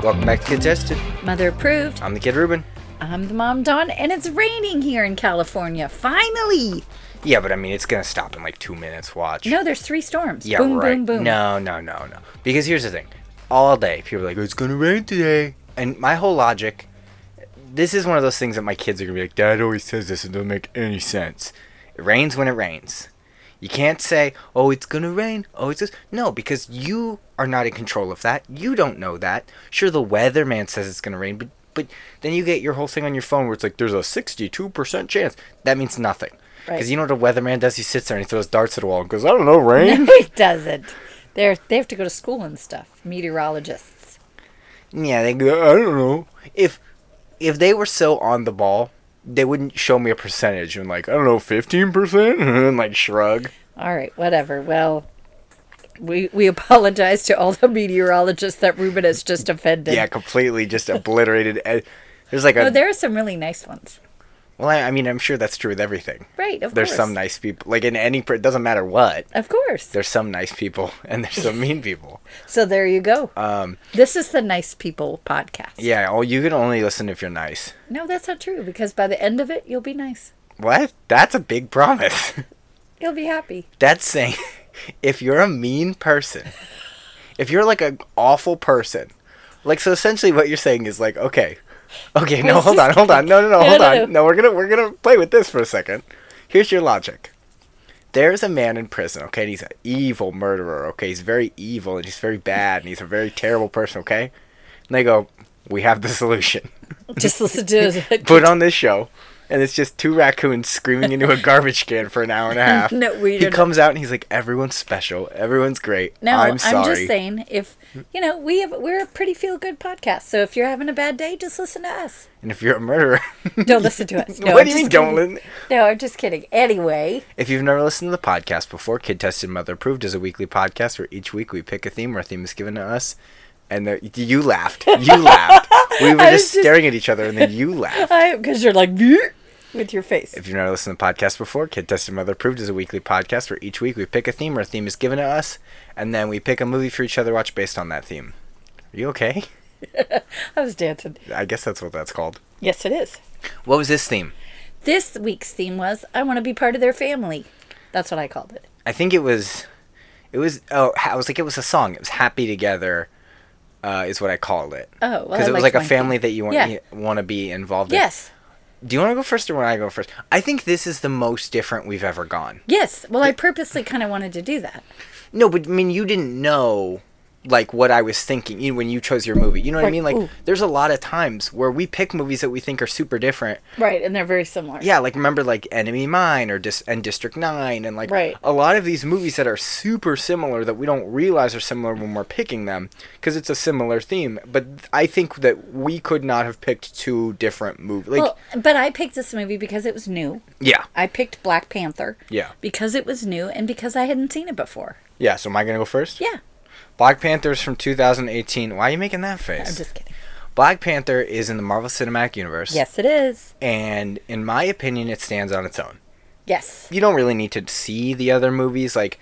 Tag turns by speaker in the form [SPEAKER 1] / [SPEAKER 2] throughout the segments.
[SPEAKER 1] Welcome back to Kids Tested.
[SPEAKER 2] Mother approved.
[SPEAKER 1] I'm the Kid Ruben.
[SPEAKER 2] I'm the mom, Dawn, and it's raining here in California. Finally.
[SPEAKER 1] Yeah, but I mean, it's gonna stop in like two minutes. Watch.
[SPEAKER 2] No, there's three storms.
[SPEAKER 1] yeah,
[SPEAKER 2] boom,
[SPEAKER 1] right.
[SPEAKER 2] boom, boom.
[SPEAKER 1] No, no, no, no. Because here's the thing: all day people are like, "It's gonna rain today," and my whole logic. This is one of those things that my kids are gonna be like, "Dad always says this. It doesn't make any sense. It rains when it rains." You can't say, "Oh, it's gonna rain." Oh, it's this. No, because you are not in control of that. You don't know that. Sure, the weatherman says it's gonna rain, but but then you get your whole thing on your phone where it's like, "There's a sixty-two percent chance." That means nothing. Because
[SPEAKER 2] Right.
[SPEAKER 1] you know what a weatherman does? He sits there and he throws darts at a wall and goes, "I don't know, rain."
[SPEAKER 2] it doesn't. They're they have to go to school and stuff. Meteorologists.
[SPEAKER 1] Yeah, they go, I don't know. If if they were so on the ball, they wouldn't show me a percentage and like, I don't know, 15% and like shrug.
[SPEAKER 2] All right, whatever. Well, we we apologize to all the meteorologists that Ruben has just offended.
[SPEAKER 1] Yeah, completely just obliterated. Eh, There's like
[SPEAKER 2] Oh,
[SPEAKER 1] a
[SPEAKER 2] there are some really nice ones.
[SPEAKER 1] Well, I, I mean, I'm sure that's true with everything.
[SPEAKER 2] Right, of
[SPEAKER 1] There's
[SPEAKER 2] course.
[SPEAKER 1] some nice people like in any pr- it doesn't matter what.
[SPEAKER 2] Of course.
[SPEAKER 1] There's some nice people and there's some mean people.
[SPEAKER 2] So there you go.
[SPEAKER 1] Um
[SPEAKER 2] this is the Nice People podcast.
[SPEAKER 1] yeah, oh, you can only listen if you're nice.
[SPEAKER 2] No, that's not true because by the end of it, you'll be nice.
[SPEAKER 1] What? That's a big promise.
[SPEAKER 2] You'll be happy.
[SPEAKER 1] That's saying if you're a mean person, if you're like an awful person, like so essentially what you're saying is like, okay, okay, no,
[SPEAKER 2] Wait,
[SPEAKER 1] hold on,
[SPEAKER 2] just-
[SPEAKER 1] hold on, no, no, no,
[SPEAKER 2] No,
[SPEAKER 1] hold
[SPEAKER 2] no, no.
[SPEAKER 1] on, no, we're gonna we're gonna play with this for a second. Here's your logic. There's a man in prison, okay, and he's an evil murderer, okay, he's very evil and he's very bad and he's a very terrible person, okay. And they go, we have the solution.
[SPEAKER 2] Just listen to it.
[SPEAKER 1] Put on this show. And it's just two raccoons screaming into a garbage can for an hour and a half.
[SPEAKER 2] No, we
[SPEAKER 1] He
[SPEAKER 2] don't-
[SPEAKER 1] comes out and he's like, "Everyone's special. Everyone's great.
[SPEAKER 2] No,
[SPEAKER 1] I'm
[SPEAKER 2] I'm,
[SPEAKER 1] sorry."
[SPEAKER 2] just saying if you know, we have we're a pretty feel good podcast. So if you're having a bad day, just listen to us.
[SPEAKER 1] And if you're a murderer,
[SPEAKER 2] Don't listen to us. No,
[SPEAKER 1] what
[SPEAKER 2] I'm
[SPEAKER 1] do you
[SPEAKER 2] just
[SPEAKER 1] mean don't
[SPEAKER 2] kidding.
[SPEAKER 1] listen?
[SPEAKER 2] No, I'm just kidding. Anyway,
[SPEAKER 1] If you've never listened to the podcast before, Kid Tested Mother Approved is a weekly podcast where each week we pick a theme or a theme is given to us. And the, you laughed. You laughed. We were
[SPEAKER 2] I was
[SPEAKER 1] just
[SPEAKER 2] just-
[SPEAKER 1] staring at each other, and then you laughed.
[SPEAKER 2] because you're like "Bleh," with your face.
[SPEAKER 1] If you've never listened to the podcast before, Kid Tested Mother Approved is a weekly podcast where each week we pick a theme or a theme is given to us, and then we pick a movie for each other to watch based on that theme. Are you okay?
[SPEAKER 2] I was dancing.
[SPEAKER 1] I guess that's what that's called.
[SPEAKER 2] Yes, it is.
[SPEAKER 1] What was this theme?
[SPEAKER 2] This week's theme was I want to be part of their family. That's what I called it.
[SPEAKER 1] I think it was, it was. Oh, ha- I was like, it was a song. It was "Happy Together," uh, is what I called it.
[SPEAKER 2] Oh, well,
[SPEAKER 1] because
[SPEAKER 2] I
[SPEAKER 1] it was like
[SPEAKER 2] liked
[SPEAKER 1] a
[SPEAKER 2] mine too.
[SPEAKER 1] family that you want
[SPEAKER 2] Yeah.
[SPEAKER 1] want to be involved
[SPEAKER 2] Yes.
[SPEAKER 1] in. Do you want to go first or want I go first? I think this is the most different we've ever gone.
[SPEAKER 2] Yes. Well, I purposely kind of wanted to do that.
[SPEAKER 1] No, but I mean, you didn't know like what I was thinking you, when you chose your movie. You know what I
[SPEAKER 2] Right,
[SPEAKER 1] mean? Like,
[SPEAKER 2] ooh.
[SPEAKER 1] there's a lot of times where we pick movies that we think are super different,
[SPEAKER 2] Right, and they're very similar.
[SPEAKER 1] Yeah, like remember like Enemy Mine or Dis- and District Nine and like
[SPEAKER 2] Right.
[SPEAKER 1] a lot of these movies that are super similar that we don't realize are similar when we're picking them because it's a similar theme. But th- I think that we could not have picked two different movies. Like
[SPEAKER 2] Well, but I picked this movie because it was new.
[SPEAKER 1] yeah,
[SPEAKER 2] I picked Black Panther.
[SPEAKER 1] Yeah.
[SPEAKER 2] Because it was new and because I hadn't seen it before.
[SPEAKER 1] yeah. So am I gonna go first?
[SPEAKER 2] Yeah.
[SPEAKER 1] Black Panther's from 2018. Why are you making that face?
[SPEAKER 2] I'm just kidding.
[SPEAKER 1] Black Panther is in the Marvel Cinematic Universe.
[SPEAKER 2] Yes, it is.
[SPEAKER 1] And in my opinion, it stands on its own.
[SPEAKER 2] Yes.
[SPEAKER 1] you don't really need to see the other movies like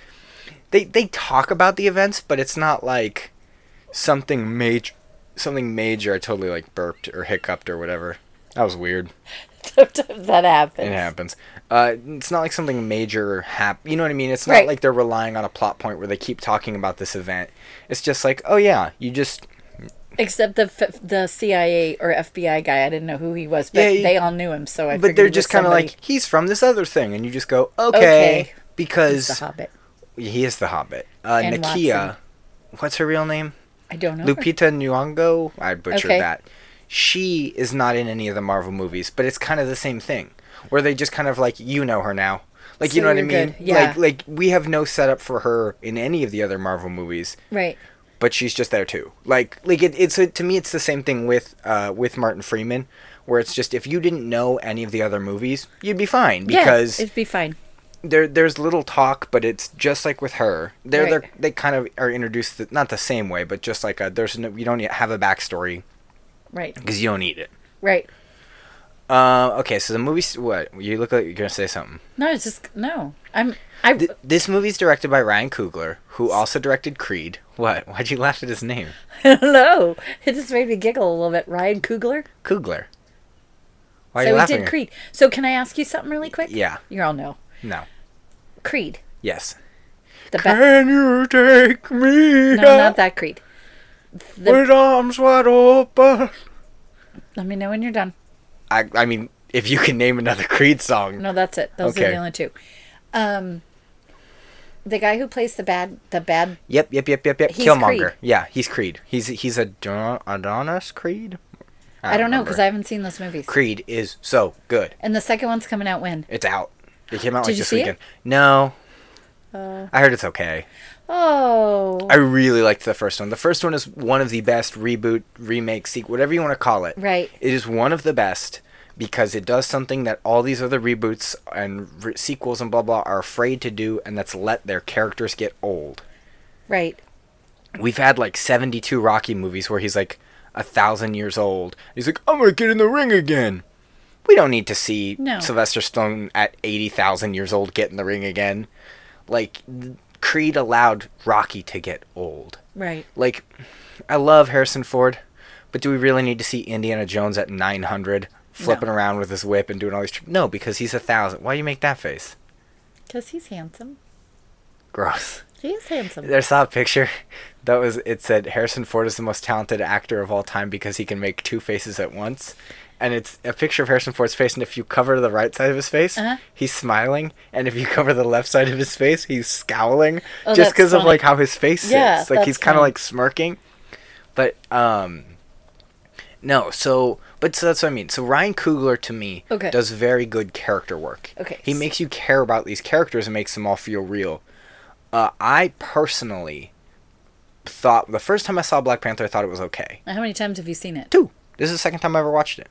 [SPEAKER 1] they they talk about the events but it's not like something major something major i totally like burped or hiccuped or whatever that was weird
[SPEAKER 2] Sometimes that happens.
[SPEAKER 1] it happens uh, it's not like something major hap you know what i mean it's not
[SPEAKER 2] Right.
[SPEAKER 1] like they're relying on a plot point where they keep talking about this event it's just like oh yeah you just
[SPEAKER 2] Except the f- the CIA or FBI guy. I didn't know who he was, but
[SPEAKER 1] Yeah, he-
[SPEAKER 2] they all knew him, so I
[SPEAKER 1] but
[SPEAKER 2] figured
[SPEAKER 1] they're
[SPEAKER 2] he was
[SPEAKER 1] just kind of
[SPEAKER 2] somebody-
[SPEAKER 1] like he's from this other thing and you just go okay,
[SPEAKER 2] Okay.
[SPEAKER 1] because
[SPEAKER 2] the Hobbit.
[SPEAKER 1] he is the hobbit uh,
[SPEAKER 2] And
[SPEAKER 1] nakia
[SPEAKER 2] Watson.
[SPEAKER 1] what's her real name
[SPEAKER 2] I don't know. her.
[SPEAKER 1] Lupita Nyong'o, I butchered
[SPEAKER 2] Okay.
[SPEAKER 1] that. She is not in any of the Marvel movies, but it's kind of the same thing, where they just kind of like you know her now, like you
[SPEAKER 2] So
[SPEAKER 1] know what I
[SPEAKER 2] you're
[SPEAKER 1] mean?
[SPEAKER 2] good, yeah.
[SPEAKER 1] Like like we have no setup for her in any of the other Marvel movies,
[SPEAKER 2] Right.
[SPEAKER 1] but she's just there too. Like like it, it's to me it's the same thing with uh with Martin Freeman, where it's just if you didn't know any of the other movies, you'd be fine because
[SPEAKER 2] yeah, it'd be fine.
[SPEAKER 1] there there's little talk, but it's just like with her. They're,
[SPEAKER 2] Right.
[SPEAKER 1] they're they kind of are introduced th- not the same way, but just like a, there's no, you don't need, have a e, backstory
[SPEAKER 2] Right.
[SPEAKER 1] because you don't need it.
[SPEAKER 2] Right.
[SPEAKER 1] Uh, okay, so the movie's what you look like you're gonna say something.
[SPEAKER 2] No, it's just no. I'm I
[SPEAKER 1] Th- this movie's directed by Ryan Coogler, who also directed Creed. What? Why'd you laugh at his name?
[SPEAKER 2] I don't know. It just made me giggle a little bit. Ryan Coogler.
[SPEAKER 1] Coogler. Why
[SPEAKER 2] so he
[SPEAKER 1] at
[SPEAKER 2] did
[SPEAKER 1] me?
[SPEAKER 2] Creed. So can I ask you something really quick?
[SPEAKER 1] Yeah.
[SPEAKER 2] You all know
[SPEAKER 1] No.
[SPEAKER 2] Creed.
[SPEAKER 1] Yes.
[SPEAKER 2] The best.
[SPEAKER 1] Can you take me
[SPEAKER 2] No, not that Creed. the-
[SPEAKER 1] with arms wide open?
[SPEAKER 2] Let me know when you're done.
[SPEAKER 1] I, I mean, if you can name another Creed song,
[SPEAKER 2] No, that's it. Those are
[SPEAKER 1] Okay.
[SPEAKER 2] the only two. Um, the guy who plays the bad, the bad.
[SPEAKER 1] Yep, yep, yep, yep, yep.
[SPEAKER 2] He's
[SPEAKER 1] Killmonger.
[SPEAKER 2] Creed.
[SPEAKER 1] Yeah, he's Creed. He's he's a Adonis Creed.
[SPEAKER 2] I, don't know
[SPEAKER 1] remember.
[SPEAKER 2] because I haven't seen those movies.
[SPEAKER 1] Creed is so good.
[SPEAKER 2] And the second one's coming out when?
[SPEAKER 1] It's out. It came out
[SPEAKER 2] Did
[SPEAKER 1] like
[SPEAKER 2] you
[SPEAKER 1] this
[SPEAKER 2] see it?
[SPEAKER 1] weekend. No,
[SPEAKER 2] Oh.
[SPEAKER 1] I heard it's okay.
[SPEAKER 2] oh.
[SPEAKER 1] I really liked the first one. The first one is one of the best reboot, remake, sequel, whatever you want to call it.
[SPEAKER 2] right.
[SPEAKER 1] It is one of the best because it does something that all these other reboots and re- sequels and blah blah are afraid to do, and that's let their characters get old.
[SPEAKER 2] Right.
[SPEAKER 1] we've had like 72 Rocky movies where he's like a thousand years old. He's like, I'm gonna get in the ring again. We don't need to see
[SPEAKER 2] No.
[SPEAKER 1] Sylvester Stone at 80,000 years old get in the ring again. Like, th- Creed allowed Rocky to get old.
[SPEAKER 2] Right.
[SPEAKER 1] Like, I love Harrison Ford, but do we really need to see Indiana Jones at 900 flipping around with his whip and doing all these? Tr- no, because he's a thousand. Why you make that face?
[SPEAKER 2] Because he's handsome.
[SPEAKER 1] Gross.
[SPEAKER 2] He is handsome.
[SPEAKER 1] I saw a picture that was it said Harrison Ford is the most talented actor of all time because he can make two faces at once. And it's a picture of Harrison Ford's face, and if you cover the right side of his face,
[SPEAKER 2] Uh-huh.
[SPEAKER 1] he's smiling, and if you cover the left side of his face, he's scowling,
[SPEAKER 2] Oh,
[SPEAKER 1] just
[SPEAKER 2] that's
[SPEAKER 1] because of
[SPEAKER 2] funny.
[SPEAKER 1] like how his face
[SPEAKER 2] Yeah,
[SPEAKER 1] sits. Like he's
[SPEAKER 2] that's
[SPEAKER 1] kind of
[SPEAKER 2] funny.
[SPEAKER 1] like smirking, but um, no. So, but so that's what I mean. So Ryan Coogler to me
[SPEAKER 2] Okay.
[SPEAKER 1] does very good character work.
[SPEAKER 2] Okay,
[SPEAKER 1] he
[SPEAKER 2] s-
[SPEAKER 1] makes you care about these characters and makes them all feel real. Uh, I personally thought the first time I saw Black Panther, I thought it was okay.
[SPEAKER 2] How many times have you seen it?
[SPEAKER 1] Two. This is the second time I ever watched it.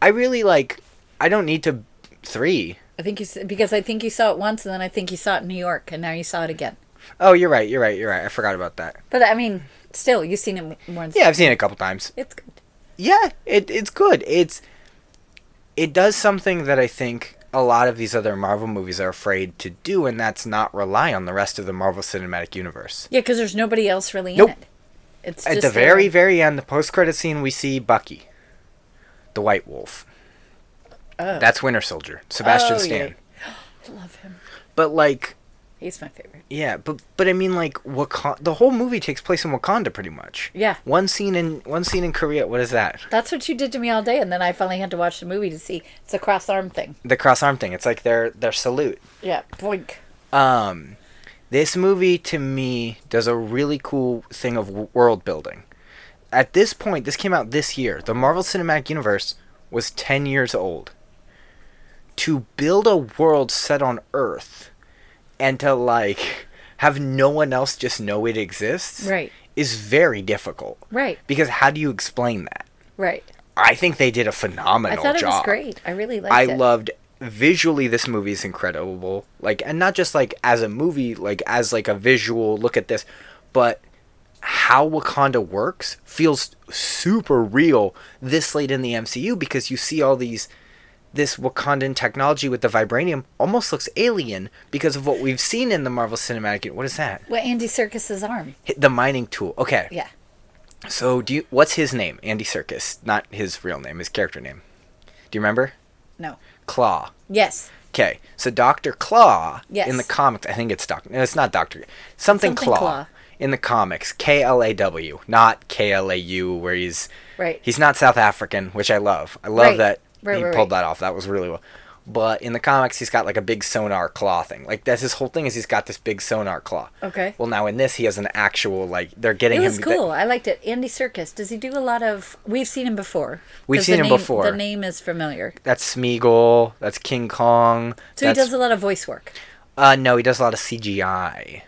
[SPEAKER 1] I really like. I don't need to. Three.
[SPEAKER 2] I think you s- because I think you saw it once, and then I think you saw it in New York, and now you saw it again.
[SPEAKER 1] Oh, you're right. You're right. You're right. I forgot about that.
[SPEAKER 2] But I mean, still, you've seen it m- more than
[SPEAKER 1] Yeah, I've seen it a couple times.
[SPEAKER 2] It's good.
[SPEAKER 1] yeah, it it's good. It's it does something that I think a lot of these other Marvel movies are afraid to do, and that's not rely on the rest of the Marvel Cinematic Universe.
[SPEAKER 2] Yeah, because there's nobody else really
[SPEAKER 1] Nope.
[SPEAKER 2] in it. It's
[SPEAKER 1] At
[SPEAKER 2] just
[SPEAKER 1] the
[SPEAKER 2] a-
[SPEAKER 1] very, very end, the post-credit scene, we see Bucky, the White Wolf.
[SPEAKER 2] Oh.
[SPEAKER 1] That's Winter Soldier, Sebastian
[SPEAKER 2] Oh, yeah.
[SPEAKER 1] Stan.
[SPEAKER 2] I love him.
[SPEAKER 1] But like,
[SPEAKER 2] He's my favorite.
[SPEAKER 1] yeah, but but I mean, like, Wakanda. The whole movie takes place in Wakanda, pretty much.
[SPEAKER 2] Yeah.
[SPEAKER 1] One scene in one scene in Korea. What is that?
[SPEAKER 2] That's what you did to me all day, and then I finally had to watch the movie to see. It's a cross arm thing.
[SPEAKER 1] The cross arm thing. It's like their their salute.
[SPEAKER 2] Yeah, boink.
[SPEAKER 1] Um, this movie to me does a really cool thing of w- world building. At this point, this came out this year. The Marvel Cinematic Universe was 10 years old. To build a world set on Earth and to like have no one else just know it exists
[SPEAKER 2] Right.
[SPEAKER 1] is very difficult.
[SPEAKER 2] Right,
[SPEAKER 1] Because how do you explain that?
[SPEAKER 2] right.
[SPEAKER 1] I think they did a
[SPEAKER 2] I
[SPEAKER 1] phenomenal
[SPEAKER 2] thought it
[SPEAKER 1] job.
[SPEAKER 2] was great. I really liked
[SPEAKER 1] I
[SPEAKER 2] it.
[SPEAKER 1] loved visually this movie is incredible. Like and not just like as a movie, like as like a visual look at this, but how Wakanda works feels super real this late in the MCU because you see all these this Wakandan technology with the vibranium almost looks alien because of what we've seen in the Marvel Cinematic. What is that?
[SPEAKER 2] Well, Andy Circus's arm.
[SPEAKER 1] The mining tool. Okay.
[SPEAKER 2] Yeah.
[SPEAKER 1] So do you what's his name? Andy Circus, not his real name, his character name. Do you remember?
[SPEAKER 2] No.
[SPEAKER 1] Claw.
[SPEAKER 2] Yes.
[SPEAKER 1] Okay, so Doctor Claw
[SPEAKER 2] Yes.
[SPEAKER 1] in the comics, I think it's Doctor. No, it's not Doctor. Something,
[SPEAKER 2] Something
[SPEAKER 1] Claw,
[SPEAKER 2] Claw.
[SPEAKER 1] in the comics, K L A W, not K L A U, where he's
[SPEAKER 2] Right.
[SPEAKER 1] He's not South African, which I love. I love
[SPEAKER 2] Right.
[SPEAKER 1] that
[SPEAKER 2] Right,
[SPEAKER 1] he
[SPEAKER 2] right,
[SPEAKER 1] pulled
[SPEAKER 2] right.
[SPEAKER 1] that off. That was really well. But in the comics, he's got like a big sonar claw thing. Like that's his whole thing is he's got this big sonar claw.
[SPEAKER 2] Okay.
[SPEAKER 1] Well, now in this, he has an actual like they're getting
[SPEAKER 2] It
[SPEAKER 1] him.
[SPEAKER 2] was
[SPEAKER 1] that-
[SPEAKER 2] cool. I liked it. Andy Circus. Does he do a lot of? We've seen him before.
[SPEAKER 1] We've
[SPEAKER 2] 'Cause
[SPEAKER 1] seen
[SPEAKER 2] the
[SPEAKER 1] him
[SPEAKER 2] name-
[SPEAKER 1] before.
[SPEAKER 2] The name is familiar.
[SPEAKER 1] that's Smeagol. That's King Kong.
[SPEAKER 2] So
[SPEAKER 1] that's
[SPEAKER 2] he does a lot of voice work.
[SPEAKER 1] Uh, no, he does a lot of CGI.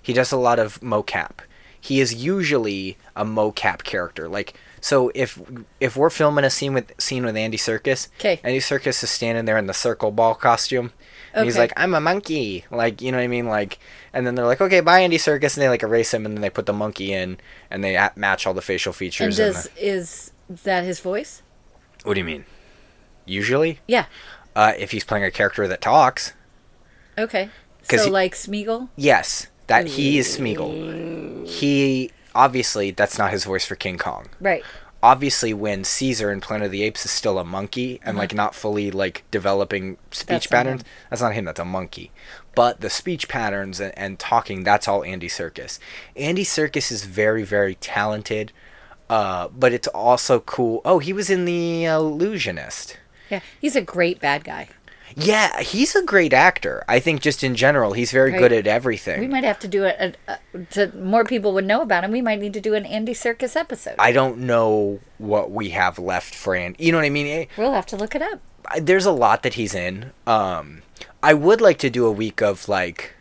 [SPEAKER 1] He does a lot of mocap. He is usually a mocap character. Like so, if if we're filming a scene with scene with Andy Circus,
[SPEAKER 2] 'Kay.
[SPEAKER 1] Andy Circus is standing there in the circle ball costume, and he's
[SPEAKER 2] Okay.
[SPEAKER 1] like, "I'm a monkey," like you know what I mean, like. And then they're like, "Okay, bye, Andy Circus," and they like erase him, and then they put the monkey in, and they a- match all the facial
[SPEAKER 2] And
[SPEAKER 1] features. And
[SPEAKER 2] does is that his voice?
[SPEAKER 1] the- what do you mean? usually.
[SPEAKER 2] Yeah.
[SPEAKER 1] Uh, if he's playing a character that talks,
[SPEAKER 2] Okay.
[SPEAKER 1] 'Cause
[SPEAKER 2] So
[SPEAKER 1] he-
[SPEAKER 2] like Smeagol?
[SPEAKER 1] yes, that he is Smeagol.
[SPEAKER 2] Mm.
[SPEAKER 1] He obviously that's not his voice for King Kong.
[SPEAKER 2] Right.
[SPEAKER 1] Obviously, when Caesar in Planet of the Apes is still a monkey and like not fully like developing speech
[SPEAKER 2] Uh-huh. That's not
[SPEAKER 1] patterns, that's not him. That's a monkey. But the speech patterns and, and talking, that's all Andy Circus. Andy Circus is very very talented, uh, but it's also cool. Oh, he was in the Illusionist.
[SPEAKER 2] Yeah. He's a great bad guy.
[SPEAKER 1] Yeah, he's a great actor. I think just in general, he's very
[SPEAKER 2] Right.
[SPEAKER 1] good at
[SPEAKER 2] We
[SPEAKER 1] everything.
[SPEAKER 2] might have to do it. an- Uh, to more people would know about him. We might need to do an Andy Circus episode.
[SPEAKER 1] I don't know what we have left for Andy. You know what I mean? Eh,
[SPEAKER 2] we'll have to look it up.
[SPEAKER 1] I- There's a lot that he's in. Um, I would like to do a week of like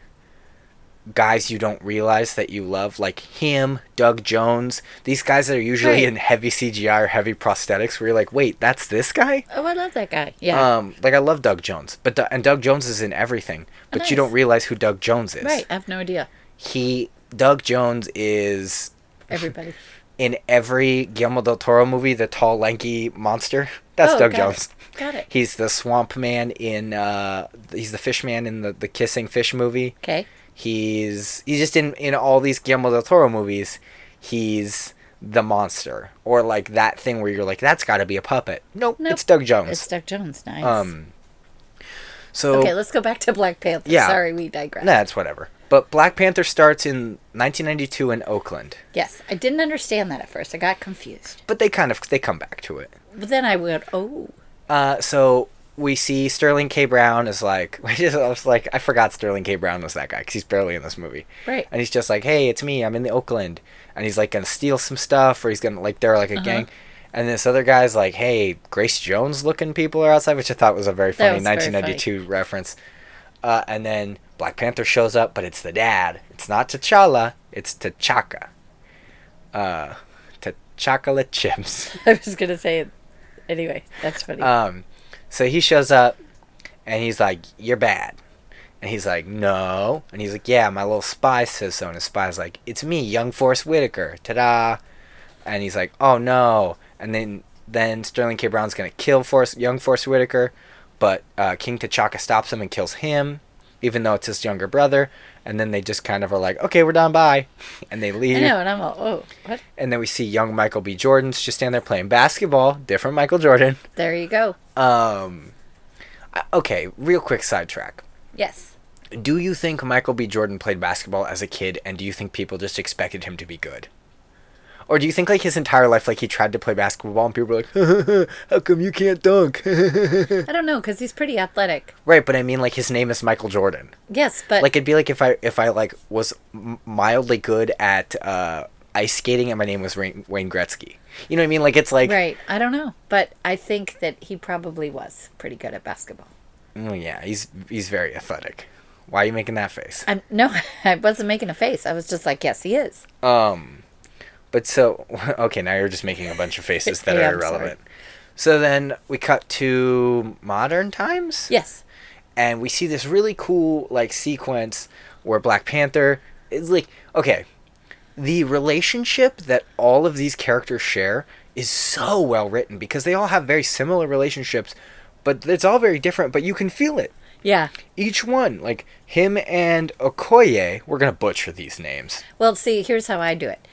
[SPEAKER 1] guys you don't realize that you love, like him, Doug Jones, these guys that are usually
[SPEAKER 2] Right.
[SPEAKER 1] in heavy CGI or heavy prosthetics, where you're like, wait, that's this guy.
[SPEAKER 2] Oh, I love that guy. Yeah.
[SPEAKER 1] Um, like I love Doug Jones, but Du- and Doug Jones is in everything, but you
[SPEAKER 2] nice.
[SPEAKER 1] don't realize who Doug Jones is.
[SPEAKER 2] right. I have no idea.
[SPEAKER 1] He Doug Jones is
[SPEAKER 2] Everybody.
[SPEAKER 1] in every Guillermo del Toro movie, the tall, lanky monster. That's
[SPEAKER 2] Oh,
[SPEAKER 1] Doug
[SPEAKER 2] got
[SPEAKER 1] Jones.
[SPEAKER 2] it. Got it.
[SPEAKER 1] He's the swamp man in uh he's the fish man in the, the kissing fish movie.
[SPEAKER 2] Okay.
[SPEAKER 1] He's he's just in in all these Guillermo del Toro movies, he's the monster or like that thing where you're like that's got to be a puppet. Nope,
[SPEAKER 2] Nope.
[SPEAKER 1] it's Doug Jones.
[SPEAKER 2] It's Doug Jones. Nice.
[SPEAKER 1] um so
[SPEAKER 2] okay, let's go back to Black Panther.
[SPEAKER 1] Yeah.
[SPEAKER 2] Sorry, we digress.
[SPEAKER 1] nah, it's whatever. But Black Panther starts in 1992 in Oakland.
[SPEAKER 2] Yes, I didn't understand that at first. I got confused.
[SPEAKER 1] But they kind of they come back to it.
[SPEAKER 2] But then I went, oh,
[SPEAKER 1] Uh, so we see Sterling K. Brown is like, I just I was like, I forgot Sterling K. Brown was that guy because he's barely in this movie.
[SPEAKER 2] Right.
[SPEAKER 1] And he's just like, hey, it's me. I'm in the Oakland, and he's like gonna steal some stuff, or he's gonna like they're like
[SPEAKER 2] Uh-huh.
[SPEAKER 1] a gang. And this other guy's like, hey, Grace Jones looking people are outside, which I thought was a very funny
[SPEAKER 2] was very
[SPEAKER 1] 1992 reference. Uh, and then Black Panther shows up, but it's the dad. It's not T'Challa. It's T'Chaka. Uh, T'Chaka Chips.
[SPEAKER 2] I was going to say it. Anyway, that's funny.
[SPEAKER 1] Um, so he shows up and he's like, You're bad. And he's like, No. And he's like, Yeah, my little spy says so. And his spy's like, It's me, young Forrest Whitaker. Ta da. And he's like, Oh no. And then then Sterling K. Brown's going to kill Forrest, young Forrest Whitaker. But uh, King T'Chaka stops him and kills him, even though it's his younger brother. And then they just kind of are like, Okay, we're done. Bye. And they leave.
[SPEAKER 2] I know, and I'm all, oh, what?
[SPEAKER 1] And then we see young Michael B. Jordan's just standing there playing basketball. Different Michael Jordan.
[SPEAKER 2] There you go.
[SPEAKER 1] Um, I- okay, real quick sidetrack.
[SPEAKER 2] Yes.
[SPEAKER 1] Do you think Michael B. Jordan played basketball as a kid, and do you think people just expected him to be good? Or do you think like his entire life, like he tried to play basketball, and people were like, "How come you can't dunk?"
[SPEAKER 2] I don't know, because he's pretty athletic.
[SPEAKER 1] right, but I mean, like his name is Michael Jordan.
[SPEAKER 2] Yes, but
[SPEAKER 1] Like it'd be like if I if I like was m- mildly good at uh, ice skating, and my name was Rain- Wayne Gretzky. You know what I mean? Like it's like,
[SPEAKER 2] Right. I don't know. But I think that he probably was pretty good at basketball.
[SPEAKER 1] oh yeah, he's he's very athletic. Why are you making that face?
[SPEAKER 2] I'm, no, I wasn't making a face. I was just like, yes, he is.
[SPEAKER 1] Um, but so okay, now you're just making a bunch of faces that
[SPEAKER 2] Yeah,
[SPEAKER 1] are
[SPEAKER 2] I'm sorry.
[SPEAKER 1] irrelevant. So then we cut to modern times,
[SPEAKER 2] Yes.
[SPEAKER 1] and we see this really cool like sequence where Black Panther is like okay, the relationship that all of these characters share is so well written because they all have very similar relationships, but it's all very different. But you can feel it.
[SPEAKER 2] Yeah.
[SPEAKER 1] Each one, like him and Okoye, we're gonna butcher these names.
[SPEAKER 2] Well, see, here's how I do it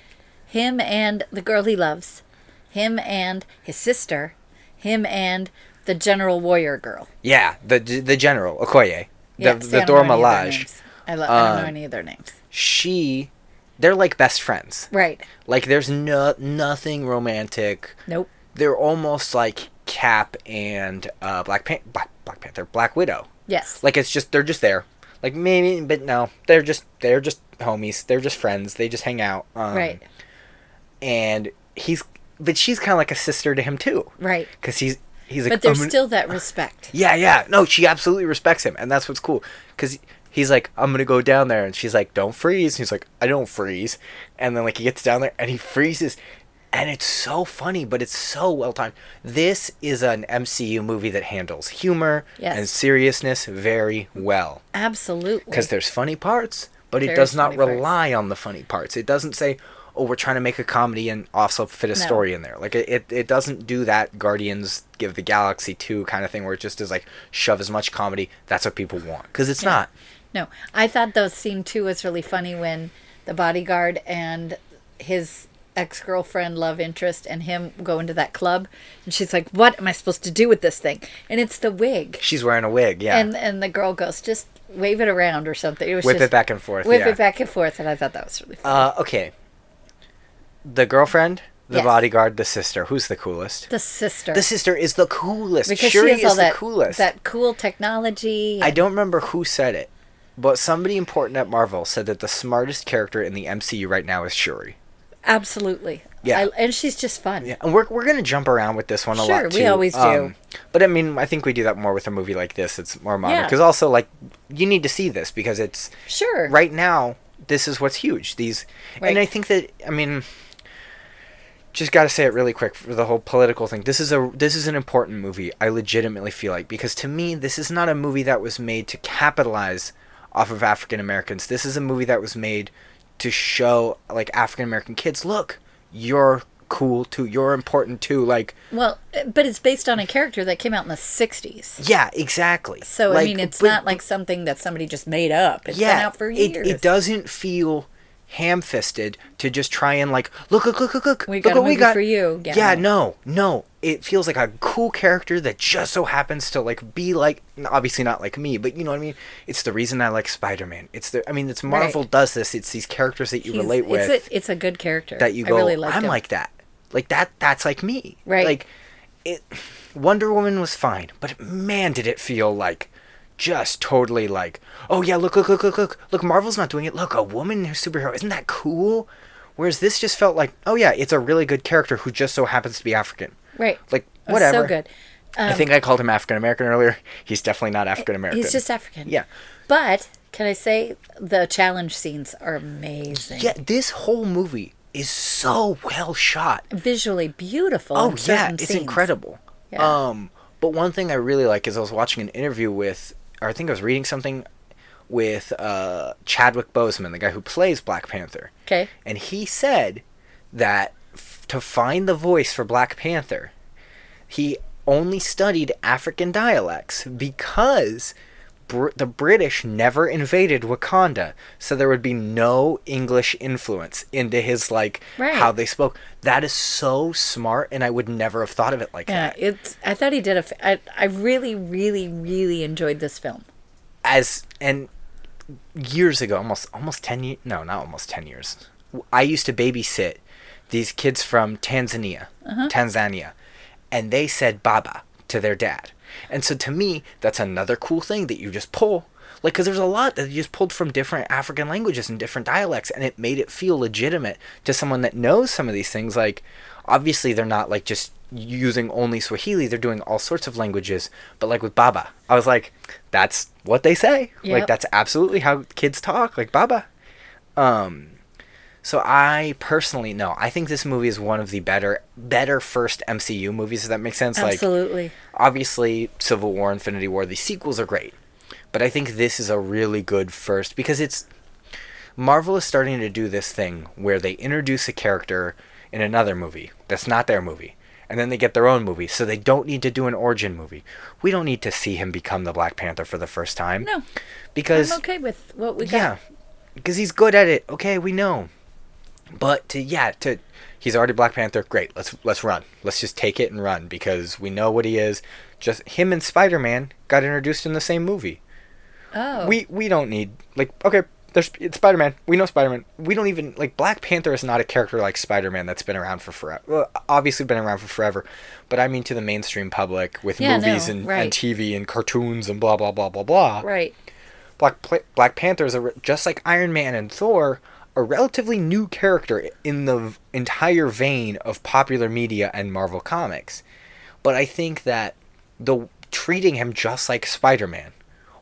[SPEAKER 2] him and the girl he loves, him and his sister, him and the general warrior girl.
[SPEAKER 1] Yeah, the the general Okoye, the
[SPEAKER 2] Yeah, see,
[SPEAKER 1] the
[SPEAKER 2] I don't
[SPEAKER 1] Dora
[SPEAKER 2] know any of their
[SPEAKER 1] Milaje.
[SPEAKER 2] names. I, lo- I don't
[SPEAKER 1] Um,
[SPEAKER 2] know any of their names.
[SPEAKER 1] She, they're like best friends.
[SPEAKER 2] Right.
[SPEAKER 1] Like there's no nothing romantic.
[SPEAKER 2] Nope.
[SPEAKER 1] They're almost like Cap and uh, Black Pan- Black Black Panther, Black Widow.
[SPEAKER 2] Yes.
[SPEAKER 1] Like it's just they're just there. Like maybe, but no, they're just they're just homies. They're just friends. They just hang out. Um,
[SPEAKER 2] right.
[SPEAKER 1] And he's, but she's kind of like a sister to him too,
[SPEAKER 2] Right.
[SPEAKER 1] because he's he's like.
[SPEAKER 2] But there's
[SPEAKER 1] "I'm an-
[SPEAKER 2] still that respect.
[SPEAKER 1] Yeah, yeah. No, she absolutely respects him, and that's what's cool. Cause he's like, I'm gonna go down there, and she's like, Don't freeze. And he's like, I don't freeze. And then like he gets down there and he freezes, and it's so funny, but it's so well timed. This is an MCU movie that handles humor
[SPEAKER 2] Yes.
[SPEAKER 1] and seriousness very well.
[SPEAKER 2] Absolutely.
[SPEAKER 1] Because there's funny parts, but it
[SPEAKER 2] There
[SPEAKER 1] does
[SPEAKER 2] is
[SPEAKER 1] not
[SPEAKER 2] funny parts.
[SPEAKER 1] rely on the funny parts. It doesn't say, oh, we're trying to make a comedy and also fit a
[SPEAKER 2] No.
[SPEAKER 1] story in there. Like it, it, it doesn't do that Guardians Give the Galaxy 2 kind of thing where it just is like shove as much comedy. That's what people want. Because it's not.
[SPEAKER 2] No, I thought the scene too was really funny when the bodyguard and his ex girlfriend, love interest, and him go into that club, and she's like, "What am I supposed to do with this thing?" And it's the wig,
[SPEAKER 1] She's wearing a wig, yeah.
[SPEAKER 2] and and the girl goes, "Just wave it around or something." It was
[SPEAKER 1] Whip
[SPEAKER 2] just,
[SPEAKER 1] it back and forth.
[SPEAKER 2] whip
[SPEAKER 1] yeah.
[SPEAKER 2] it back and forth, and I thought that was really funny.
[SPEAKER 1] Uh, okay. The girlfriend, the
[SPEAKER 2] Yes.
[SPEAKER 1] bodyguard, the sister. Who's the coolest?
[SPEAKER 2] the sister,
[SPEAKER 1] The sister is the coolest.
[SPEAKER 2] because
[SPEAKER 1] Shuri
[SPEAKER 2] she has
[SPEAKER 1] is
[SPEAKER 2] all
[SPEAKER 1] the
[SPEAKER 2] that
[SPEAKER 1] coolest.
[SPEAKER 2] that cool technology.
[SPEAKER 1] I don't remember who said it, but somebody important at Marvel said that the smartest character in the MCU right now is Shuri.
[SPEAKER 2] Absolutely,
[SPEAKER 1] Yeah.
[SPEAKER 2] I- and she's just fun.
[SPEAKER 1] Yeah, and we're we're gonna jump around with this one a
[SPEAKER 2] Sure,
[SPEAKER 1] lot.
[SPEAKER 2] we
[SPEAKER 1] too. Um,
[SPEAKER 2] always do.
[SPEAKER 1] but I mean, I think we do that more with a movie like this. It's more modern
[SPEAKER 2] Yeah.
[SPEAKER 1] because also like you need to see this because it's
[SPEAKER 2] Sure,
[SPEAKER 1] right now this is what's huge these
[SPEAKER 2] Right.
[SPEAKER 1] and i think that i mean just got to say it really quick for the whole political thing this is a this is an important movie i legitimately feel like because to me this is not a movie that was made to capitalize off of african americans this is a movie that was made to show like african american kids look you're cool too you're important too like
[SPEAKER 2] Well, but it's based on a character that came out in the '60s.
[SPEAKER 1] yeah exactly
[SPEAKER 2] So I
[SPEAKER 1] Like,
[SPEAKER 2] mean, it's
[SPEAKER 1] but-
[SPEAKER 2] not like something that somebody just made up. It's been out for
[SPEAKER 1] it-
[SPEAKER 2] years.
[SPEAKER 1] It, doesn't feel ham-fisted to just try and like look, look, look, look, look.
[SPEAKER 2] We
[SPEAKER 1] look
[SPEAKER 2] got a
[SPEAKER 1] what we
[SPEAKER 2] movie
[SPEAKER 1] got
[SPEAKER 2] for you. Yeah,
[SPEAKER 1] Yeah, no, no. It feels like a cool character that just so happens to like be like obviously not like me, but you know what I mean. It's the reason I like Spider-Man. It's the I mean, it's Marvel does this. It's these characters that you
[SPEAKER 2] He's-
[SPEAKER 1] relate with
[SPEAKER 2] It's a, it's a good character
[SPEAKER 1] that you
[SPEAKER 2] I
[SPEAKER 1] go.
[SPEAKER 2] really liked
[SPEAKER 1] I'm
[SPEAKER 2] him.
[SPEAKER 1] like that. Like that. That's like me.
[SPEAKER 2] Right.
[SPEAKER 1] Like it. Wonder Woman was fine, but man, did it feel like just totally like, oh yeah, look, look, look, look, look, look. Marvel's not doing it. Look, a woman who's superhero. Isn't that cool? Whereas this just felt like, oh yeah, it's a really good character who just so happens to be African.
[SPEAKER 2] right.
[SPEAKER 1] Like
[SPEAKER 2] It was
[SPEAKER 1] whatever.
[SPEAKER 2] So good. Um,
[SPEAKER 1] I think I called him African American earlier. He's definitely not African American.
[SPEAKER 2] He's just African.
[SPEAKER 1] Yeah.
[SPEAKER 2] But can I say the challenge scenes are amazing?
[SPEAKER 1] Yeah. This whole movie is so well shot.
[SPEAKER 2] Visually beautiful.
[SPEAKER 1] Oh
[SPEAKER 2] in
[SPEAKER 1] yeah,
[SPEAKER 2] certain
[SPEAKER 1] it's
[SPEAKER 2] scenes.
[SPEAKER 1] incredible.
[SPEAKER 2] Yeah.
[SPEAKER 1] Um, but one thing I really like is I was watching an interview with, or I think I was reading something with uh, Chadwick Boseman, the guy who plays Black Panther,
[SPEAKER 2] Okay.
[SPEAKER 1] and he said that f- to find the voice for Black Panther, he only studied African dialects because. Br- the British never invaded Wakanda, so there would be no English influence into his like
[SPEAKER 2] Right.
[SPEAKER 1] how they spoke. That is so smart, and I would never have thought of it like
[SPEAKER 2] Yeah,
[SPEAKER 1] that.
[SPEAKER 2] it's. I thought he did a. f- I, I really, really, really enjoyed this film.
[SPEAKER 1] As and years ago, almost almost ten years, no, not almost ten years. I used to babysit these kids from Tanzania, Tanzania, and they said "baba" to their dad, and so to me, that's another cool thing that you just pull. Like, because there's a lot that you just pulled from different African languages and different dialects, and it made it feel legitimate to someone that knows some of these things. Like, obviously, they're not like just using only Swahili, they're doing all sorts of languages. But, like, with Baba, I was like, that's what they say.
[SPEAKER 2] Yep.
[SPEAKER 1] Like, that's absolutely how kids talk, like Baba. Um, so I personally no, I think this movie is one of the better better first MCU movies. If that makes sense, like
[SPEAKER 2] Absolutely.
[SPEAKER 1] obviously Civil War, Infinity War, the sequels are great, but I think this is a really good first because it's Marvel is starting to do this thing where they introduce a character in another movie that's not their movie. And then they get their own movie, so they don't need to do an origin movie. We don't need to see him become the Black Panther for the first time.
[SPEAKER 2] No,
[SPEAKER 1] because
[SPEAKER 2] I'm okay with what we got.
[SPEAKER 1] yeah, because he's good at it. Okay, we know. But to yeah, to he's already Black Panther. Great, let's let's run. Let's just take it and run because we know what he is. Just him and Spider Man got introduced in the same movie.
[SPEAKER 2] Oh.
[SPEAKER 1] We we don't need like okay, there's it's Spider Man. We know Spider Man. We don't even like Black Panther is not a character like Spider Man that's been around for forever. Well, obviously been around for forever, but I mean to the mainstream public with
[SPEAKER 2] Yeah,
[SPEAKER 1] movies
[SPEAKER 2] no,
[SPEAKER 1] and,
[SPEAKER 2] right.
[SPEAKER 1] and TV and cartoons and blah blah blah blah blah.
[SPEAKER 2] right.
[SPEAKER 1] Black Pla- Black Panther is a re- just like Iron Man and Thor, a relatively new character in the v- entire vein of popular media and Marvel comics. But I think that the treating him just like Spider-Man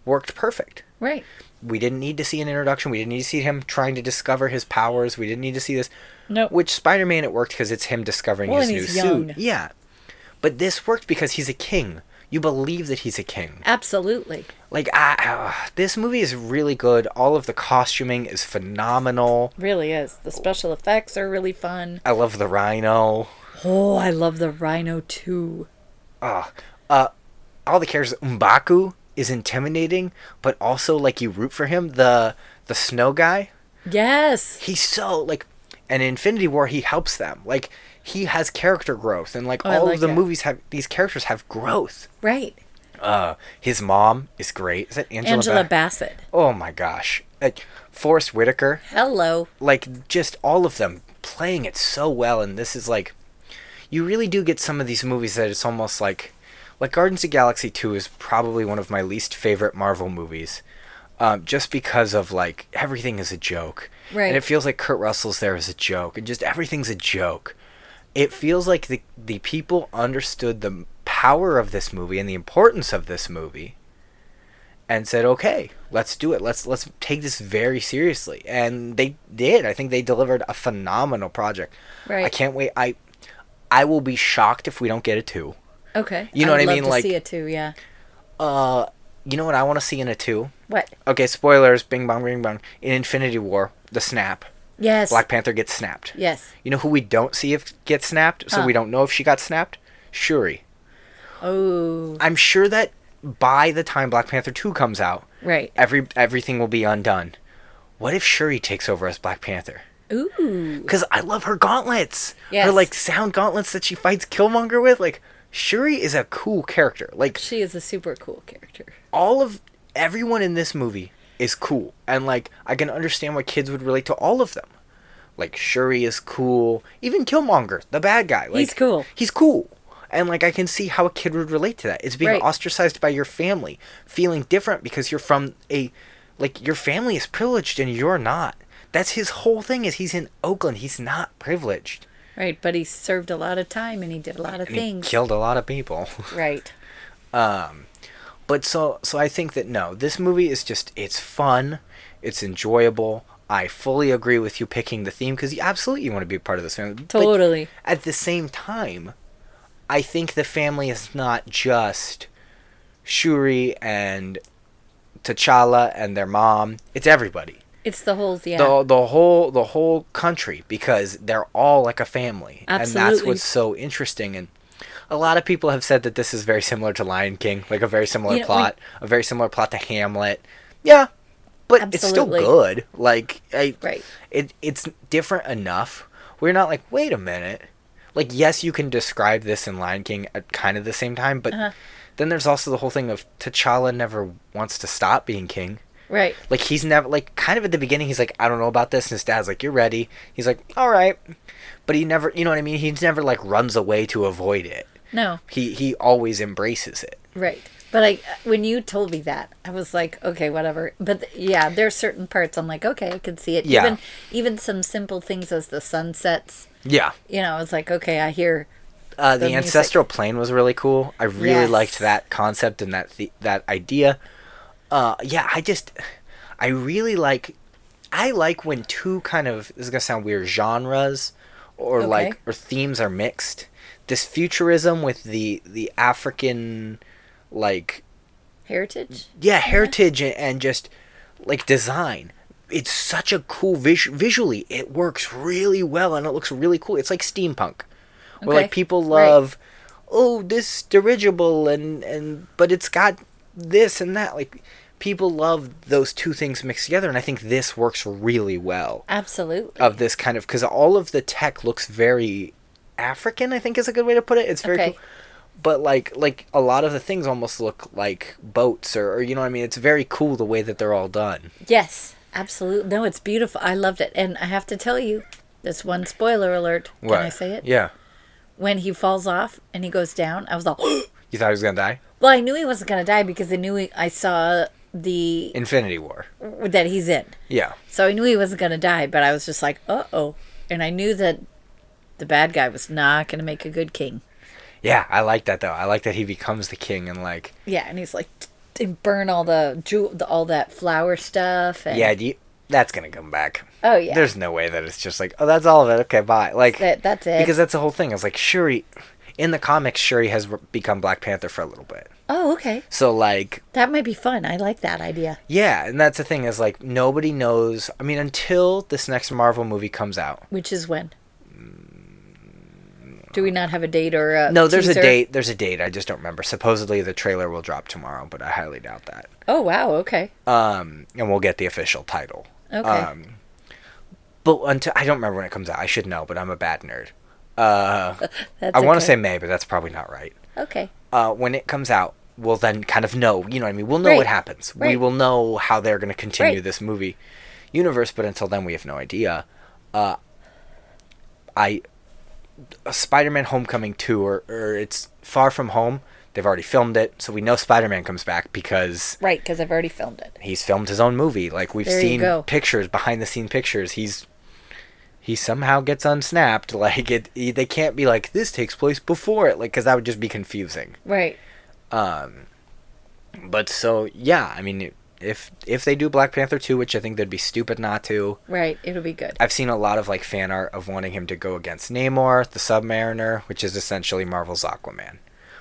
[SPEAKER 1] worked perfect.
[SPEAKER 2] Right.
[SPEAKER 1] We didn't need to see an introduction. We didn't need to see him trying to discover his powers. We didn't need to see this.
[SPEAKER 2] No.
[SPEAKER 1] Which Spider-Man it worked because it's him discovering
[SPEAKER 2] Well,
[SPEAKER 1] his
[SPEAKER 2] and
[SPEAKER 1] new
[SPEAKER 2] he's
[SPEAKER 1] suit.
[SPEAKER 2] young.
[SPEAKER 1] Yeah. But this worked because he's a king. You believe that he's a king.
[SPEAKER 2] Absolutely.
[SPEAKER 1] Like, I, ah, this movie is really good. All of the costuming is phenomenal.
[SPEAKER 2] Really is. The special effects are really fun.
[SPEAKER 1] I love the rhino.
[SPEAKER 2] Oh, I love the rhino too.
[SPEAKER 1] Ah, uh, all the characters. Mbaku is intimidating, but also like you root for him. The the snow guy.
[SPEAKER 2] Yes.
[SPEAKER 1] he's so like and in infinity war he helps them like he has character growth and like
[SPEAKER 2] Oh, I
[SPEAKER 1] all
[SPEAKER 2] like
[SPEAKER 1] of the
[SPEAKER 2] that.
[SPEAKER 1] movies have these characters have growth
[SPEAKER 2] Right.
[SPEAKER 1] uh his mom is great is that angela,
[SPEAKER 2] Angela
[SPEAKER 1] Ba-
[SPEAKER 2] Bassett.
[SPEAKER 1] oh my gosh like forrest whitaker
[SPEAKER 2] Hello.
[SPEAKER 1] like just all of them playing it so well and this is like you really do get some of these movies that it's almost like like Gardens of the Galaxy 2 is probably one of my least favorite Marvel movies um, just because of like everything is a joke
[SPEAKER 2] Right.
[SPEAKER 1] and it feels like Kurt Russell's there is a joke and just everything's a joke it feels like the the people understood the power of this movie and the importance of this movie and said, "Okay, let's do it. Let's let's take this very seriously." And they did. I think they delivered a phenomenal project.
[SPEAKER 2] Right.
[SPEAKER 1] I can't wait. I I will be shocked if we don't get a 2.
[SPEAKER 2] Okay.
[SPEAKER 1] You know what
[SPEAKER 2] I'd
[SPEAKER 1] I
[SPEAKER 2] love
[SPEAKER 1] mean,
[SPEAKER 2] To
[SPEAKER 1] like-
[SPEAKER 2] see it too. Yeah.
[SPEAKER 1] Uh you know what I want to see in a 2?
[SPEAKER 2] What?
[SPEAKER 1] Okay, spoilers, bing bong bing bong. In Infinity War, the snap.
[SPEAKER 2] Yes.
[SPEAKER 1] Black Panther gets snapped.
[SPEAKER 2] Yes.
[SPEAKER 1] You know who we don't see if get snapped, so
[SPEAKER 2] Huh.
[SPEAKER 1] we don't know if she got snapped? Shuri.
[SPEAKER 2] Oh.
[SPEAKER 1] I'm sure that by the time Black Panther 2 comes out,
[SPEAKER 2] Right.
[SPEAKER 1] every everything will be undone. What if Shuri takes over as Black Panther?
[SPEAKER 2] Ooh.
[SPEAKER 1] Because I love her gauntlets. Her
[SPEAKER 2] Yes.
[SPEAKER 1] like sound gauntlets that she fights Killmonger with. Like Shuri is a cool character. Like
[SPEAKER 2] She is a super cool character.
[SPEAKER 1] all of everyone in this movie is cool. And like I can understand why kids would relate to all of them. Like Shuri is cool. Even Killmonger, the bad guy. Like,
[SPEAKER 2] He's cool.
[SPEAKER 1] He's cool. And like I can see how a kid would relate to that. It's being
[SPEAKER 2] Right.
[SPEAKER 1] ostracized by your family, feeling different because you're from a like your family is privileged and you're not. That's his whole thing is he's in Oakland. He's not privileged.
[SPEAKER 2] Right. But he served a lot of time and he did a lot of
[SPEAKER 1] And he
[SPEAKER 2] things.
[SPEAKER 1] killed a lot of people.
[SPEAKER 2] Right.
[SPEAKER 1] Um, But so so I think that no, this movie is just it's fun, it's enjoyable. I fully agree with you picking the theme because you absolutely want to be a part of this family. But
[SPEAKER 2] Totally.
[SPEAKER 1] at the same time, I think the family is not just Shuri and T'Challa and their mom. It's everybody.
[SPEAKER 2] It's the whole yeah.
[SPEAKER 1] The, the whole the whole country because they're all like a family. And that's
[SPEAKER 2] Absolutely.
[SPEAKER 1] what's so interesting and a lot of people have said that this is very similar to Lion King, like a very similar
[SPEAKER 2] You know,
[SPEAKER 1] plot, a very similar plot to Hamlet. Yeah. But it's still
[SPEAKER 2] Absolutely.
[SPEAKER 1] good. Like I
[SPEAKER 2] Right.
[SPEAKER 1] it it's different enough. We're not like, wait a minute. Like yes, you can describe this in Lion King at kind of the same time, but
[SPEAKER 2] Uh-huh.
[SPEAKER 1] then there's also the whole thing of T'Challa never wants to stop being king.
[SPEAKER 2] Right.
[SPEAKER 1] Like he's never like kind of at the beginning he's like I don't know about this and his dad's like you're ready. He's like all right. But he never, you know what I mean? He's never like runs away to avoid it.
[SPEAKER 2] No.
[SPEAKER 1] He he always embraces it.
[SPEAKER 2] Right. But I when you told me that, I was like, okay, whatever. But th- yeah, there's certain parts I'm like, okay, I can see it.
[SPEAKER 1] Yeah.
[SPEAKER 2] Even even some simple things as the sun sets.
[SPEAKER 1] Yeah.
[SPEAKER 2] You know, I was like, okay, I hear
[SPEAKER 1] Uh, the,
[SPEAKER 2] music.
[SPEAKER 1] ancestral plane was really cool. I really
[SPEAKER 2] Yes.
[SPEAKER 1] liked that concept and that the- that idea. Uh, yeah, I just I really like I like when two kind of this is gonna sound weird genres or
[SPEAKER 2] Okay.
[SPEAKER 1] like or themes are mixed. This futurism with the the African like
[SPEAKER 2] heritage.
[SPEAKER 1] yeah heritage and, and just like design it's such a cool vis- visually it works really well and it looks really cool it's like steampunk where
[SPEAKER 2] Okay,
[SPEAKER 1] like people
[SPEAKER 2] right.
[SPEAKER 1] love oh this dirigible and and but it's got this and that like people love those two things mixed together and i think this works really well
[SPEAKER 2] Absolutely.
[SPEAKER 1] of this kind of because all of the tech looks very African. I think is a good way to put it. It's very
[SPEAKER 2] Okay.
[SPEAKER 1] cool, but like like a lot of the things almost look like boats or, or you know what I mean. It's very cool the way that they're all done.
[SPEAKER 2] Yes. Absolutely. No, it's beautiful. I loved it. And I have to tell you, this one spoiler alert. Can I say it?
[SPEAKER 1] Yeah,
[SPEAKER 2] When he falls off and he goes down, I was like, well,
[SPEAKER 1] you thought he was gonna die?
[SPEAKER 2] I knew he wasn't gonna die because I knew he, I saw the
[SPEAKER 1] Infinity War.
[SPEAKER 2] that he's in.
[SPEAKER 1] Yeah,
[SPEAKER 2] So I knew he wasn't going to die, but I was just like, uh oh. And I knew that the bad guy was not going to make a good king.
[SPEAKER 1] yeah. I like that though. I like that he becomes the king and like
[SPEAKER 2] Yeah, and he's like, "T- burn all the jewel, the, all that flower stuff. And
[SPEAKER 1] yeah. Do you, that's gonna come back.
[SPEAKER 2] Oh, yeah.
[SPEAKER 1] There's no way that it's just like oh that's all of it. Okay, bye. Like
[SPEAKER 2] That- that's it.
[SPEAKER 1] Because that's the whole thing. It's like Shuri. in the comics, Shuri has re- become Black Panther for a little bit.
[SPEAKER 2] Oh, okay.
[SPEAKER 1] So like,
[SPEAKER 2] That might be fun. I like that idea.
[SPEAKER 1] yeah, and that's the thing is like nobody knows. I mean, until this next Marvel movie comes out,
[SPEAKER 2] Which is when? Do we not have a date or a
[SPEAKER 1] no, there's
[SPEAKER 2] teaser?
[SPEAKER 1] a date. There's a date. I just don't remember. Supposedly the trailer will drop tomorrow, but I highly doubt that.
[SPEAKER 2] Oh wow, okay.
[SPEAKER 1] Um, and we'll get the official title.
[SPEAKER 2] Okay.
[SPEAKER 1] Um, but until I don't remember when it comes out. I should know, but I'm a bad nerd. Uh,
[SPEAKER 2] That's
[SPEAKER 1] I want to
[SPEAKER 2] okay.
[SPEAKER 1] say May, but that's probably not right.
[SPEAKER 2] Okay.
[SPEAKER 1] uh, when it comes out, we'll then kind of know. You know what I mean? We'll know
[SPEAKER 2] Right.
[SPEAKER 1] what happens. We
[SPEAKER 2] Right.
[SPEAKER 1] will know how they're going to continue
[SPEAKER 2] Right.
[SPEAKER 1] this movie universe. But until then, we have no idea. Uh, I uh, Spider-Man: Homecoming two, or or it's Far From Home. They've already filmed it, so we know Spider-Man comes back because
[SPEAKER 2] Right, because I've already filmed it.
[SPEAKER 1] he's filmed his own movie. Like we've
[SPEAKER 2] There you
[SPEAKER 1] seen
[SPEAKER 2] go.
[SPEAKER 1] pictures, behind the scene pictures. He's he somehow gets unsnapped. Like it, they can't be like this takes place before it, like because that would just be confusing.
[SPEAKER 2] Right.
[SPEAKER 1] Um, but so yeah, I mean, if if they do Black Panther two, which I think they'd be stupid not to.
[SPEAKER 2] Right. It'll be good.
[SPEAKER 1] I've seen a lot of like fan art of wanting him to go against Namor, the Submariner, which is essentially Marvel's Aquaman,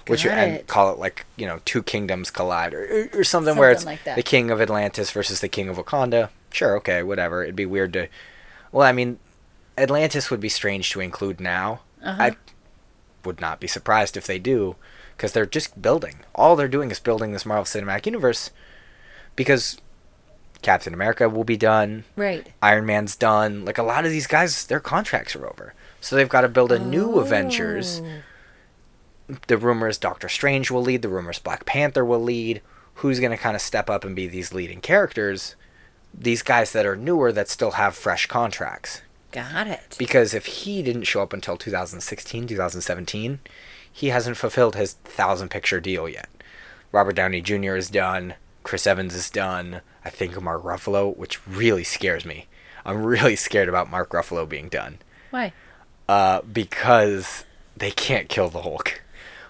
[SPEAKER 1] which you
[SPEAKER 2] Got
[SPEAKER 1] and
[SPEAKER 2] it.
[SPEAKER 1] call it like you know two kingdoms collide or, or, or something, where it's
[SPEAKER 2] Something like that.
[SPEAKER 1] the king of Atlantis versus the king of Wakanda. Sure, okay, whatever. It'd be weird to. Well, I mean, Atlantis would be strange to include now.
[SPEAKER 2] Uh-huh.
[SPEAKER 1] I would not be surprised if they do, because they're just building. All they're doing is building this Marvel Cinematic Universe, because Captain America will be done.
[SPEAKER 2] Right.
[SPEAKER 1] Iron Man's done. Like a lot of these guys, their contracts are over. So they've got to build a new Avengers.
[SPEAKER 2] Oh.
[SPEAKER 1] The rumors Doctor Strange will lead, the rumors Black Panther will lead. Who's going to kind of step up and be these leading characters? These guys that are newer that still have fresh contracts.
[SPEAKER 2] Got it.
[SPEAKER 1] Because if he didn't show up until 2016, 2017, he hasn't fulfilled his thousand picture deal yet. Robert Downey Jr. is done. Chris Evans is done. I think Mark Ruffalo, which really scares me. I'm really scared about Mark Ruffalo being done
[SPEAKER 2] Why?
[SPEAKER 1] uh, because they can't kill the Hulk.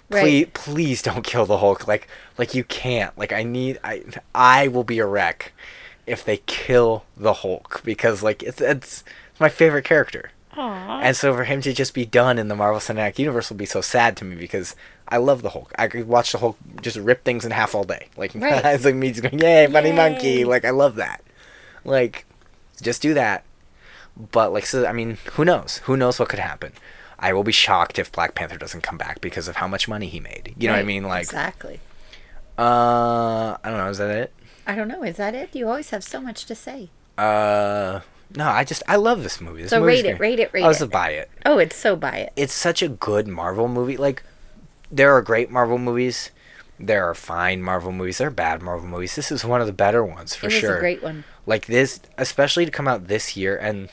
[SPEAKER 1] Please,
[SPEAKER 2] Right.
[SPEAKER 1] please don't kill the Hulk. Like, like you can't. Like, I need. I, I will be a wreck if they kill the Hulk because, like, it's it's my favorite character. And so for him to just be done in the Marvel Cinematic Universe will be so sad to me because I love the Hulk. I could watch the Hulk just rip things in half all day. Like
[SPEAKER 2] Right.
[SPEAKER 1] it's like me just going, "Yay, funny
[SPEAKER 2] Yay.
[SPEAKER 1] monkey!" Like I love that. Like just do that. But like so, I mean, who knows? Who knows what could happen? I will be shocked if Black Panther doesn't come back because of how much money he made. You know what I
[SPEAKER 2] Right.
[SPEAKER 1] mean? Like,
[SPEAKER 2] Exactly.
[SPEAKER 1] uh, I don't know. Is that it?
[SPEAKER 2] I don't know. Is that it? You always have so much to say.
[SPEAKER 1] Uh, no. I just I love this movie. This
[SPEAKER 2] So
[SPEAKER 1] movie's
[SPEAKER 2] rate it,
[SPEAKER 1] great.
[SPEAKER 2] rate it, rate
[SPEAKER 1] I was
[SPEAKER 2] it.
[SPEAKER 1] to buy it.
[SPEAKER 2] Oh, it's so by it.
[SPEAKER 1] it's such a good Marvel movie. Like, there are great Marvel movies. There are fine Marvel movies. There are bad Marvel movies. This is one of the better ones for
[SPEAKER 2] It was
[SPEAKER 1] sure.
[SPEAKER 2] a great one.
[SPEAKER 1] Like this, especially to come out this year, and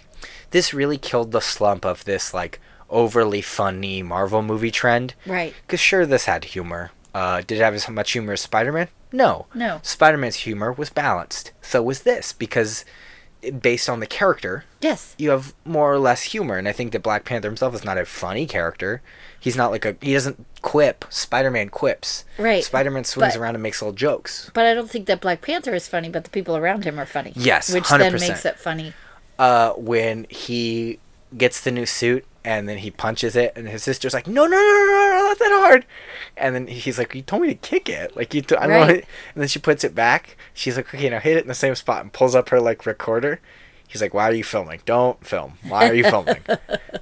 [SPEAKER 1] this really killed the slump of this like overly funny Marvel movie trend.
[SPEAKER 2] Right.
[SPEAKER 1] Because sure, this had humor. Uh, did it have as much humor as Spider Man? No.
[SPEAKER 2] No.
[SPEAKER 1] Spider Man's humor was balanced. So was this because, based on the character,
[SPEAKER 2] Yes.
[SPEAKER 1] you have more or less humor and i think that black panther himself is not a funny character he's not like a he doesn't quip spider-man quips
[SPEAKER 2] Right.
[SPEAKER 1] spider-man swings
[SPEAKER 2] But-
[SPEAKER 1] around and makes little jokes
[SPEAKER 2] But I don't think that Black Panther is funny, but the people around him are funny.
[SPEAKER 1] Yes,
[SPEAKER 2] Which then
[SPEAKER 1] 100%.
[SPEAKER 2] makes it funny.
[SPEAKER 1] uh when he gets the new suit and then he punches it and his sister's like no no no no no not that hard and then he's like you told me to kick it like you t- I don't
[SPEAKER 2] Right.
[SPEAKER 1] want it. and then she puts it back she's like okay now hit it in the same spot and pulls up her like recorder he's like why are you filming don't film why are you filming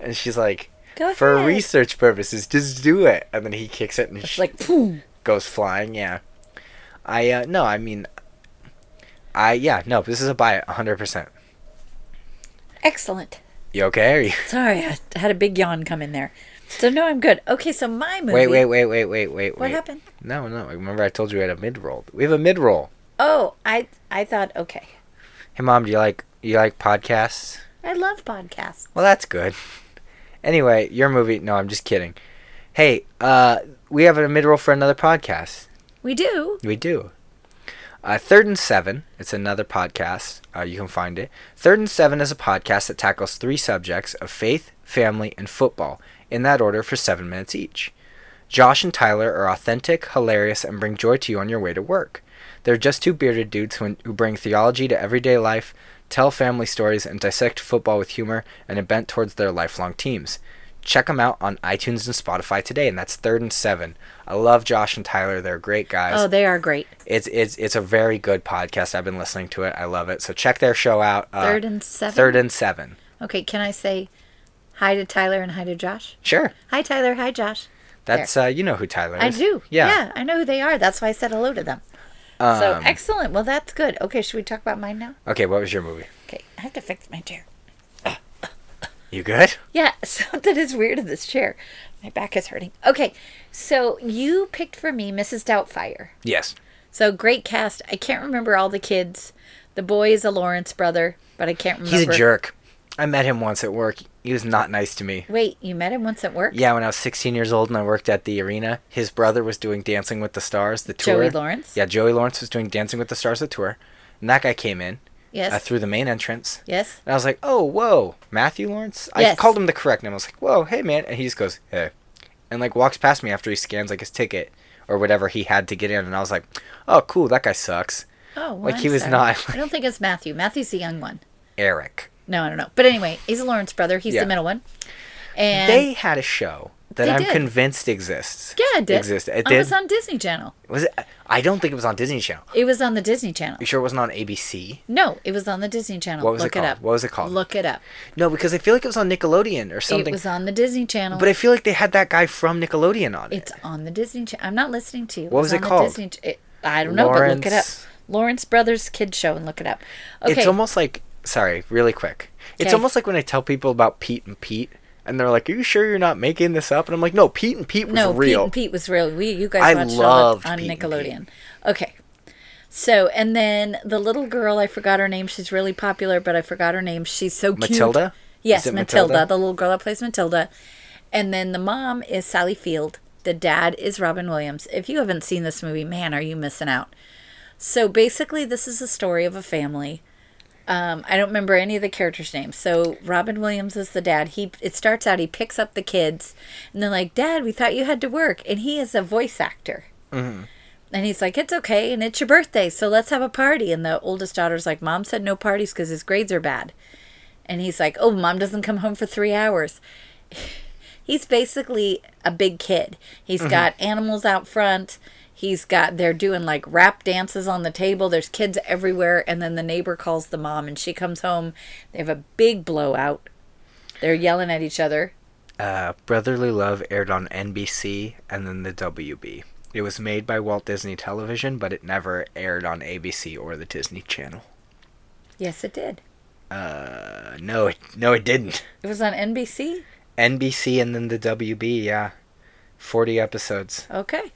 [SPEAKER 1] and she's like
[SPEAKER 2] Go
[SPEAKER 1] for
[SPEAKER 2] ahead."
[SPEAKER 1] research purposes just do it and then he kicks it and
[SPEAKER 2] It's
[SPEAKER 1] she
[SPEAKER 2] like, boom.
[SPEAKER 1] goes flying yeah i uh no i mean i yeah no this is a buy it 100%
[SPEAKER 2] Excellent.
[SPEAKER 1] you okay are you
[SPEAKER 2] Sorry, I had a big yawn come in there. So no, I'm good. Okay, so my movie.
[SPEAKER 1] Wait, wait, wait, wait, wait, wait.
[SPEAKER 2] What
[SPEAKER 1] wait.
[SPEAKER 2] happened?
[SPEAKER 1] No, no. Remember, I told you we had a mid roll. We have a mid roll.
[SPEAKER 2] Oh, I I thought okay.
[SPEAKER 1] Hey, mom, do you like you like podcasts?
[SPEAKER 2] I love podcasts.
[SPEAKER 1] Well, that's good. Anyway, your movie. No, I'm just kidding. Hey, uh, we have a mid roll for another podcast.
[SPEAKER 2] We do.
[SPEAKER 1] We do. Uh, Third and Seven. It's another podcast. Uh, you can find it. Third and Seven is a podcast that tackles three subjects of faith, family, and football in that order for seven minutes each. Josh and Tyler are authentic, hilarious, and bring joy to you on your way to work. They're just two bearded dudes who, who bring theology to everyday life, tell family stories, and dissect football with humor and a bent towards their lifelong teams. check them out on iTunes and Spotify today, and that's third and seven. I love Josh and Tyler; they're great guys.
[SPEAKER 2] Oh, they are great.
[SPEAKER 1] It's it's it's a very good podcast. I've been listening to it. I love it. So check their show out. Uh,
[SPEAKER 2] Third and Seven?
[SPEAKER 1] Third and seven.
[SPEAKER 2] Okay, can I say hi to Tyler and hi to Josh?
[SPEAKER 1] Sure.
[SPEAKER 2] Hi, Tyler. Hi, Josh.
[SPEAKER 1] That's uh, you know who Tyler
[SPEAKER 2] I
[SPEAKER 1] is.
[SPEAKER 2] do.
[SPEAKER 1] Yeah. Um,
[SPEAKER 2] Yeah, I know who they are. That's why I said hello to them. so excellent. Well, that's good. Okay, should we talk about mine now?
[SPEAKER 1] Okay, what was your movie?
[SPEAKER 2] Okay, I have to fix my chair.
[SPEAKER 1] You good?
[SPEAKER 2] Yeah, something is weird in this chair. My back is hurting. Okay, so you picked for me Mrs. Doubtfire.
[SPEAKER 1] Yes.
[SPEAKER 2] So great cast. I can't remember all the kids. The boy is a Lawrence brother, but I can't remember.
[SPEAKER 1] He's a jerk. I met him once at work. He was not nice to me.
[SPEAKER 2] Wait, you met him once at work?
[SPEAKER 1] Yeah, when I was 16 years old and I worked at the arena, his brother was doing Dancing with the Stars, the tour.
[SPEAKER 2] Joey Lawrence?
[SPEAKER 1] Yeah, Joey Lawrence was doing Dancing with the Stars, the tour. And that guy came in
[SPEAKER 2] Yes.
[SPEAKER 1] uh, through the main entrance.
[SPEAKER 2] yes.
[SPEAKER 1] And I was like, oh, whoa, Matthew Lawrence? I
[SPEAKER 2] Yes.
[SPEAKER 1] called him the correct name. I was like, whoa, hey, man. And he just goes, hey. And, like, walks past me after he scans, like, his ticket or whatever he had to get in. And I was like, oh, cool, that guy sucks.
[SPEAKER 2] Oh, well,
[SPEAKER 1] Like,
[SPEAKER 2] I'm
[SPEAKER 1] he was
[SPEAKER 2] sorry.
[SPEAKER 1] not-
[SPEAKER 2] I don't think it's Matthew. Matthew's the young one.
[SPEAKER 1] Eric.
[SPEAKER 2] No, I don't know. But anyway, he's a Lawrence brother. He's
[SPEAKER 1] Yeah.
[SPEAKER 2] the middle one. And
[SPEAKER 1] they had a show that
[SPEAKER 2] They
[SPEAKER 1] I'm
[SPEAKER 2] did.
[SPEAKER 1] convinced exists.
[SPEAKER 2] yeah, it did. Oh,
[SPEAKER 1] Exist. It
[SPEAKER 2] It
[SPEAKER 1] did.
[SPEAKER 2] was on Disney Channel.
[SPEAKER 1] Was it? I don't think it was on Disney Channel.
[SPEAKER 2] It was on the Disney Channel.
[SPEAKER 1] You sure it wasn't on ABC?
[SPEAKER 2] No, it was on the Disney Channel.
[SPEAKER 1] What was it
[SPEAKER 2] Look it,
[SPEAKER 1] called?
[SPEAKER 2] up.
[SPEAKER 1] What was it called?
[SPEAKER 2] Look it up.
[SPEAKER 1] No, because I feel like it was on Nickelodeon or something.
[SPEAKER 2] It was on the Disney Channel.
[SPEAKER 1] but I feel like they had that guy from Nickelodeon on it.
[SPEAKER 2] It's on the Disney Channel. I'm not listening to you.
[SPEAKER 1] What was
[SPEAKER 2] It's
[SPEAKER 1] it
[SPEAKER 2] on the
[SPEAKER 1] called?
[SPEAKER 2] Disney Ch- it- I don't know, but look it up.
[SPEAKER 1] Lawrence-
[SPEAKER 2] Lawrence Brothers Kid Show and look it up. Okay.
[SPEAKER 1] It's almost like sorry, really quick. It's
[SPEAKER 2] Okay.
[SPEAKER 1] almost like when I tell people about Pete and Pete, and they're like, "Are you sure you're not making this up?" And I'm like, "No, Pete and Pete was
[SPEAKER 2] no, Pete
[SPEAKER 1] real."
[SPEAKER 2] and Pete was real. We you guys
[SPEAKER 1] I
[SPEAKER 2] watched all
[SPEAKER 1] loved
[SPEAKER 2] of, on
[SPEAKER 1] Pete and
[SPEAKER 2] Nickelodeon. Okay. So and then the little girl, I forgot her name. She's really popular, but I forgot her name. She's so cute.
[SPEAKER 1] Matilda?
[SPEAKER 2] Yes,
[SPEAKER 1] Is it
[SPEAKER 2] Matilda,
[SPEAKER 1] Matilda?
[SPEAKER 2] the little girl that plays Matilda. And then the mom is Sally Field. The dad is Robin Williams. If you haven't seen this movie, man, are you missing out? So basically, this is the story of a family. Um, I don't remember any of the characters' names. So Robin Williams is the dad. He it starts out he picks up the kids, and they're like, "Dad, we thought you had to work," and he is a voice actor. And he's like, "It's okay, and it's your birthday, so let's have a party." And the oldest daughter's like, "Mom said no parties because his grades are bad." And he's like, "Oh, mom doesn't come home for three hours." he's basically a big kid. He's got animals out front. He's got they're doing like rap dances on the table. There's kids everywhere, and then the neighbor calls the mom, and she comes home. They have a big blowout. They're yelling at each other.
[SPEAKER 1] uh, Brotherly Love aired on NBC and then the WB. It was made by Walt Disney Television, but it never aired on ABC or the Disney Channel.
[SPEAKER 2] Yes, it did.
[SPEAKER 1] Uh, no, it, no, it didn't.
[SPEAKER 2] It was on NBC.
[SPEAKER 1] NBC and then the WB, yeah. 40 episodes.
[SPEAKER 2] Okay.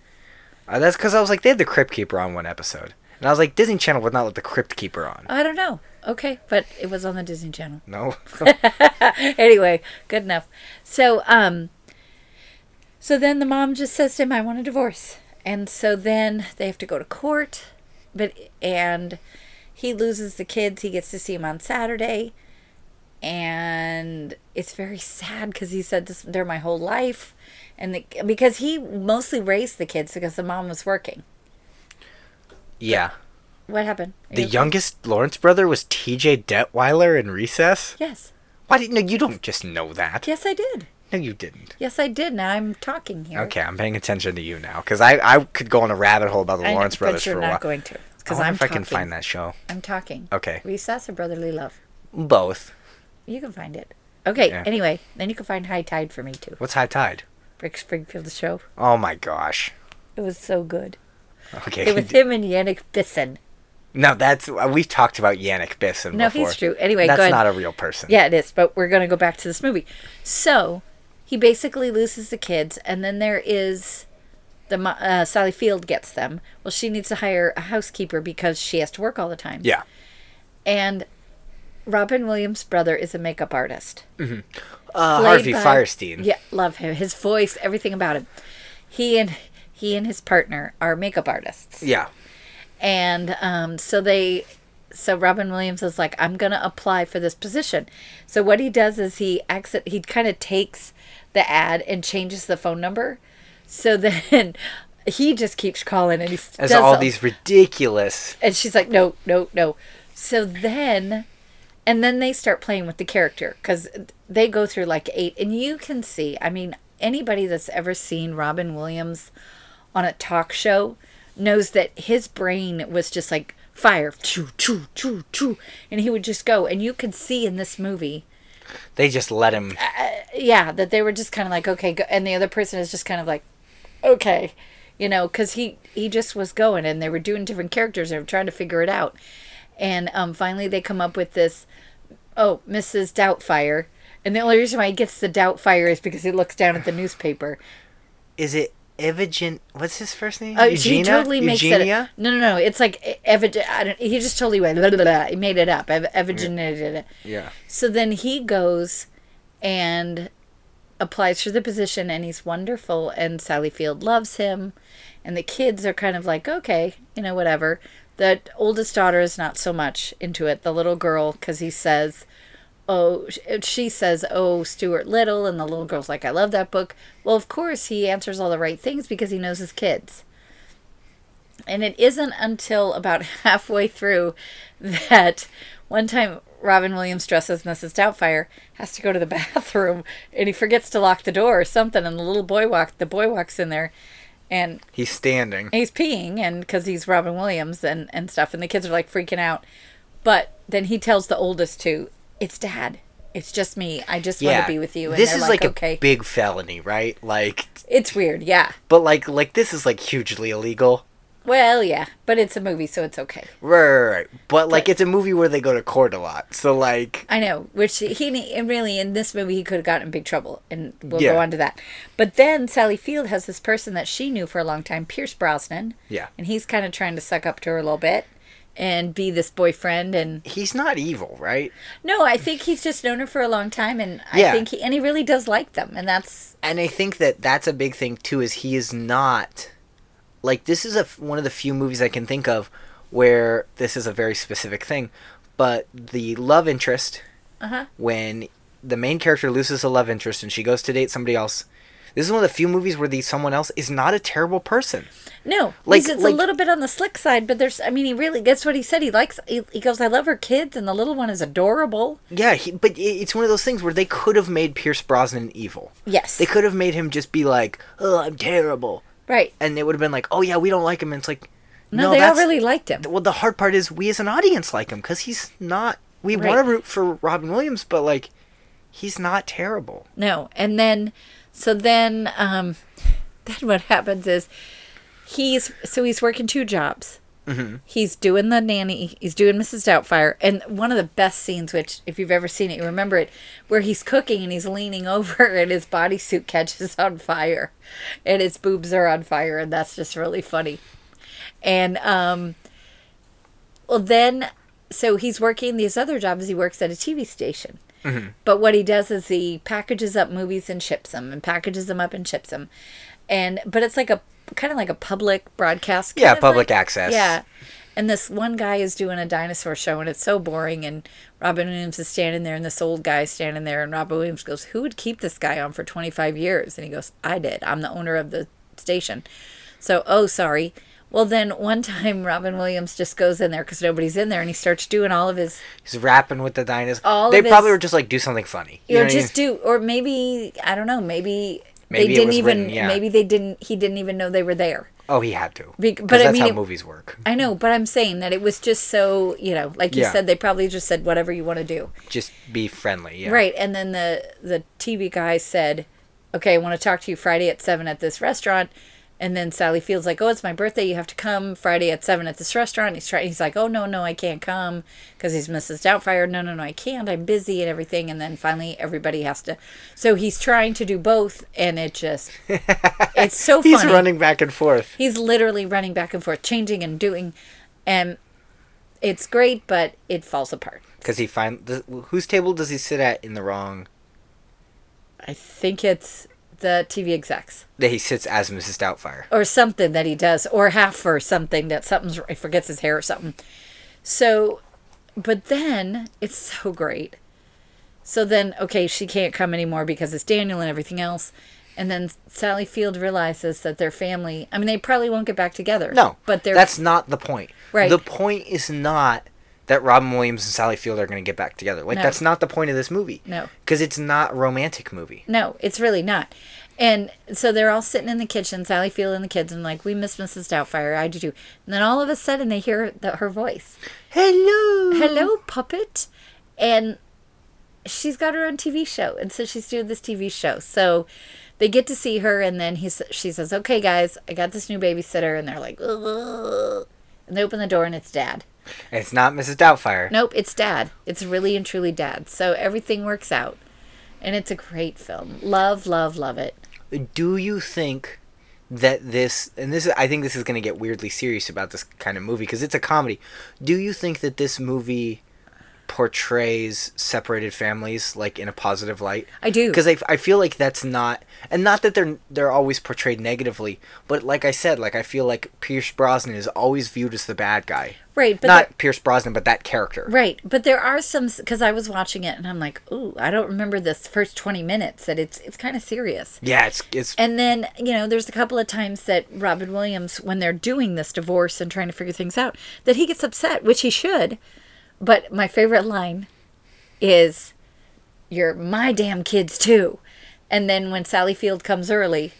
[SPEAKER 1] Uh, that's because I was like, they had the Crypt Keeper on one episode. And I was like, Disney Channel would not let the Crypt Keeper on.
[SPEAKER 2] I don't know. Okay, but it was on the Disney Channel.
[SPEAKER 1] No?
[SPEAKER 2] anyway, good enough. So, um, so then the mom just says to him, "I want a divorce," and so then they have to go to court, but and he loses the kids. He gets to see him on Saturday, and it's very sad because he said this they're my whole life, and the, because he mostly raised the kids because the mom was working.
[SPEAKER 1] yeah.
[SPEAKER 2] What happened? Are
[SPEAKER 1] The
[SPEAKER 2] you-
[SPEAKER 1] youngest Lawrence brother was TJ Detweiler in Recess?
[SPEAKER 2] yes,
[SPEAKER 1] Why didn't no, you don't just know that.
[SPEAKER 2] yes, I did.
[SPEAKER 1] No, you didn't.
[SPEAKER 2] Yes, I did. Now I'm talking here.
[SPEAKER 1] Okay, I'm paying attention to you now because I, I could go on a rabbit hole about the
[SPEAKER 2] I know,
[SPEAKER 1] Lawrence brothers
[SPEAKER 2] but you're
[SPEAKER 1] for a
[SPEAKER 2] not
[SPEAKER 1] while.
[SPEAKER 2] going to
[SPEAKER 1] I
[SPEAKER 2] because
[SPEAKER 1] wonder
[SPEAKER 2] I'm
[SPEAKER 1] if I can
[SPEAKER 2] talking.
[SPEAKER 1] find that show.
[SPEAKER 2] I'm talking.
[SPEAKER 1] Okay.
[SPEAKER 2] Recess or brotherly love?
[SPEAKER 1] Both.
[SPEAKER 2] You can find it. Okay.
[SPEAKER 1] Yeah.
[SPEAKER 2] Anyway, then you can find High Tide for me too.
[SPEAKER 1] What's High Tide?
[SPEAKER 2] Rick Springfield's show.
[SPEAKER 1] Oh my gosh.
[SPEAKER 2] It was so good.
[SPEAKER 1] Okay.
[SPEAKER 2] It was him and Yannick Bisson.
[SPEAKER 1] no, that's uh, we've talked about Yannick Bisson
[SPEAKER 2] No,
[SPEAKER 1] before.
[SPEAKER 2] he's true. Anyway,
[SPEAKER 1] that's
[SPEAKER 2] go ahead.
[SPEAKER 1] not a real person.
[SPEAKER 2] Yeah, it is. But we're going to go back to this movie. So he basically loses the kids, and then there is the mo- uh, Sally Field gets them. Well, she needs to hire a housekeeper because she has to work all the time.
[SPEAKER 1] Yeah.
[SPEAKER 2] And Robin Williams' brother is a makeup artist.
[SPEAKER 1] Uh,
[SPEAKER 2] played
[SPEAKER 1] Harvey
[SPEAKER 2] by-
[SPEAKER 1] Firestein.
[SPEAKER 2] Yeah, love him. His voice, everything about him. He and he and his partner are makeup artists,
[SPEAKER 1] Yeah.
[SPEAKER 2] and um, so they, so Robin Williams is like, I'm gonna apply for this position. So what he does is he exit. He kind of takes the ad and changes the phone number, so then he just keeps calling and he
[SPEAKER 1] As
[SPEAKER 2] does
[SPEAKER 1] all these ridiculous.
[SPEAKER 2] and she's like, no, no, no. So then and then they start playing with the character because they go through like eight and you can see i mean anybody that's ever seen robin williams on a talk show knows that his brain was just like fire choo choo choo choo and he would just go and you could see in this movie
[SPEAKER 1] They just let him.
[SPEAKER 2] yeah that they were just kind of like okay go, and the other person is just kind of like okay you know because he he just was going and they were doing different characters and they were trying to figure it out and um finally they come up with this oh mrs doubtfire and the only reason why he gets the doubtfire is because he looks down at the newspaper
[SPEAKER 1] Is it Evgen? What's his first name?
[SPEAKER 2] Oh, he totally makes
[SPEAKER 1] Eugenia?
[SPEAKER 2] it. No, no, no. It's like Evid. I don't, he just totally went. Blah, blah, blah, he made it up. Ev- Evaginated it.
[SPEAKER 1] Yeah.
[SPEAKER 2] So then he goes and applies for the position, and he's wonderful, and Sally Field loves him, and the kids are kind of like, okay, you know, whatever. The oldest daughter is not so much into it. The little girl, because he says, oh, sh- she says, oh, Stuart Little, and the little girl's like, I love that book. Well, of course, he answers all the right things because he knows his kids. And it isn't until about halfway through that one time Robin Williams dresses Mrs. Doubtfire has to go to the bathroom and he forgets to lock the door or something and the little boy walk the boy walks in there and
[SPEAKER 1] He's standing.
[SPEAKER 2] he's peeing and because he's Robin Williams and and stuff and the kids are like freaking out but then he tells the oldest two it's dad it's just me I just want to be with you and
[SPEAKER 1] this
[SPEAKER 2] they're
[SPEAKER 1] is like,
[SPEAKER 2] okay
[SPEAKER 1] a big felony, right? Like,
[SPEAKER 2] it's weird yeah
[SPEAKER 1] but like, like this is like hugely illegal.
[SPEAKER 2] well yeah but it's a movie so it's okay
[SPEAKER 1] Right, right, right. But like, it's a movie where they go to court a lot. So like,
[SPEAKER 2] I know, which he and really in this movie he could have gotten in big trouble, and we'll
[SPEAKER 1] Yeah.
[SPEAKER 2] go on to that. But then Sally Field has this person that she knew for a long time, Pierce Brosnan.
[SPEAKER 1] Yeah.
[SPEAKER 2] and he's kind of trying to suck up to her a little bit and be this boyfriend. And
[SPEAKER 1] he's not evil, right?
[SPEAKER 2] no, I think he's just known her for a long time, and I
[SPEAKER 1] Yeah.
[SPEAKER 2] think he and he really does like them, and that's
[SPEAKER 1] and I think that that's a big thing too. Is he is not like this is a f- one of the few movies I can think of where this is a very specific thing, but the love interest
[SPEAKER 2] Uh-huh.
[SPEAKER 1] when the main character loses a love interest and she goes to date somebody else. This is one of the few movies where the someone else is not a terrible person.
[SPEAKER 2] no,
[SPEAKER 1] Like-
[SPEAKER 2] he's it's
[SPEAKER 1] like-
[SPEAKER 2] a little bit on the slick side, but there's I mean he really gets what he said. He likes he, he goes, I love her kids, and the little one is adorable.
[SPEAKER 1] Yeah, he, but it- it's one of those things where they could have made Pierce Brosnan evil.
[SPEAKER 2] Yes,
[SPEAKER 1] They could have made him just be like, "Oh, I'm terrible,"
[SPEAKER 2] right.
[SPEAKER 1] and they would have been like, "Oh yeah, we don't like him." And it's like,
[SPEAKER 2] No, they all
[SPEAKER 1] that's-
[SPEAKER 2] really liked him.
[SPEAKER 1] well the hard part is we as an audience like him because he's not we
[SPEAKER 2] Right.
[SPEAKER 1] want to root for robin williams but like he's not terrible
[SPEAKER 2] No. And then, so then, um, then what happens is he's, so he's working two jobs. Mm-hmm. He's doing the nanny, he's doing Mrs. Doubtfire. And one of the best scenes, which if you've ever seen it, you remember it, where he's cooking and he's leaning over and his bodysuit catches on fire and his boobs are on fire. And that's just really funny. And, um, well, then, so he's working these other jobs. He works at a TV station. But what he does is he packages up movies and ships them, and packages them up and ships them, and but it's like a kind of like a public broadcast.
[SPEAKER 1] Yeah,
[SPEAKER 2] kind of
[SPEAKER 1] public
[SPEAKER 2] like-
[SPEAKER 1] access.
[SPEAKER 2] Yeah, and this one guy is doing a dinosaur show, and it's so boring. And Robin Williams is standing there, and this old guy is standing there, and Robin Williams goes, "Who would keep this guy on for twenty five years?" And he goes, "I did. I'm the owner of the station." So, oh, sorry. Well, then one time Robin Williams just goes in there because nobody's in there, and he starts doing all of his
[SPEAKER 1] he's rapping with the dinosaurs
[SPEAKER 2] All
[SPEAKER 1] they
[SPEAKER 2] of his-
[SPEAKER 1] probably were just like do something funny you
[SPEAKER 2] you
[SPEAKER 1] know
[SPEAKER 2] know,
[SPEAKER 1] what I mean?
[SPEAKER 2] just do or maybe i don't know maybe,
[SPEAKER 1] Maybe
[SPEAKER 2] they
[SPEAKER 1] it
[SPEAKER 2] didn't
[SPEAKER 1] was
[SPEAKER 2] even
[SPEAKER 1] written, yeah.
[SPEAKER 2] maybe they didn't he didn't even know they were there
[SPEAKER 1] oh he had to
[SPEAKER 2] Bec-
[SPEAKER 1] 'Cause
[SPEAKER 2] but I
[SPEAKER 1] that's
[SPEAKER 2] mean
[SPEAKER 1] how
[SPEAKER 2] it-
[SPEAKER 1] movies work
[SPEAKER 2] i know but i'm saying that it was just so you know like you
[SPEAKER 1] Yeah.
[SPEAKER 2] said they probably just said whatever you want to do
[SPEAKER 1] just be friendly yeah
[SPEAKER 2] right and then the the tv guy said okay i want to talk to you friday at seven at this restaurant and then sally feels like oh it's my birthday you have to come friday at seven at this restaurant he's trying he's like oh no no i can't come because he's mrs doubtfire no no no i can't i'm busy and everything and then finally everybody has to so he's trying to do both and it just it's so funny
[SPEAKER 1] he's running back and forth
[SPEAKER 2] he's literally running back and forth changing and doing and it's great but it falls apart
[SPEAKER 1] because he find th- whose table does he sit at in the wrong
[SPEAKER 2] i think it's the tv execs
[SPEAKER 1] that he sits as mrs doubtfire
[SPEAKER 2] or something that he does, or half or something that something's he forgets his hair or something. So, but then it's so great. So then, okay, she can't come anymore because it's Daniel and everything else. And then Sally Field realizes that their family, I mean, they probably won't get back together.
[SPEAKER 1] no
[SPEAKER 2] But they're,
[SPEAKER 1] that's not the point
[SPEAKER 2] Right.
[SPEAKER 1] the point is not that Robin Williams and Sally Field are going to get back together. Like
[SPEAKER 2] No.
[SPEAKER 1] that's not the point of this movie.
[SPEAKER 2] No.
[SPEAKER 1] Because it's not a romantic movie.
[SPEAKER 2] No, it's really not. And so they're all sitting in the kitchen, Sally Field and the kids, and like, we miss Mrs. Doubtfire. I do too. And then all of a sudden they hear the, her voice
[SPEAKER 1] Hello.
[SPEAKER 2] Hello, puppet. And she's got her own TV show. And so she's doing this TV show. So they get to see her, and then he, s- she says, Okay, guys, I got this new babysitter. And they're like, Ugh. And they open the door, and it's dad.
[SPEAKER 1] And it's not Mrs. Doubtfire.
[SPEAKER 2] Nope, it's dad. It's really and truly dad. So everything works out. And it's a great film. Love, love, love it.
[SPEAKER 1] Do you think that this and this is I think this is going to get weirdly serious about this kind of movie because it's a comedy. Do you think that this movie portrays separated families like in a positive light?
[SPEAKER 2] I do.
[SPEAKER 1] because I, I feel like that's not and not that they're they're always portrayed negatively but like i said like i feel like pierce brosnan is always viewed as the bad guy
[SPEAKER 2] Right, but
[SPEAKER 1] not pierce brosnan but that character
[SPEAKER 2] there- right, but there are some because I was watching it and I'm like, ooh, I don't remember this first twenty minutes that it's it's kind of serious.
[SPEAKER 1] yeah it's it's
[SPEAKER 2] And then you know, there's a couple of times that Robin Williams, when they're doing this divorce and trying to figure things out, that he gets upset, which he should. But my favorite line is, "You're my damn kids too," and then when Sally Field comes early.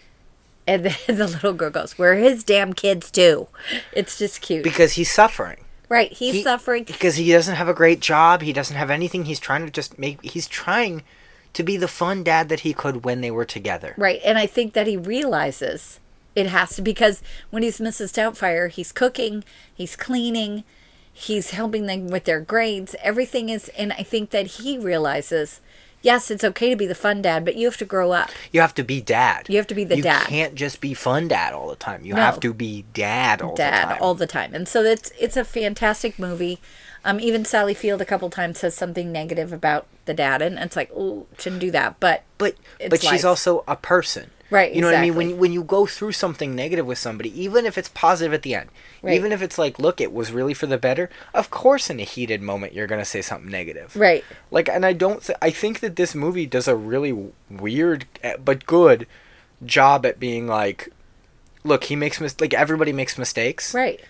[SPEAKER 2] And then the little girl goes, "We're his damn kids too." It's just cute,
[SPEAKER 1] because he's suffering
[SPEAKER 2] right? He's
[SPEAKER 1] He-
[SPEAKER 2] suffering.
[SPEAKER 1] because he doesn't have a great job he doesn't have anything he's trying to just make he's trying to be the fun dad that he could when they were together
[SPEAKER 2] Right. And I think that he realizes it has to because when he's Mrs. Doubtfire, he's cooking, he's cleaning, he's helping them with their grades. Everything is and I think that he realizes, yes, it's okay to be the fun dad, but you have to grow up.
[SPEAKER 1] you have to be dad
[SPEAKER 2] You have to be the dad.
[SPEAKER 1] you can't just be fun dad all the time you
[SPEAKER 2] No.
[SPEAKER 1] have to be dad all the
[SPEAKER 2] dad
[SPEAKER 1] time
[SPEAKER 2] all the time. And so it's it's a fantastic movie. Um, even Sally Field a couple times says something negative about the dad, and it's like, oh, shouldn't do that. But
[SPEAKER 1] but
[SPEAKER 2] It's
[SPEAKER 1] but she's
[SPEAKER 2] life.
[SPEAKER 1] also a person
[SPEAKER 2] Right,
[SPEAKER 1] you know what i mean
[SPEAKER 2] exactly.
[SPEAKER 1] when, when you go through something negative with somebody even if it's positive at the end
[SPEAKER 2] Right.
[SPEAKER 1] even if it's like look it was really for the better of course in a heated moment you're going to say something negative
[SPEAKER 2] right,
[SPEAKER 1] like and i don't th- i think that this movie does a really w- weird eh, but good job at being like look he makes mis- like everybody makes mistakes
[SPEAKER 2] right,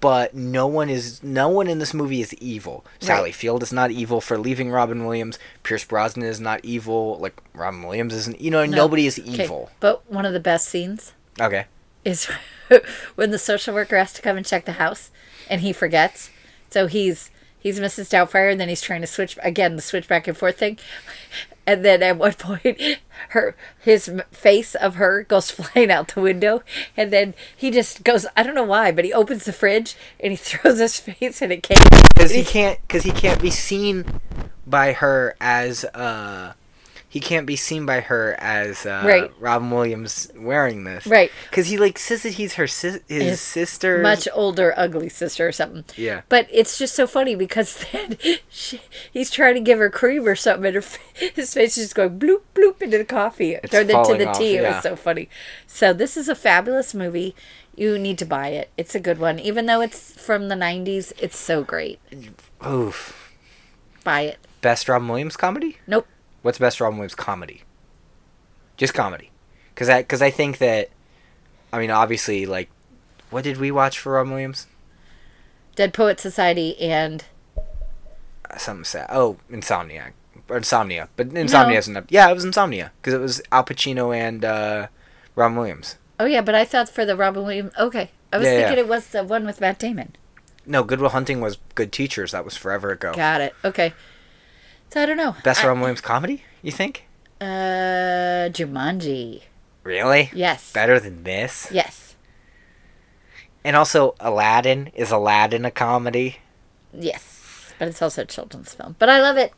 [SPEAKER 1] but no one is no one in this movie is evil. Sally Field is not evil for leaving Robin Williams. Pierce Brosnan is not evil. Like Robin Williams isn't. You know,
[SPEAKER 2] No.
[SPEAKER 1] nobody is
[SPEAKER 2] Okay.
[SPEAKER 1] evil.
[SPEAKER 2] But one of the best scenes
[SPEAKER 1] Okay.
[SPEAKER 2] is when the social worker has to come and check the house and he forgets. So he's he's Mrs. Doubtfire and then he's trying to switch again the switch back and forth thing. And then at one point her his m- face of her goes flying out the window and then he just goes I don't know why but he opens the fridge and he throws his face and it came
[SPEAKER 1] Because he can't. Because he can't be seen by her as. uh he can't be seen by her as uh,
[SPEAKER 2] Right.
[SPEAKER 1] Robin Williams wearing this,
[SPEAKER 2] Right.
[SPEAKER 1] Because he like says that he's her sis- his,
[SPEAKER 2] His
[SPEAKER 1] sister.
[SPEAKER 2] much older ugly sister or something.
[SPEAKER 1] Yeah.
[SPEAKER 2] But it's just so funny because then she, he's trying to give her cream or something, and her, fa- his face is just going bloop bloop into the coffee,
[SPEAKER 1] It's
[SPEAKER 2] turned into
[SPEAKER 1] falling
[SPEAKER 2] the
[SPEAKER 1] off,
[SPEAKER 2] tea. It
[SPEAKER 1] yeah.
[SPEAKER 2] was so funny. So this is a fabulous movie. You need to buy it. It's a good one, even though it's from the '90s. It's so great.
[SPEAKER 1] Oof.
[SPEAKER 2] Buy it.
[SPEAKER 1] Best Robin Williams comedy.
[SPEAKER 2] Nope.
[SPEAKER 1] What's best Robin Williams comedy? Just comedy, because I because I think that, I mean, obviously, like, what did we watch for Robin Williams?
[SPEAKER 2] Dead Poet Society and
[SPEAKER 1] Uh, something sad. Oh, Insomnia, or Insomnia, but Insomnia isn't up. Yeah, it was Insomnia because it was Al Pacino and uh, Robin Williams.
[SPEAKER 2] oh yeah, but I thought for the Robin Williams. Okay, I was
[SPEAKER 1] Yeah, yeah.
[SPEAKER 2] thinking it was the one with Matt Damon.
[SPEAKER 1] No, Goodwill Hunting was Good Teachers. That was forever ago.
[SPEAKER 2] Got it. Okay. So I don't know.
[SPEAKER 1] Best
[SPEAKER 2] I-
[SPEAKER 1] Robin Williams comedy? You think?
[SPEAKER 2] Uh, Jumanji.
[SPEAKER 1] Really?
[SPEAKER 2] Yes.
[SPEAKER 1] Better than this?
[SPEAKER 2] Yes.
[SPEAKER 1] And also, Aladdin is Aladdin a comedy?
[SPEAKER 2] Yes. But it's also a children's film. But I love it.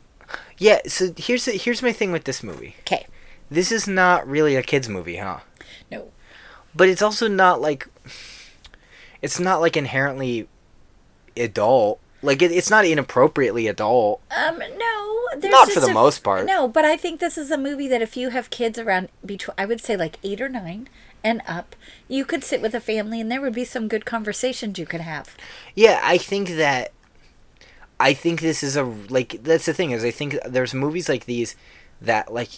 [SPEAKER 1] Yeah. So here's here's my thing with this movie.
[SPEAKER 2] Okay.
[SPEAKER 1] This is not really a kids movie, huh?
[SPEAKER 2] No.
[SPEAKER 1] but it's also not like it's not like inherently adult like it, it's not inappropriately adult
[SPEAKER 2] Um, no. There's
[SPEAKER 1] Not for
[SPEAKER 2] just
[SPEAKER 1] the
[SPEAKER 2] a-
[SPEAKER 1] most part.
[SPEAKER 2] No, but I think this is a movie that if you have kids around between, I would say like eight or nine and up, you could sit with a family and there would be some good conversations you could have.
[SPEAKER 1] yeah i think that i think this is a like that's the thing is i think there's movies like these that like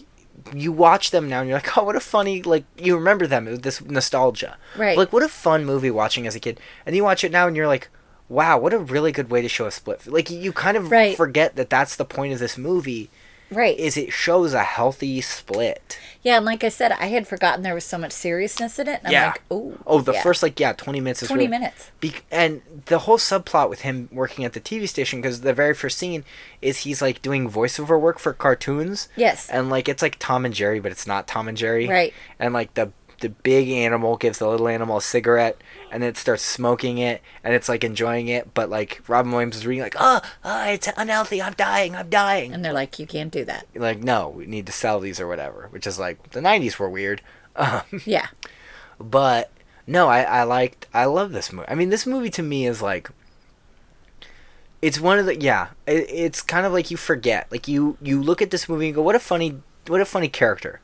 [SPEAKER 1] you watch them now and you're like oh what a funny like you remember them this nostalgia
[SPEAKER 2] Right.
[SPEAKER 1] like what a fun movie watching as a kid and you watch it now and you're like wow, what a really good way to show a split. Like you kind of
[SPEAKER 2] Right.
[SPEAKER 1] forget that that's the point of this movie
[SPEAKER 2] Right.
[SPEAKER 1] is it shows a healthy split.
[SPEAKER 2] yeah, and like I said, I had forgotten there was so much seriousness in it. And I'm like, oh.
[SPEAKER 1] Oh, the
[SPEAKER 2] yeah.
[SPEAKER 1] first like yeah, 20 minutes is
[SPEAKER 2] 20
[SPEAKER 1] really-
[SPEAKER 2] minutes.
[SPEAKER 1] Be- and the whole subplot with him working at the TV station because the very first scene is he's like doing voiceover work for cartoons.
[SPEAKER 2] Yes.
[SPEAKER 1] And like it's like Tom and Jerry, but it's not Tom and Jerry.
[SPEAKER 2] Right.
[SPEAKER 1] And like the the big animal gives the little animal a cigarette, and then it starts smoking it, and it's like enjoying it. But like Robin Williams is reading like, oh, oh it's unhealthy. I'm dying. I'm dying.
[SPEAKER 2] And they're like, you can't do that.
[SPEAKER 1] like no, we need to sell these or whatever. Which is like the '90s were weird. Um,
[SPEAKER 2] Yeah.
[SPEAKER 1] but no, I, I liked I love this movie. I mean, this movie to me is like it's one of the yeah. It, it's kind of like you forget. Like you you look at this movie and go, what a funny what a funny character.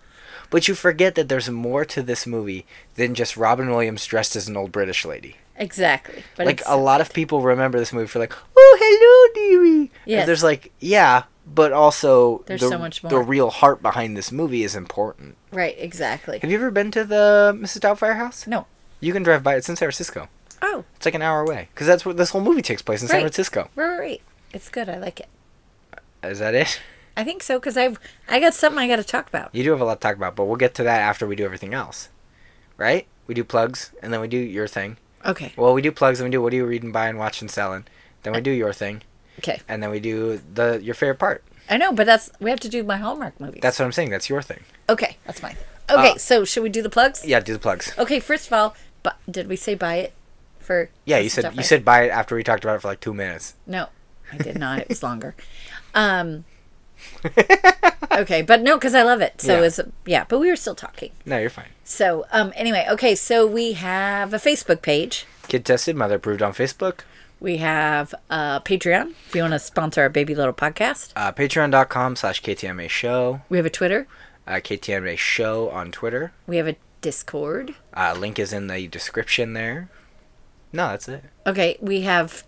[SPEAKER 1] But you forget that there's more to this movie than just Robin Williams dressed as an old British lady.
[SPEAKER 2] Exactly. But
[SPEAKER 1] like
[SPEAKER 2] it's,
[SPEAKER 1] a lot of people remember this movie for like, oh hello, dearie. Yeah.
[SPEAKER 2] Yes.
[SPEAKER 1] There's like yeah, but also
[SPEAKER 2] There's
[SPEAKER 1] the,
[SPEAKER 2] so much
[SPEAKER 1] the
[SPEAKER 2] more.
[SPEAKER 1] real heart behind this movie is important.
[SPEAKER 2] right, exactly.
[SPEAKER 1] Have you ever been to the Mrs. Doubtfire house?
[SPEAKER 2] No.
[SPEAKER 1] You can drive by. It's in San Francisco.
[SPEAKER 2] Oh,
[SPEAKER 1] It's like an hour away because that's where this whole movie takes place in San
[SPEAKER 2] Right.
[SPEAKER 1] Francisco.
[SPEAKER 2] right, right, right. It's good. I like it.
[SPEAKER 1] Is that it?
[SPEAKER 2] I think so because I've I got something I got to talk about.
[SPEAKER 1] You do have a lot to talk about, but we'll get to that after we do everything else, right? We do plugs and then we do your thing.
[SPEAKER 2] Okay.
[SPEAKER 1] Well, we do plugs and we do what are you reading, buying, watching, selling. Then we do your thing,
[SPEAKER 2] Okay.
[SPEAKER 1] and then we do the your favorite part.
[SPEAKER 2] I know, but that's we have to do my Hallmark movie.
[SPEAKER 1] That's what I'm saying. That's your thing.
[SPEAKER 2] okay. That's mine. Okay.
[SPEAKER 1] Uh,
[SPEAKER 2] so should we do the plugs?
[SPEAKER 1] Yeah, do the plugs.
[SPEAKER 2] Okay. First of all, but did we say buy it for?
[SPEAKER 1] Yeah, you
[SPEAKER 2] Mrs.
[SPEAKER 1] said you
[SPEAKER 2] Doubtfire?
[SPEAKER 1] said buy it after we talked about it for like two minutes.
[SPEAKER 2] no. I did not. It was longer. Um. okay, but no, because I love it. So
[SPEAKER 1] Yeah.
[SPEAKER 2] it's yeah, but we were still talking.
[SPEAKER 1] No, you're fine.
[SPEAKER 2] So um, anyway, okay, so we have a Facebook page.
[SPEAKER 1] Kid tested, mother approved on Facebook.
[SPEAKER 2] We have uh, Patreon if you want to sponsor our baby little podcast.
[SPEAKER 1] Uh, Patreon.com slash KTMA show.
[SPEAKER 2] We have a Twitter.
[SPEAKER 1] Uh, KTMA show on Twitter.
[SPEAKER 2] We have a Discord.
[SPEAKER 1] Uh, link is in the description there. No, that's it.
[SPEAKER 2] Okay, we have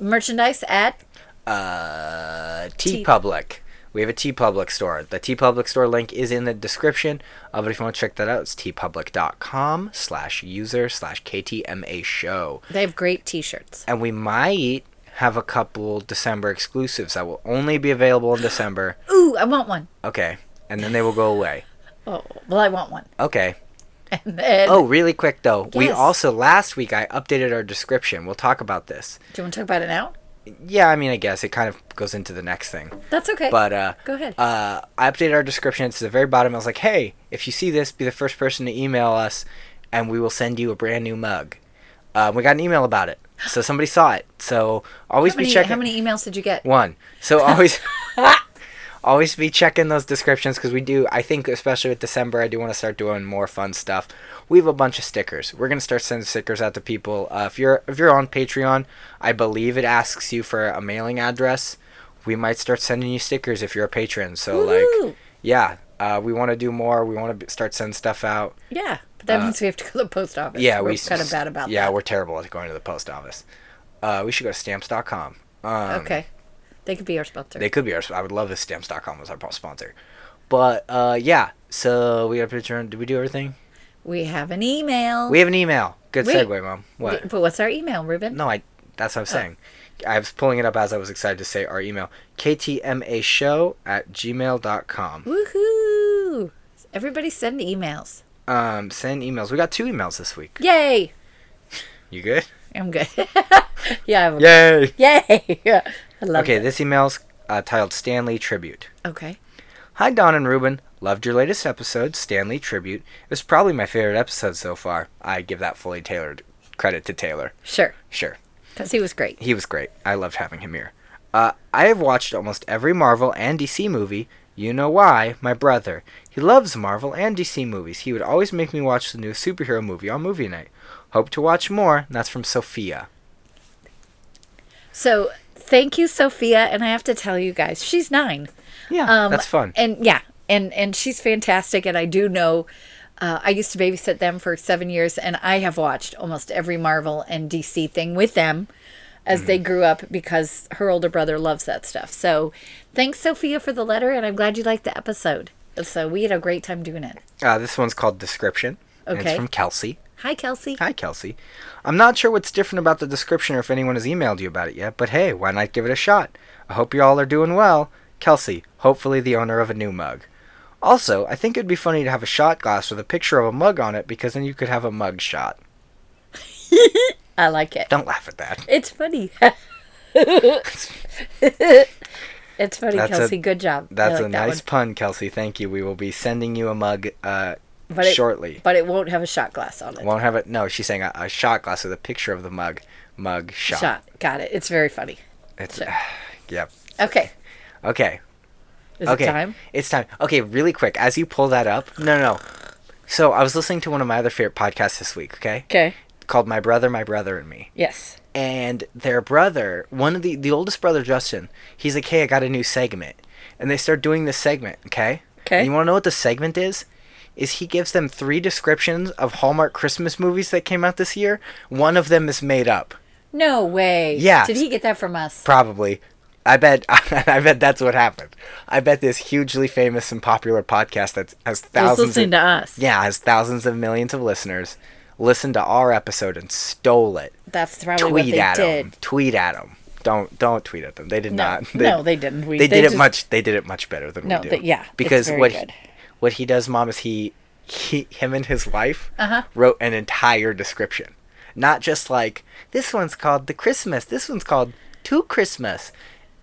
[SPEAKER 2] merchandise at
[SPEAKER 1] Uh, T Public. We have a T Public store. The T Public store link is in the description. Uh, but if you want to check that out, it's tpublic.com slash user slash KTMA show.
[SPEAKER 2] they have great T-shirts.
[SPEAKER 1] And we might have a couple December exclusives that will only be available in December.
[SPEAKER 2] Ooh, I want one.
[SPEAKER 1] Okay. And then they will go away.
[SPEAKER 2] Oh, well, I want one.
[SPEAKER 1] Okay.
[SPEAKER 2] And then,
[SPEAKER 1] Oh, really quick though. We
[SPEAKER 2] Yes.
[SPEAKER 1] also, last week, I updated our description. We'll talk about this.
[SPEAKER 2] do you want to talk about it now?
[SPEAKER 1] Yeah, I mean, I guess it kind of goes into the next thing.
[SPEAKER 2] That's okay.
[SPEAKER 1] But uh,
[SPEAKER 2] Go ahead.
[SPEAKER 1] Uh, I updated our description. It's at the very bottom. I was like, hey, if you see this, be the first person to email us, and we will send you a brand new mug. Uh, we got an email about it, so somebody saw it. So always
[SPEAKER 2] how, many,
[SPEAKER 1] be checking
[SPEAKER 2] how many emails did you get?
[SPEAKER 1] one. So always. Always be checking those descriptions because we do. I think, especially with December, I do want to start doing more fun stuff. We have a bunch of stickers. We're gonna start sending stickers out to people. Uh, if you're if you're on Patreon, I believe it asks you for a mailing address. We might start sending you stickers if you're a patron. So like,
[SPEAKER 2] Woohoo!
[SPEAKER 1] yeah, uh, we want to do more. We want to start sending stuff out.
[SPEAKER 2] Yeah, but that means we have to go to the post office.
[SPEAKER 1] Uh, Yeah,
[SPEAKER 2] we're
[SPEAKER 1] we
[SPEAKER 2] kind of bad about
[SPEAKER 1] Yeah,
[SPEAKER 2] that.
[SPEAKER 1] we're terrible at going to the post office. Uh, we should go to stamps.com. Um,
[SPEAKER 2] okay, they could be our sponsor.
[SPEAKER 1] They could be our. I would love if stamps.com was our sponsor. But uh, yeah, so we got a picture. Did we do everything?
[SPEAKER 2] we have an email.
[SPEAKER 1] We have an email. Good
[SPEAKER 2] Oh. Wait. Oh.
[SPEAKER 1] segue, mom. What?
[SPEAKER 2] But what's our email, Ruben?
[SPEAKER 1] No, I. That's what I'm saying. I was pulling it up as I was excited to say our email. ktmashow at gmail.com.
[SPEAKER 2] Woohoo! Everybody send emails.
[SPEAKER 1] Um, send emails. We got two emails this week.
[SPEAKER 2] Yay!
[SPEAKER 1] You good?
[SPEAKER 2] I'm good. yeah, I'm
[SPEAKER 1] Yay!
[SPEAKER 2] Yay! Yeah. I love
[SPEAKER 1] Okay,
[SPEAKER 2] it.
[SPEAKER 1] this email's uh, titled Stanley Tribute.
[SPEAKER 2] Okay.
[SPEAKER 1] Hi, Don and Ruben. Loved your latest episode, Stanley Tribute. It was probably my favorite episode so far. I give that fully tailored credit to Taylor.
[SPEAKER 2] Sure.
[SPEAKER 1] Sure.
[SPEAKER 2] Because he was great.
[SPEAKER 1] He was great. I loved having him here. Uh, I have watched almost every Marvel and DC movie. You know why, my brother. He loves Marvel and DC movies. He would always make me watch the new superhero movie on movie night. Hope to watch more. And That's from Sophia.
[SPEAKER 2] So thank you, Sophia. And I have to tell you guys, she's nine.
[SPEAKER 1] Yeah, Oh,
[SPEAKER 2] Um,
[SPEAKER 1] that's fun.
[SPEAKER 2] And yeah, and and she's fantastic. And I do know. Uh, I used to babysit them for seven years, and I have watched almost every Marvel and DC thing with them as
[SPEAKER 1] Mm.
[SPEAKER 2] they grew up because her older brother loves that stuff. So thanks, Sophia, for the letter, and I'm glad you liked the episode. So we had a great time doing it.
[SPEAKER 1] Uh, this one's called Description. and it's
[SPEAKER 2] Okay.
[SPEAKER 1] from Kelsey.
[SPEAKER 2] Hi, Kelsey.
[SPEAKER 1] Hi, Kelsey. I'm not sure what's different about the description or if anyone has emailed you about it yet, but hey, why not give it a shot? I hope you all are doing well. Kelsey, hopefully the owner of a new mug. Also, I think it'd be funny to have a shot glass with a picture of a mug on it because then you could have a mug shot.
[SPEAKER 2] I like it.
[SPEAKER 1] Don't laugh at that.
[SPEAKER 2] It's funny. it's funny,
[SPEAKER 1] That's a-
[SPEAKER 2] Kelsey. Good job. I
[SPEAKER 1] That's
[SPEAKER 2] like
[SPEAKER 1] a
[SPEAKER 2] that
[SPEAKER 1] nice
[SPEAKER 2] one.
[SPEAKER 1] pun, Kelsey. Thank you. We will be sending you a mug uh,
[SPEAKER 2] But it-
[SPEAKER 1] shortly.
[SPEAKER 2] But it won't have a shot glass on it.
[SPEAKER 1] Won't have it. No, she's saying a, a shot glass with a picture of the mug. Mug shot.
[SPEAKER 2] shot. Got it. It's very funny.
[SPEAKER 1] It's,
[SPEAKER 2] Sure.
[SPEAKER 1] yep.
[SPEAKER 2] Okay.
[SPEAKER 1] Okay.
[SPEAKER 2] Is
[SPEAKER 1] okay.
[SPEAKER 2] it time?
[SPEAKER 1] It's time. Okay, really quick. As you pull that up. No, no. no. So I was listening to one of my other favorite podcasts this week. Okay.
[SPEAKER 2] Okay.
[SPEAKER 1] Called My Brother, My Brother and Me.
[SPEAKER 2] Yes.
[SPEAKER 1] and their brother, one of the the oldest brother Justin, he's like, "Hey, I got a new segment," and they start doing this segment. Okay.
[SPEAKER 2] 'Kay.
[SPEAKER 1] And you want to know what the segment is? Is he gives them three descriptions of Hallmark Christmas movies that came out this year? One of them is made up,
[SPEAKER 2] No way.
[SPEAKER 1] Yeah.
[SPEAKER 2] Did he get that from us?
[SPEAKER 1] probably. I bet. I bet that's what happened. I bet this hugely famous and popular podcast that has
[SPEAKER 2] He's
[SPEAKER 1] thousands.
[SPEAKER 2] listening
[SPEAKER 1] of,
[SPEAKER 2] to us.
[SPEAKER 1] yeah, has thousands of millions of listeners. Listened to our episode and stole it.
[SPEAKER 2] That's probably what
[SPEAKER 1] tweet
[SPEAKER 2] they
[SPEAKER 1] at
[SPEAKER 2] did.
[SPEAKER 1] them. Tweet at them. Don't don't tweet at them. They did
[SPEAKER 2] No.
[SPEAKER 1] not.
[SPEAKER 2] No, they didn't. We-
[SPEAKER 1] they,
[SPEAKER 2] they
[SPEAKER 1] did
[SPEAKER 2] just-
[SPEAKER 1] it much. They did it much better than
[SPEAKER 2] No,
[SPEAKER 1] we do.
[SPEAKER 2] but yeah, it's
[SPEAKER 1] because
[SPEAKER 2] very
[SPEAKER 1] what
[SPEAKER 2] good.
[SPEAKER 1] He, what he does, mom, is he, he him and his wife
[SPEAKER 2] Uh-huh.
[SPEAKER 1] wrote an entire description, not just like this one's called the Christmas. This one's called Two Christmas.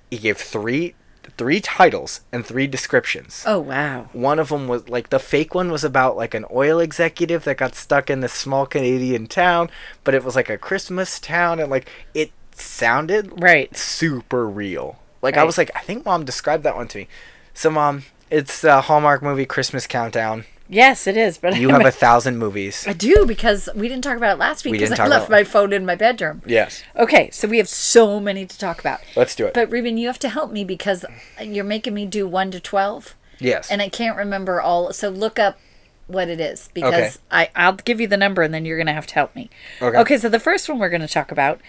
[SPEAKER 1] He gave three three titles and three descriptions
[SPEAKER 2] Oh wow.
[SPEAKER 1] one of them was like the fake one was about like an oil executive that got stuck in this small Canadian town, but it was like a Christmas town and like it sounded
[SPEAKER 2] Right.
[SPEAKER 1] super real. Like I
[SPEAKER 2] Right.
[SPEAKER 1] was like, I think mom described that one to me. So mom, it's the Hallmark movie Christmas Countdown.
[SPEAKER 2] Yes, it is. But
[SPEAKER 1] You have a thousand movies.
[SPEAKER 2] I do because we didn't talk about it last week
[SPEAKER 1] We
[SPEAKER 2] because
[SPEAKER 1] didn't
[SPEAKER 2] I
[SPEAKER 1] talk
[SPEAKER 2] left
[SPEAKER 1] about
[SPEAKER 2] my
[SPEAKER 1] it.
[SPEAKER 2] phone in my bedroom.
[SPEAKER 1] Yes.
[SPEAKER 2] Okay, so we have so many to talk about.
[SPEAKER 1] Let's do it.
[SPEAKER 2] But Reuben, you have to help me because you're making me do one to twelve,
[SPEAKER 1] yes.
[SPEAKER 2] and I can't remember all. So look up what it is because
[SPEAKER 1] Okay.
[SPEAKER 2] I I'll give you the number and then you're gonna have to help me.
[SPEAKER 1] Okay.
[SPEAKER 2] Okay. So the first one we're gonna talk about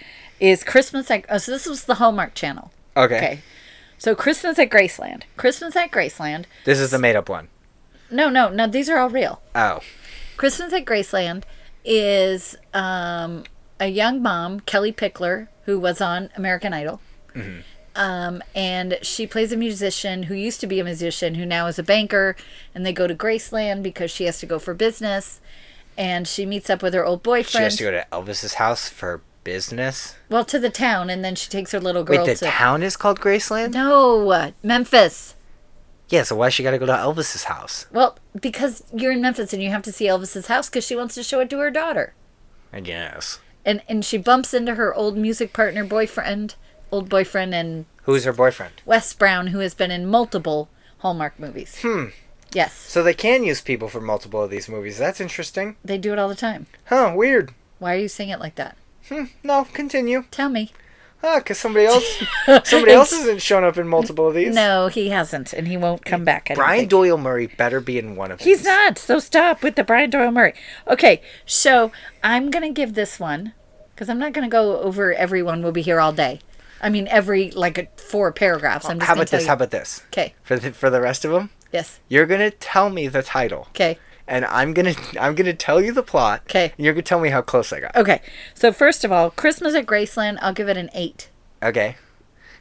[SPEAKER 2] is Christmas at. Oh, so this was the Hallmark Channel.
[SPEAKER 1] okay.
[SPEAKER 2] Okay. So Christmas at Graceland. Christmas at Graceland.
[SPEAKER 1] This is the made up one.
[SPEAKER 2] No, no, no. These are all real.
[SPEAKER 1] Oh.
[SPEAKER 2] Christmas at Graceland is um, a young mom, Kelly Pickler, who was on American Idol.
[SPEAKER 1] Mm-hmm.
[SPEAKER 2] Um, and she plays a musician who used to be a musician who now is a banker. And they go to Graceland because she has to go for business. And she meets up with her old
[SPEAKER 1] She
[SPEAKER 2] boyfriend.
[SPEAKER 1] has to go to Elvis's house for business.
[SPEAKER 2] well, to the town. And then she takes her little
[SPEAKER 1] Wait,
[SPEAKER 2] girl
[SPEAKER 1] the
[SPEAKER 2] to.
[SPEAKER 1] town is called Graceland?
[SPEAKER 2] no, Memphis.
[SPEAKER 1] Yeah, so why she gotta go to Elvis's house?
[SPEAKER 2] Well, because you're in Memphis and you have to see Elvis's house because she wants to show it to her daughter.
[SPEAKER 1] I guess.
[SPEAKER 2] and and she bumps into her old music partner boyfriend old boyfriend and
[SPEAKER 1] Who's her boyfriend?
[SPEAKER 2] wes brown who has been in multiple hallmark movies hmm yes
[SPEAKER 1] So they can use people for multiple of these movies. That's interesting.
[SPEAKER 2] they do it all the time
[SPEAKER 1] Huh, weird.
[SPEAKER 2] why are you saying it like that
[SPEAKER 1] No, continue.
[SPEAKER 2] tell me
[SPEAKER 1] Huh, because somebody else somebody else hasn't shown up in multiple of these.
[SPEAKER 2] no he hasn't and he won't come back I don't
[SPEAKER 1] Brian
[SPEAKER 2] think.
[SPEAKER 1] Doyle Murray better be in one of these.
[SPEAKER 2] he's not so stop with the brian doyle murray okay so i'm gonna give this one because i'm not gonna go over everyone we'll be here all day i mean every like a- four paragraphs i'm just
[SPEAKER 1] How
[SPEAKER 2] gonna
[SPEAKER 1] about this? How
[SPEAKER 2] tell
[SPEAKER 1] about this?
[SPEAKER 2] you. okay
[SPEAKER 1] For the, for the rest of them,
[SPEAKER 2] yes
[SPEAKER 1] you're gonna tell me the title,
[SPEAKER 2] okay
[SPEAKER 1] and I'm gonna I'm gonna tell you the plot.
[SPEAKER 2] 'Kay.
[SPEAKER 1] And you're gonna tell me how close I got.
[SPEAKER 2] okay so first of all christmas at graceland i'll give it an eight
[SPEAKER 1] Okay.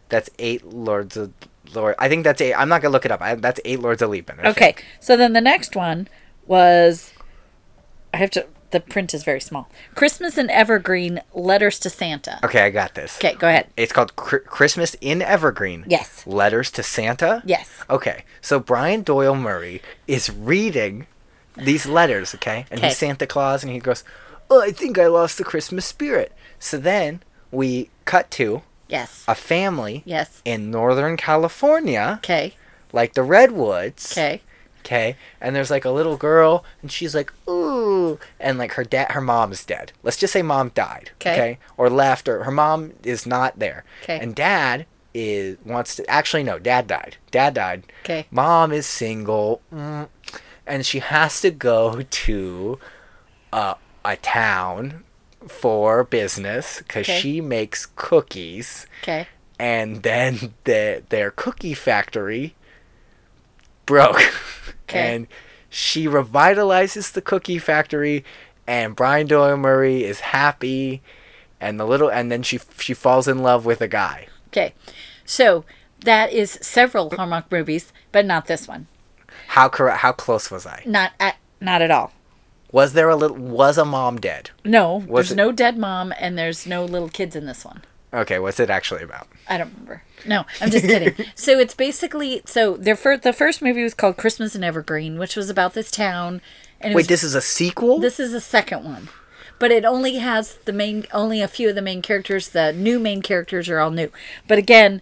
[SPEAKER 1] That's eight lords of lord. I think that's eight. I'm not gonna look it up. I, that's eight lords of leaping. I
[SPEAKER 2] Okay. So then the next one was I have to the print is very small. Christmas and Evergreen Letters to Santa.
[SPEAKER 1] Okay, I got this.
[SPEAKER 2] Okay, go ahead.
[SPEAKER 1] It's called Cr- Christmas in Evergreen.
[SPEAKER 2] Yes.
[SPEAKER 1] Letters to Santa?
[SPEAKER 2] Yes.
[SPEAKER 1] Okay. So Brian Doyle Murray is reading these letters, okay? And
[SPEAKER 2] Okay.
[SPEAKER 1] he's Santa Claus and he goes, "Oh, I think I lost the Christmas spirit." So then we cut to
[SPEAKER 2] Yes.
[SPEAKER 1] a family
[SPEAKER 2] Yes.
[SPEAKER 1] in Northern California,
[SPEAKER 2] Okay.
[SPEAKER 1] like the redwoods.
[SPEAKER 2] Okay.
[SPEAKER 1] Okay. And there's like a little girl, and she's like, ooh. And like her dad, her mom's dead. Let's just say mom died.
[SPEAKER 2] 'Kay.
[SPEAKER 1] Or left, or her mom is not there.
[SPEAKER 2] 'Kay.
[SPEAKER 1] And dad is wants to actually no, dad died. Dad died.
[SPEAKER 2] 'Kay.
[SPEAKER 1] Mom is single, mm, and she has to go to uh, a town for business because
[SPEAKER 2] 'Kay.
[SPEAKER 1] she makes cookies
[SPEAKER 2] Okay.
[SPEAKER 1] and then the, their cookie factory broke
[SPEAKER 2] 'Kay.
[SPEAKER 1] and she revitalizes the cookie factory and Brian Doyle Murray is happy, and the little and then she she falls in love with a guy.
[SPEAKER 2] Okay. So that is several Hallmark movies, but not this one.
[SPEAKER 1] How correct? How close was I?
[SPEAKER 2] Not at not at all.
[SPEAKER 1] Was there a little? Was a mom dead?
[SPEAKER 2] No,
[SPEAKER 1] Was
[SPEAKER 2] there's
[SPEAKER 1] it-
[SPEAKER 2] no dead mom and there's no little kids in this one.
[SPEAKER 1] Okay, what's it actually about?
[SPEAKER 2] I don't remember. No, I'm just kidding. so it's basically so their fir- the first movie was called Christmas in Evergreen, which was about this town. And it
[SPEAKER 1] Wait,
[SPEAKER 2] was-
[SPEAKER 1] this is a sequel.
[SPEAKER 2] this is the second one, but it only has the main only a few of the main characters. The new main characters are all new, but again,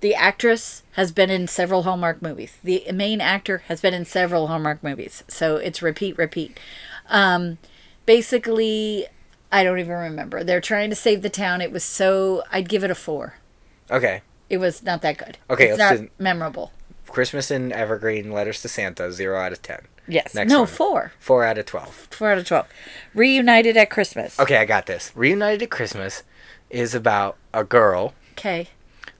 [SPEAKER 2] the actress has been in several Hallmark movies. The main actor has been in several Hallmark movies, so it's repeat, repeat. Um, basically, I don't even remember. They're trying to save the town. It was so I'd give it a four.
[SPEAKER 1] okay,
[SPEAKER 2] It was not that good.
[SPEAKER 1] Okay,
[SPEAKER 2] it's
[SPEAKER 1] let's
[SPEAKER 2] not
[SPEAKER 1] do-
[SPEAKER 2] memorable.
[SPEAKER 1] Christmas in Evergreen, Letters to Santa, zero out of ten.
[SPEAKER 2] Yes.
[SPEAKER 1] Next
[SPEAKER 2] no,
[SPEAKER 1] one.
[SPEAKER 2] four.
[SPEAKER 1] Four out of twelve.
[SPEAKER 2] Four out of twelve. Reunited at Christmas.
[SPEAKER 1] Okay, I got this. Reunited at Christmas is about a girl
[SPEAKER 2] Okay.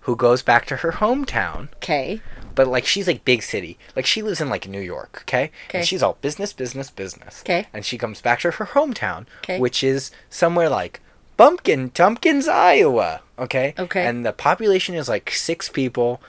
[SPEAKER 1] who goes back to her hometown
[SPEAKER 2] Okay.
[SPEAKER 1] but like she's like big city. Like she lives in like New York, okay?
[SPEAKER 2] Okay.
[SPEAKER 1] And she's all business, business, business.
[SPEAKER 2] 'Kay.
[SPEAKER 1] And she comes back to her hometown,
[SPEAKER 2] 'Kay.
[SPEAKER 1] which is somewhere like Bumpkin, Tumpkins, Iowa, okay?
[SPEAKER 2] Okay.
[SPEAKER 1] And the population is like six people,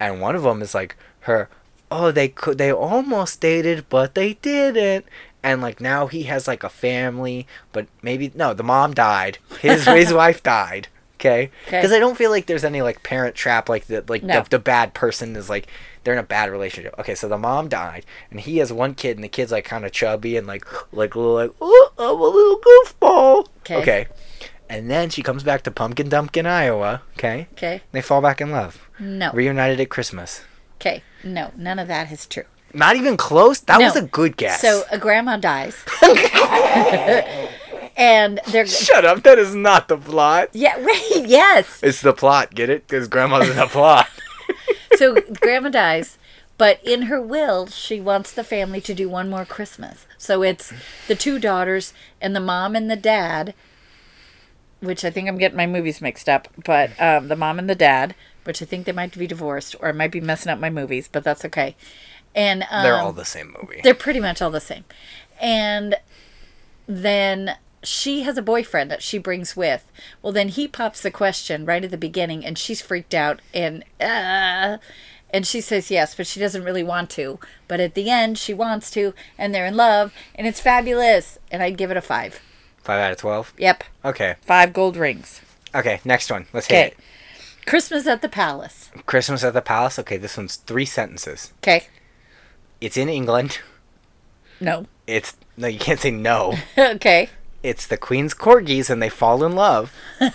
[SPEAKER 1] and one of them is like her. Oh, they could. They almost dated, but they didn't. And like now he has like a family, but maybe no. The mom died. His his wife died. Okay.
[SPEAKER 2] 'Kay.
[SPEAKER 1] Because I don't feel like there's any like parent trap like that. Like
[SPEAKER 2] No.
[SPEAKER 1] the, the bad person is like they're in a bad relationship. Okay, so the mom died, and he has one kid, and the kid's like kind of chubby and like like little like oh I'm a little goofball.
[SPEAKER 2] 'Kay.
[SPEAKER 1] Okay, and then she comes back to Pumpkin Dumpkin, Iowa. Okay,
[SPEAKER 2] Okay.
[SPEAKER 1] they fall back in love,
[SPEAKER 2] No.
[SPEAKER 1] reunited at Christmas.
[SPEAKER 2] Okay. No, none of that is true.
[SPEAKER 1] Not even close. That
[SPEAKER 2] No.
[SPEAKER 1] was a good guess.
[SPEAKER 2] So a grandma dies. and they're
[SPEAKER 1] shut up. That is not the plot.
[SPEAKER 2] yeah, right, yes.
[SPEAKER 1] It's the plot. Get it? Because grandma's in the plot.
[SPEAKER 2] So grandma dies, but in her will, she wants the family to do one more Christmas. So it's the two daughters and the mom and the dad, which I think I'm getting my movies mixed up, but um, the mom and the dad, which I think they might be divorced or I might be messing up my movies, but that's okay. And um,
[SPEAKER 1] They're all the same movie.
[SPEAKER 2] They're pretty much all the same. And then she has a boyfriend that she brings with. Well, then he pops the question right at the beginning, and she's freaked out and uh, and she says yes, but she doesn't really want to. But at the end, she wants to, and they're in love, and it's fabulous. And I'd give it a five.
[SPEAKER 1] Five out of twelve.
[SPEAKER 2] Yep,
[SPEAKER 1] Okay.
[SPEAKER 2] five gold rings.
[SPEAKER 1] Okay. Next one. Let's hit
[SPEAKER 2] Okay,
[SPEAKER 1] it.
[SPEAKER 2] Christmas at the Palace.
[SPEAKER 1] Christmas at the Palace. Okay, this one's three sentences.
[SPEAKER 2] Okay,
[SPEAKER 1] It's in England.
[SPEAKER 2] no,
[SPEAKER 1] It's no, you can't say no.
[SPEAKER 2] okay,
[SPEAKER 1] It's the Queen's corgis, and they fall in love. and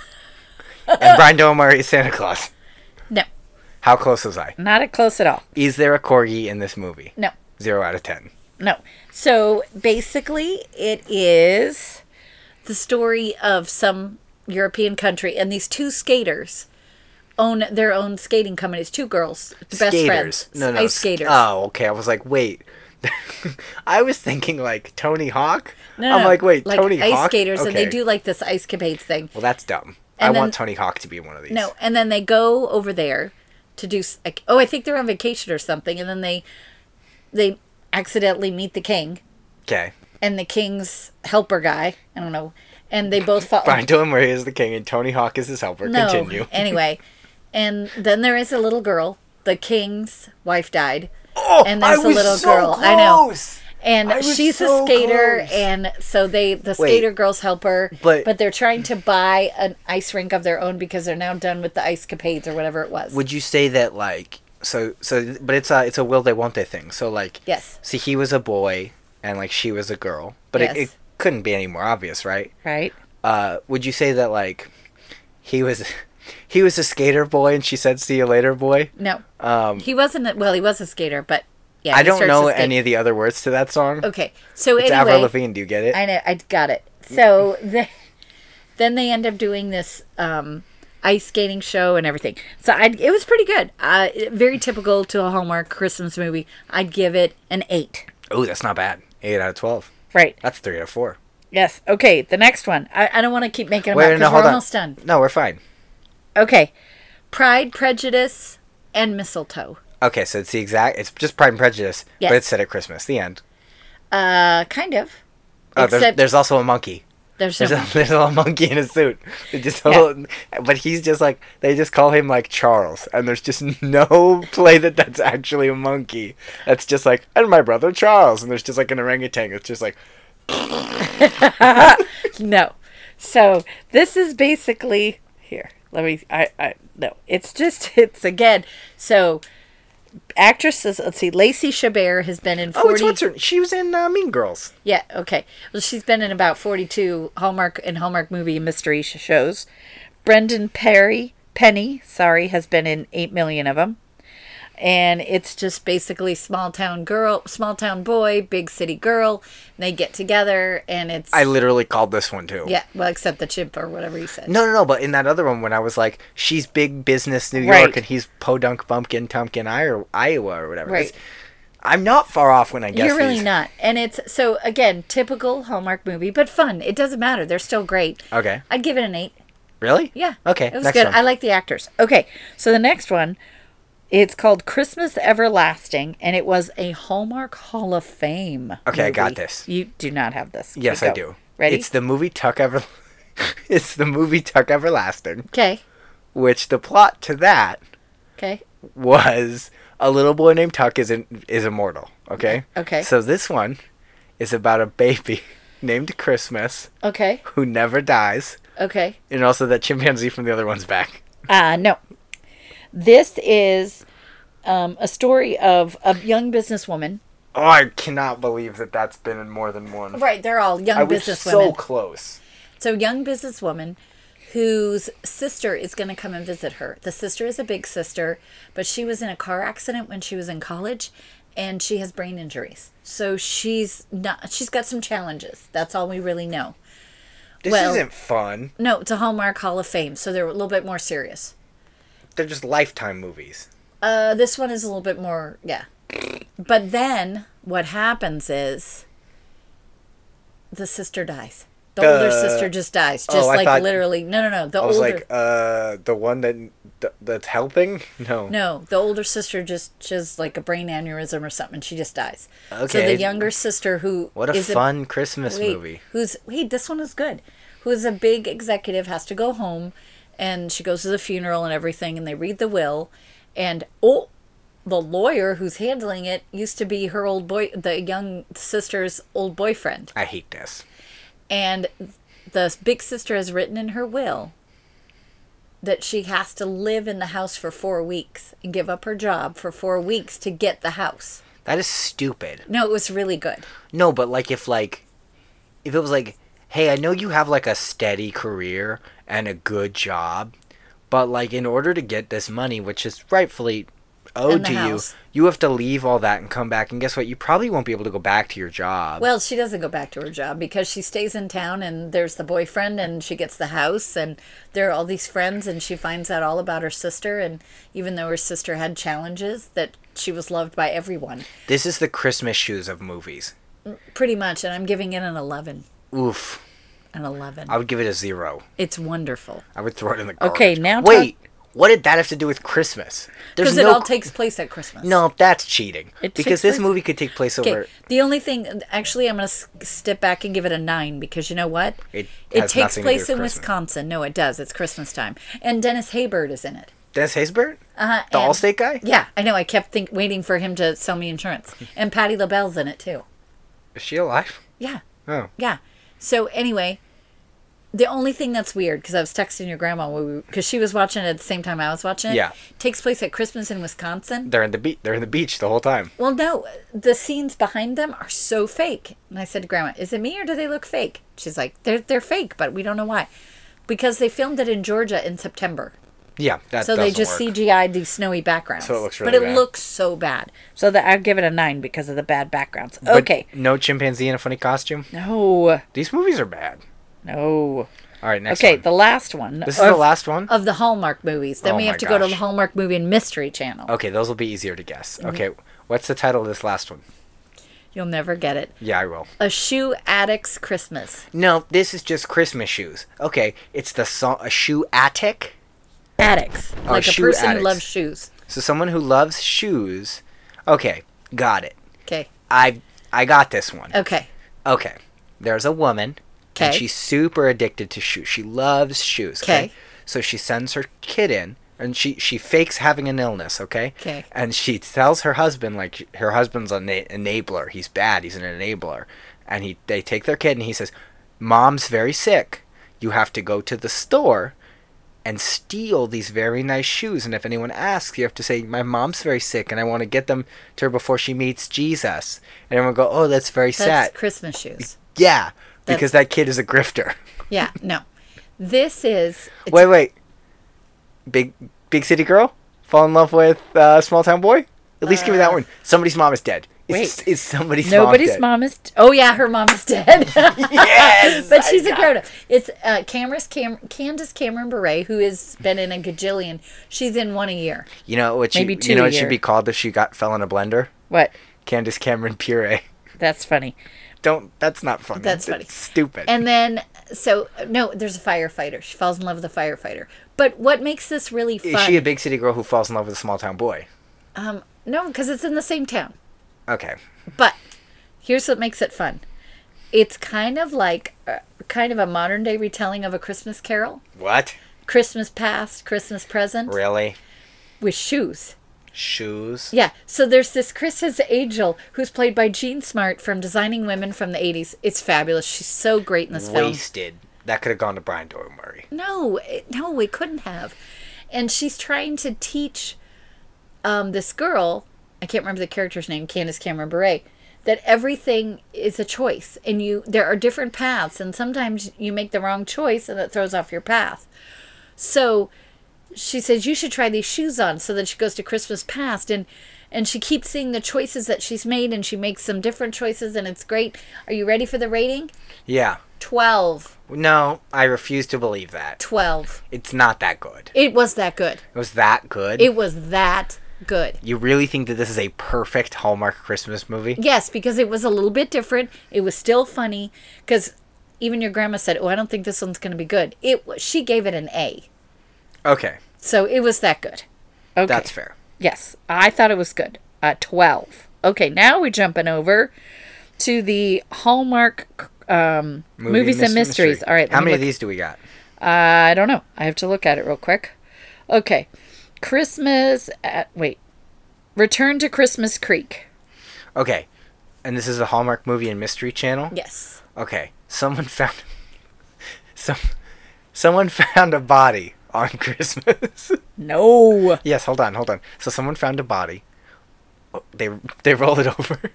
[SPEAKER 1] Brian Doyle Murray is Santa Claus.
[SPEAKER 2] no,
[SPEAKER 1] How close was I?
[SPEAKER 2] not a close at all.
[SPEAKER 1] Is there a corgi in this movie?
[SPEAKER 2] No.
[SPEAKER 1] Zero out of ten.
[SPEAKER 2] No. So basically, it is the story of some European country, and these two skaters own their own skating company. It's two girls, best friends,
[SPEAKER 1] No, no.
[SPEAKER 2] ice
[SPEAKER 1] sk-
[SPEAKER 2] skaters.
[SPEAKER 1] Oh, okay. I was like, wait. I was thinking like Tony Hawk.
[SPEAKER 2] no,
[SPEAKER 1] I'm
[SPEAKER 2] no,
[SPEAKER 1] like, wait, Tony
[SPEAKER 2] ice
[SPEAKER 1] Hawk.
[SPEAKER 2] skaters, and they
[SPEAKER 1] Okay.
[SPEAKER 2] do like this ice capades thing.
[SPEAKER 1] Well, that's dumb. I
[SPEAKER 2] And
[SPEAKER 1] want
[SPEAKER 2] then-
[SPEAKER 1] Tony Hawk to be in one of these.
[SPEAKER 2] No, and then they go over there to do. s- like- Oh, I think they're on vacation or something, and then they they accidentally meet the king
[SPEAKER 1] Okay.
[SPEAKER 2] and the king's helper guy. I don't know, and they both fall.
[SPEAKER 1] Brian Doyle Murray is the king, and Tony Hawk is his helper.
[SPEAKER 2] No.
[SPEAKER 1] Continue.
[SPEAKER 2] Anyway, and then there is a little girl. The king's wife died,
[SPEAKER 1] Oh,
[SPEAKER 2] and there's
[SPEAKER 1] I
[SPEAKER 2] a
[SPEAKER 1] was
[SPEAKER 2] little
[SPEAKER 1] so
[SPEAKER 2] girl. I know.
[SPEAKER 1] close.
[SPEAKER 2] and
[SPEAKER 1] I was
[SPEAKER 2] she's
[SPEAKER 1] so
[SPEAKER 2] a skater,
[SPEAKER 1] close.
[SPEAKER 2] and so they the skater girls help her.
[SPEAKER 1] but-
[SPEAKER 2] they're trying to buy an ice rink of their own because they're now done with the ice capades or whatever it was.
[SPEAKER 1] Would you say that like so so? But it's a it's a will they won't they thing. So like
[SPEAKER 2] Yes.
[SPEAKER 1] See, he was a boy, and like she was a girl, but it,
[SPEAKER 2] Yes.
[SPEAKER 1] it couldn't be any more obvious, right?
[SPEAKER 2] right?
[SPEAKER 1] Uh, would you say that like he was he was a skater boy, and she said "see you later, boy"?
[SPEAKER 2] No,
[SPEAKER 1] Um,
[SPEAKER 2] he wasn't. A, well, he was a skater, but yeah,
[SPEAKER 1] I
[SPEAKER 2] he
[SPEAKER 1] don't
[SPEAKER 2] starts
[SPEAKER 1] know
[SPEAKER 2] to skate.
[SPEAKER 1] any of the other words to that song.
[SPEAKER 2] Okay, so
[SPEAKER 1] It's
[SPEAKER 2] anyway,
[SPEAKER 1] Avril Lavigne. Do you get it?
[SPEAKER 2] I know. I got it. So the, then they end up doing this um, ice skating show and everything. So I it was pretty good. Uh, very typical to a Hallmark Christmas movie. I'd give it an eight.
[SPEAKER 1] oh, that's not bad. Eight out of twelve.
[SPEAKER 2] Right.
[SPEAKER 1] That's three out of four.
[SPEAKER 2] Yes. Okay. The next one. I, I don't want to keep making them up
[SPEAKER 1] Wait,
[SPEAKER 2] because
[SPEAKER 1] no,
[SPEAKER 2] we're
[SPEAKER 1] hold on.
[SPEAKER 2] almost done.
[SPEAKER 1] No, we're fine.
[SPEAKER 2] Okay. Pride, Prejudice, and Mistletoe.
[SPEAKER 1] Okay, so it's the exact. It's just Pride and Prejudice,
[SPEAKER 2] Yes.
[SPEAKER 1] but it's set at Christmas. The end.
[SPEAKER 2] Uh, kind of.
[SPEAKER 1] Oh, there's,
[SPEAKER 2] Except-
[SPEAKER 1] there's also a monkey.
[SPEAKER 2] There's,
[SPEAKER 1] There's
[SPEAKER 2] no,
[SPEAKER 1] a, there's a little monkey in a suit. They just
[SPEAKER 2] Yeah.
[SPEAKER 1] all- but he's just like they just call him like Charles, and there's just no play that that's actually a monkey. That's just like and my brother Charles, and there's just like an orangutan. It's just like
[SPEAKER 2] no. So this is basically here. Let me. I. I. No. It's just. It's again. So actresses. Let's see. Lacey Chabert has been in
[SPEAKER 1] oh, it's
[SPEAKER 2] forty.
[SPEAKER 1] what's her? She was in uh, Mean Girls.
[SPEAKER 2] Yeah, okay. Well, she's been in about 42 Hallmark and Hallmark movie and mystery sh- shows. Brendan Perry, Penny, sorry, has been in 8 million of them. And it's just basically small town girl, small town boy, big city girl. And they get together and it's
[SPEAKER 1] I literally called this one too.
[SPEAKER 2] yeah, well, except the chimp or whatever he said.
[SPEAKER 1] No, no, no. But in that other one, when I was like, she's big business New York,
[SPEAKER 2] Right.
[SPEAKER 1] and he's podunk bumpkin Tumpkin I- Iowa or whatever.
[SPEAKER 2] Right.
[SPEAKER 1] It's- I'm not far off when I guess
[SPEAKER 2] You're really
[SPEAKER 1] these.
[SPEAKER 2] not. And it's so again, typical Hallmark movie, but fun. It doesn't matter. They're still great.
[SPEAKER 1] Okay.
[SPEAKER 2] I'd give it an 8.
[SPEAKER 1] Really?
[SPEAKER 2] Yeah.
[SPEAKER 1] Uh, Okay.
[SPEAKER 2] It was
[SPEAKER 1] next
[SPEAKER 2] good.
[SPEAKER 1] one.
[SPEAKER 2] I like the actors. Okay. So the next one, it's called Christmas Everlasting, and it was a Hallmark Hall of Fame.
[SPEAKER 1] Okay, I got
[SPEAKER 2] movie.
[SPEAKER 1] this.
[SPEAKER 2] You do not have this.
[SPEAKER 1] Yes,
[SPEAKER 2] Okay,
[SPEAKER 1] I
[SPEAKER 2] go.
[SPEAKER 1] do.
[SPEAKER 2] Ready?
[SPEAKER 1] It's the movie Tuck Ever. it's the movie Tuck Everlasting,
[SPEAKER 2] okay.
[SPEAKER 1] which the plot to that
[SPEAKER 2] Okay.
[SPEAKER 1] was a little boy named Tuck is in, is immortal. Okay.
[SPEAKER 2] Okay.
[SPEAKER 1] So this one is about a baby named Christmas
[SPEAKER 2] Okay.
[SPEAKER 1] who never dies,
[SPEAKER 2] Okay.
[SPEAKER 1] and also that chimpanzee from the other one's back.
[SPEAKER 2] Uh no. This is um, a story of a young businesswoman.
[SPEAKER 1] Oh, I cannot believe that that's been in more than one.
[SPEAKER 2] Right, they're all young
[SPEAKER 1] I was so
[SPEAKER 2] businesswomen.
[SPEAKER 1] close.
[SPEAKER 2] So young businesswoman whose sister is going to come and visit her. The sister is a big sister, but she was in a car accident when she was in college and she has brain injuries. So she's not she's got some challenges. That's all we really know.
[SPEAKER 1] This
[SPEAKER 2] Well-
[SPEAKER 1] isn't fun.
[SPEAKER 2] No, it's a Hallmark Hall of Fame, so they're a little bit more serious.
[SPEAKER 1] They're just lifetime movies.
[SPEAKER 2] Uh, this one is a little bit more, yeah. But then what happens is the sister dies. The older
[SPEAKER 1] Duh.
[SPEAKER 2] sister just dies, just
[SPEAKER 1] Uh, oh, I
[SPEAKER 2] like
[SPEAKER 1] thought-
[SPEAKER 2] literally. No, no, no. The
[SPEAKER 1] I was
[SPEAKER 2] older
[SPEAKER 1] like, uh, the one that th- that's helping? No.
[SPEAKER 2] No, the older sister just has like a brain aneurysm or something. She just dies. So
[SPEAKER 1] Okay.
[SPEAKER 2] the younger sister who
[SPEAKER 1] What a
[SPEAKER 2] is
[SPEAKER 1] fun Christmas
[SPEAKER 2] wait,
[SPEAKER 1] movie.
[SPEAKER 2] Who's wait? This one is good. Who is a big executive has to go home, and she goes to the funeral and everything, and they read the will, and oh, the lawyer who's handling it used to be her old boy, the young sister's old boyfriend,
[SPEAKER 1] I hate this.
[SPEAKER 2] and the big sister has written in her will that she has to live in the house for four weeks and give up her job for four weeks to get the house.
[SPEAKER 1] That is stupid.
[SPEAKER 2] No, it was really good.
[SPEAKER 1] No, but like if like if it was like, hey, I know you have like a steady career and a good job, but like in order to get this money, which is rightfully owed
[SPEAKER 2] And the
[SPEAKER 1] to
[SPEAKER 2] house.
[SPEAKER 1] you, you have to leave all that and come back and guess what? You probably won't be able to go back to your job.
[SPEAKER 2] Well, she doesn't go back to her job because she stays in town and there's the boyfriend and she gets the house and there are all these friends and she finds out all about her sister and even though her sister had challenges that she was loved by everyone.
[SPEAKER 1] this is the Christmas shoes of movies.
[SPEAKER 2] Pretty much and I'm giving it an 11.
[SPEAKER 1] Oof.
[SPEAKER 2] An 11.
[SPEAKER 1] I would give it a zero.
[SPEAKER 2] It's wonderful.
[SPEAKER 1] I would throw it in the garbage.
[SPEAKER 2] Okay, now talk-
[SPEAKER 1] wait. What did that have to do with Christmas? There's
[SPEAKER 2] Because
[SPEAKER 1] no
[SPEAKER 2] it all
[SPEAKER 1] cr-
[SPEAKER 2] takes place at Christmas.
[SPEAKER 1] no. That's cheating.
[SPEAKER 2] It takes
[SPEAKER 1] because this
[SPEAKER 2] place-
[SPEAKER 1] movie could take place over.
[SPEAKER 2] Okay. The only thing, actually, I'm going to step back and give it a nine because you know what?
[SPEAKER 1] It has
[SPEAKER 2] takes
[SPEAKER 1] nothing to do
[SPEAKER 2] place
[SPEAKER 1] with
[SPEAKER 2] in
[SPEAKER 1] Christmas.
[SPEAKER 2] Wisconsin. No, it does. It's Christmas time, and Dennis Haybird is in it.
[SPEAKER 1] Dennis Haysbert,
[SPEAKER 2] Uh,
[SPEAKER 1] the
[SPEAKER 2] and-
[SPEAKER 1] Allstate guy.
[SPEAKER 2] Yeah, I know. I kept think waiting for him to sell me insurance, and Patty LaBelle's in it too.
[SPEAKER 1] Is she alive?
[SPEAKER 2] Yeah,
[SPEAKER 1] Oh.
[SPEAKER 2] yeah. So anyway, the only thing that's weird because I was texting your grandma because she was watching it at the same time I was watching it.
[SPEAKER 1] Yeah.
[SPEAKER 2] takes place at Christmas in Wisconsin.
[SPEAKER 1] They're in the beach. They're in the beach the whole time.
[SPEAKER 2] Well, no, the scenes behind them are so fake. And I said to Grandma, "Is it me or do they look fake?" She's like, "They're they're fake, but we don't know why." Because they filmed it in Georgia in September,
[SPEAKER 1] Yeah, that
[SPEAKER 2] so they
[SPEAKER 1] doesn't
[SPEAKER 2] just
[SPEAKER 1] work.
[SPEAKER 2] CGI'd these snowy backgrounds.
[SPEAKER 1] So it looks
[SPEAKER 2] but
[SPEAKER 1] really
[SPEAKER 2] it
[SPEAKER 1] bad.
[SPEAKER 2] looks so bad. So that I'd give it a nine because of the bad backgrounds.
[SPEAKER 1] But
[SPEAKER 2] okay,
[SPEAKER 1] No chimpanzee in a funny costume.
[SPEAKER 2] no,
[SPEAKER 1] These movies are bad.
[SPEAKER 2] no.
[SPEAKER 1] All right, next.
[SPEAKER 2] Okay, Uh,
[SPEAKER 1] one.
[SPEAKER 2] the last one.
[SPEAKER 1] this is the
[SPEAKER 2] of-
[SPEAKER 1] last one.
[SPEAKER 2] of the Hallmark movies. Then
[SPEAKER 1] Oh
[SPEAKER 2] we have
[SPEAKER 1] my
[SPEAKER 2] to go to the
[SPEAKER 1] gosh. Oh.
[SPEAKER 2] Hallmark movie and mystery channel.
[SPEAKER 1] Okay, those will be easier to guess.
[SPEAKER 2] Mm-hmm.
[SPEAKER 1] Okay, what's the title of this last one?
[SPEAKER 2] You'll never get it.
[SPEAKER 1] Yeah, I will.
[SPEAKER 2] A shoe addict's Christmas.
[SPEAKER 1] No, this is just Christmas shoes. Okay, it's the song a shoe attic.
[SPEAKER 2] Addicts, like a
[SPEAKER 1] shoe
[SPEAKER 2] person who
[SPEAKER 1] addicts.
[SPEAKER 2] loves shoes.
[SPEAKER 1] So someone who loves shoes. Okay, got it.
[SPEAKER 2] Okay.
[SPEAKER 1] I I got this one.
[SPEAKER 2] Okay.
[SPEAKER 1] Okay. there's a woman, and
[SPEAKER 2] Okay.
[SPEAKER 1] she's super addicted to shoes. She loves shoes.
[SPEAKER 2] Okay.
[SPEAKER 1] So she sends her kid in, and she she fakes having an illness. Okay.
[SPEAKER 2] Okay.
[SPEAKER 1] And she tells her husband like her husband's an ena- enabler. He's bad. He's an enabler, and he they take their kid, and he says, "Mom's very sick. You have to go to the store." And steal these very nice shoes, and if anyone asks, you have to say, "My mom's very sick, and I want to get them to her before she meets Jesus." And everyone go, "Oh, that's very
[SPEAKER 2] That's
[SPEAKER 1] sad."
[SPEAKER 2] Christmas shoes.
[SPEAKER 1] Yeah,
[SPEAKER 2] That-
[SPEAKER 1] because that kid is a grifter.
[SPEAKER 2] Yeah, no. This is it's-
[SPEAKER 1] wait, wait. Big big city girl fall in love with uh, small town boy. At least give me that one. Somebody's mom is dead. Is,
[SPEAKER 2] Uh, wait.
[SPEAKER 1] is somebody's
[SPEAKER 2] nobody's
[SPEAKER 1] mom
[SPEAKER 2] mom is. Oh yeah, her mom is dead.
[SPEAKER 1] dead? yes,
[SPEAKER 2] but she's
[SPEAKER 1] I
[SPEAKER 2] a
[SPEAKER 1] know.
[SPEAKER 2] grown up. It's uh, Cameron's Cam- Candace Cameron Bure, who has been in a gajillion. She's in one a year.
[SPEAKER 1] You know what she?
[SPEAKER 2] Maybe two
[SPEAKER 1] you know
[SPEAKER 2] a
[SPEAKER 1] what she'd
[SPEAKER 2] year.
[SPEAKER 1] be called if she got fell in a blender?
[SPEAKER 2] What?
[SPEAKER 1] Candace Cameron Puree.
[SPEAKER 2] That's funny.
[SPEAKER 1] Don't. That's not funny.
[SPEAKER 2] That's funny.
[SPEAKER 1] stupid.
[SPEAKER 2] And then, so no, there's a firefighter. She falls in love with a firefighter. But what makes this really
[SPEAKER 1] is
[SPEAKER 2] fun?
[SPEAKER 1] she a big city girl who falls in love with a small town boy?
[SPEAKER 2] um, no, because it's in the same town.
[SPEAKER 1] Okay.
[SPEAKER 2] But here's what makes it fun. It's kind of like, uh, kind of a modern day retelling of a Christmas Carol.
[SPEAKER 1] What?
[SPEAKER 2] Christmas past, Christmas present,
[SPEAKER 1] Really?
[SPEAKER 2] with shoes.
[SPEAKER 1] Shoes.
[SPEAKER 2] Yeah, so there's this Chris's Angel who's played by Jean Smart from Designing Women from the 80s. It's fabulous. She's so great in this film.
[SPEAKER 1] Wasted. That could have gone to Brian Doyle Murray.
[SPEAKER 2] No, it, no, we couldn't have. And she's trying to teach um, this girl, I can't remember the character's name, Candace Cameron Bure, that everything is a choice and you there are different paths and sometimes you make the wrong choice and that throws off your path. So she says you should try these shoes on so that she goes to Christmas past and and she keeps seeing the choices that she's made and she makes some different choices and it's great. Are you ready for the rating?
[SPEAKER 1] Yeah.
[SPEAKER 2] 12.
[SPEAKER 1] No, I refuse to believe that.
[SPEAKER 2] 12.
[SPEAKER 1] It's not that good.
[SPEAKER 2] It was that good.
[SPEAKER 1] It was that good.
[SPEAKER 2] It was that good.
[SPEAKER 1] you really think that this is a perfect Hallmark Christmas movie?
[SPEAKER 2] Yes, because it was a little bit different. It was still funny because even your grandma said, "Oh, I don't think this one's going to be good." It wa- she gave it an A,
[SPEAKER 1] Okay,
[SPEAKER 2] so it was that good. Okay,
[SPEAKER 1] that's fair.
[SPEAKER 2] Yes, I thought it was good. Uh, Twelve. Okay, now we're jumping over to the Hallmark um,
[SPEAKER 1] Movie
[SPEAKER 2] movies and
[SPEAKER 1] mystery-
[SPEAKER 2] mysteries.
[SPEAKER 1] mystery.
[SPEAKER 2] All right,
[SPEAKER 1] how
[SPEAKER 2] let me
[SPEAKER 1] many of
[SPEAKER 2] look-
[SPEAKER 1] these do we got?
[SPEAKER 2] I don't know. I have to look at it real quick. Okay, Christmas. At, wait, Return to Christmas Creek.
[SPEAKER 1] Okay, and this is a Hallmark movie and mystery channel.
[SPEAKER 2] Yes.
[SPEAKER 1] Okay, someone found some someone found a body on Christmas.
[SPEAKER 2] No.
[SPEAKER 1] yes, hold on, hold on. So someone found a body. Oh, They they roll it over.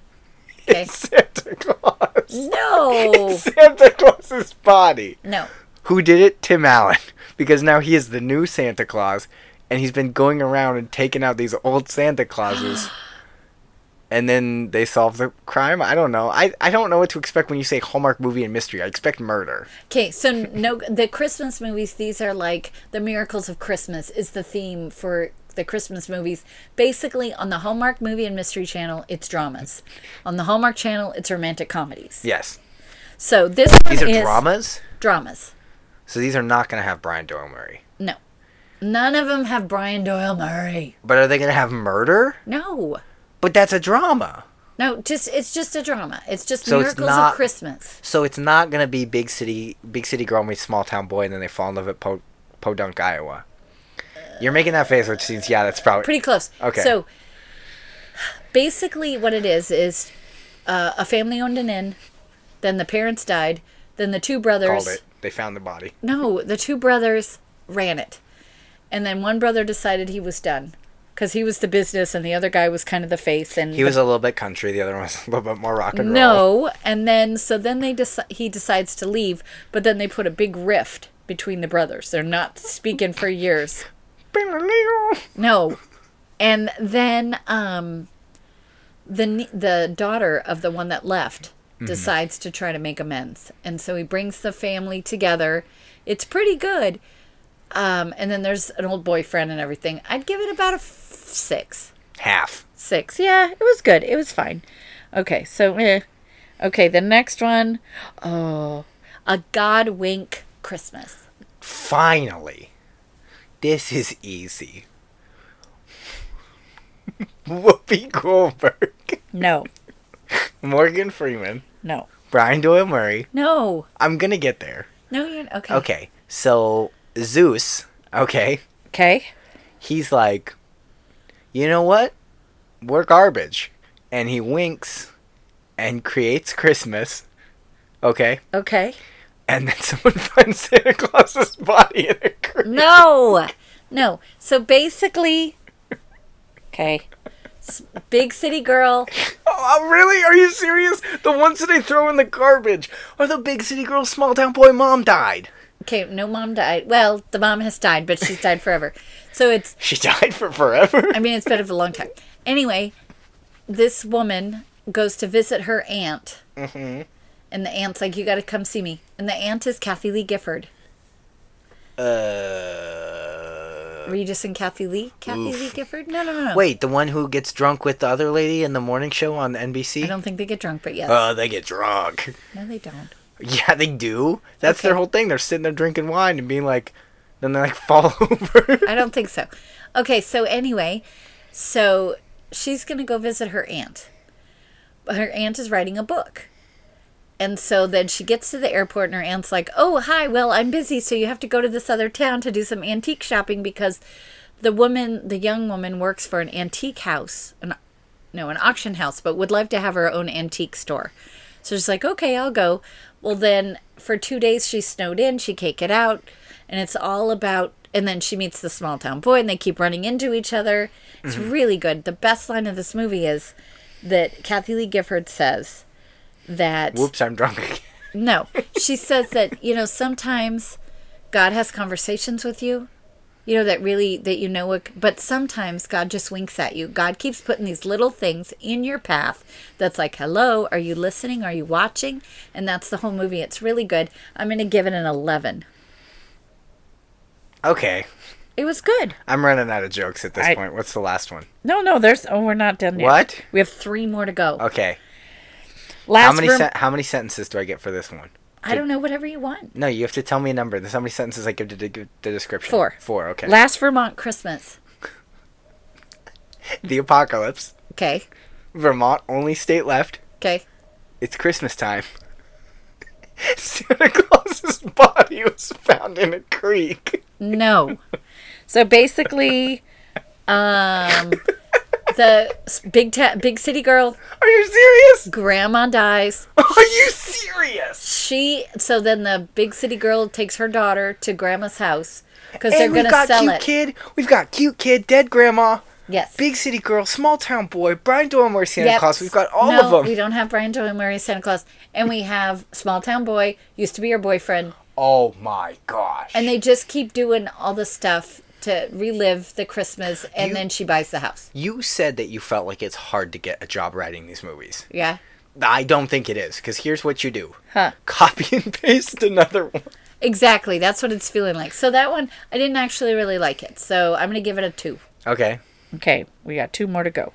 [SPEAKER 2] Okay.
[SPEAKER 1] It's Santa Claus.
[SPEAKER 2] No.
[SPEAKER 1] It's Santa Claus's body.
[SPEAKER 2] No.
[SPEAKER 1] Who did it? Tim Allen. Because now he is the new Santa Claus, and he's been going around and taking out these old Santa Clauses. and then they solve the crime. I don't know. I, I don't know what to expect when you say Hallmark movie and mystery. I expect murder.
[SPEAKER 2] Okay, so no the Christmas movies these are like the miracles of Christmas is the theme for the Christmas movies. Basically on the Hallmark movie and mystery channel it's dramas. On the Hallmark channel it's romantic comedies.
[SPEAKER 1] Yes.
[SPEAKER 2] So this one
[SPEAKER 1] These are
[SPEAKER 2] is
[SPEAKER 1] dramas?
[SPEAKER 2] dramas.
[SPEAKER 1] So these are not going to have Brian Doyle Murray.
[SPEAKER 2] No. None of them have Brian Doyle Murray.
[SPEAKER 1] But are they going to have murder?
[SPEAKER 2] No.
[SPEAKER 1] But that's a drama.
[SPEAKER 2] No, just it's just a drama. It's just
[SPEAKER 1] So it's
[SPEAKER 2] miracles
[SPEAKER 1] not-
[SPEAKER 2] of Christmas.
[SPEAKER 1] So it's not going to be big city big city girl meets small town boy and then they fall in love at po- Podunk, Iowa. You're making that face, which seems yeah, that's probably
[SPEAKER 2] pretty close.
[SPEAKER 1] Okay.
[SPEAKER 2] So basically, what it is is uh, a family owned an inn. Then the parents died. Then the two brothers.
[SPEAKER 1] called it. They found the body.
[SPEAKER 2] No, the two brothers ran it, and then one brother decided he was done because he was the business, and the other guy was kind of the face. And
[SPEAKER 1] He was a little bit country. The other one was a little bit more rock and roll.
[SPEAKER 2] no, and then so then they deci- he decides to leave, but then they put a big rift between the brothers. They're not speaking for years. No. And then um the ne- the daughter of the one that left decides to try to make amends. And so he brings the family together. It's pretty good. Um and then there's an old boyfriend and everything. I'd give it about a f- 6.
[SPEAKER 1] Half.
[SPEAKER 2] 6. Yeah, it was good. It was fine. Okay, so eh. Okay, the next one. Oh, a God wink Christmas.
[SPEAKER 1] Finally. This is easy. Whoopi Goldberg.
[SPEAKER 2] No.
[SPEAKER 1] Morgan Freeman.
[SPEAKER 2] No.
[SPEAKER 1] Brian Doyle Murray.
[SPEAKER 2] No.
[SPEAKER 1] I'm gonna get there.
[SPEAKER 2] No, you're okay.
[SPEAKER 1] Okay, so Zeus. Okay,
[SPEAKER 2] Okay.
[SPEAKER 1] he's like, you know what? We're garbage, and he winks, and creates Christmas. Okay,
[SPEAKER 2] Okay.
[SPEAKER 1] and then someone finds Santa Claus's body in a creek.
[SPEAKER 2] No. No. So basically, okay. S- Big city girl.
[SPEAKER 1] Oh, oh, really? Are you serious? The ones that they throw in the garbage are the big city girl, small town boy mom died.
[SPEAKER 2] Okay, no mom died. Well, the mom has died, but she's died forever. So it's
[SPEAKER 1] She died for forever.
[SPEAKER 2] I mean, it's been a long time. Anyway, this woman goes to visit her aunt. Mm-hmm. And the aunt's like, You got to come see me. And the aunt is Kathy Lee Gifford.
[SPEAKER 1] Uh,
[SPEAKER 2] Regis and Kathy Lee? Kathy Lee Gifford? No, no, no, no.
[SPEAKER 1] wait, the one who gets drunk with the other lady in the morning show on NBC?
[SPEAKER 2] I don't think they get drunk, but yes.
[SPEAKER 1] Oh, they get drunk.
[SPEAKER 2] no, they don't.
[SPEAKER 1] Yeah, they do. That's their
[SPEAKER 2] Okay.
[SPEAKER 1] whole thing. They're sitting there drinking wine and being like, then they like fall over.
[SPEAKER 2] I don't think so. Okay, so anyway, so she's going to go visit her aunt. But Her aunt is writing a book. And so then she gets to the airport and her aunt's like, "Oh, hi. Well, I'm busy, so you have to go to this other town to do some antique shopping because the woman, the young woman works for an antique house, an no, an auction house, but would love to have her own antique store." So she's like, "Okay, I'll go." Well, then for 2 days she snowed in, she can't get out, and it's all about and then she meets the small town boy and they keep running into each other. It's really good. The best line of this movie is that Kathy Lee Gifford says that
[SPEAKER 1] Whoops, I'm drunk again.
[SPEAKER 2] no, she says that you know sometimes God has conversations with you, you know that really that you know what, but sometimes God just winks at you. God keeps putting these little things in your path that's like, "Hello, are you listening? Are you watching?" And that's the whole movie. It's really good. I'm gonna give it an eleven.
[SPEAKER 1] Okay,
[SPEAKER 2] It was good.
[SPEAKER 1] I'm running out of jokes at this
[SPEAKER 2] I-
[SPEAKER 1] point. What's the last one?
[SPEAKER 2] No, no, there's oh, we're not done yet.
[SPEAKER 1] What?
[SPEAKER 2] We have three more to go.
[SPEAKER 1] Okay.
[SPEAKER 2] Last
[SPEAKER 1] How many
[SPEAKER 2] room.
[SPEAKER 1] sen- how many sentences do I get for this one?
[SPEAKER 2] I don't know. Whatever you want.
[SPEAKER 1] No, you have to tell me a number. There's how many sentences I give to the, the description.
[SPEAKER 2] Four.
[SPEAKER 1] Four. Okay.
[SPEAKER 2] Last Vermont Christmas.
[SPEAKER 1] the apocalypse.
[SPEAKER 2] Okay.
[SPEAKER 1] Vermont only state left.
[SPEAKER 2] Okay.
[SPEAKER 1] It's Christmas time. Santa Claus's body was found in a creek.
[SPEAKER 2] No. So basically, um, the s- big ta- big city girl
[SPEAKER 1] Are you serious?
[SPEAKER 2] grandma dies.
[SPEAKER 1] Are you serious?
[SPEAKER 2] She so then the big city girl takes her daughter to grandma's house because they're
[SPEAKER 1] And we've
[SPEAKER 2] gonna
[SPEAKER 1] got
[SPEAKER 2] sell
[SPEAKER 1] cute
[SPEAKER 2] it.
[SPEAKER 1] kid. We've got cute kid, dead grandma,
[SPEAKER 2] Yes.
[SPEAKER 1] big city girl, small town boy, Brian Dormer, Santa
[SPEAKER 2] Yep.
[SPEAKER 1] Claus. We've got all
[SPEAKER 2] no,
[SPEAKER 1] of them.
[SPEAKER 2] We don't have Brian Doyle Murray Santa Claus, and we have small town boy used to be your boyfriend,
[SPEAKER 1] Oh my gosh.
[SPEAKER 2] and they just keep doing all the stuff to relive the Christmas, and
[SPEAKER 1] You-
[SPEAKER 2] then she buys the house.
[SPEAKER 1] you said that you felt like it's hard to get a job writing these movies.
[SPEAKER 2] Yeah.
[SPEAKER 1] I don't think it is, because here's what you do.
[SPEAKER 2] Huh.
[SPEAKER 1] Copy and paste another one.
[SPEAKER 2] Exactly. That's what it's feeling like. So that one, I didn't actually really like it. So I'm going to give it a two.
[SPEAKER 1] Okay.
[SPEAKER 2] Okay. We got two more to go.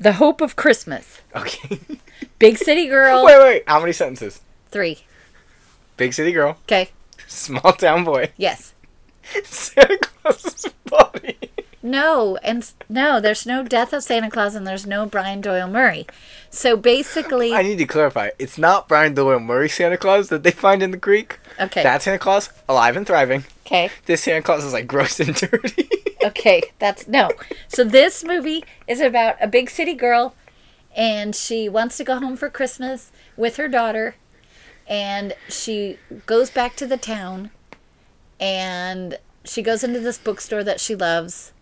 [SPEAKER 2] The Hope of Christmas.
[SPEAKER 1] Okay. wait,
[SPEAKER 2] Big City Girl.
[SPEAKER 1] wait. How many sentences?
[SPEAKER 2] Three.
[SPEAKER 1] Big city girl,
[SPEAKER 2] Okay.
[SPEAKER 1] small town boy,
[SPEAKER 2] Yes.
[SPEAKER 1] Santa Claus's body.
[SPEAKER 2] No. And s- no, there's no Death of Santa Claus and there's no Brian Doyle Murray. So basically,
[SPEAKER 1] I need to clarify. It's not Brian Doyle Murray Santa Claus that they find in the creek.
[SPEAKER 2] Okay.
[SPEAKER 1] That Santa Claus, alive and thriving.
[SPEAKER 2] okay.
[SPEAKER 1] This Santa Claus is like gross and dirty.
[SPEAKER 2] Okay. That's no. So this movie is about a big city girl and she wants to go home for Christmas with her daughter and she goes back to the town and she goes into this bookstore that she loves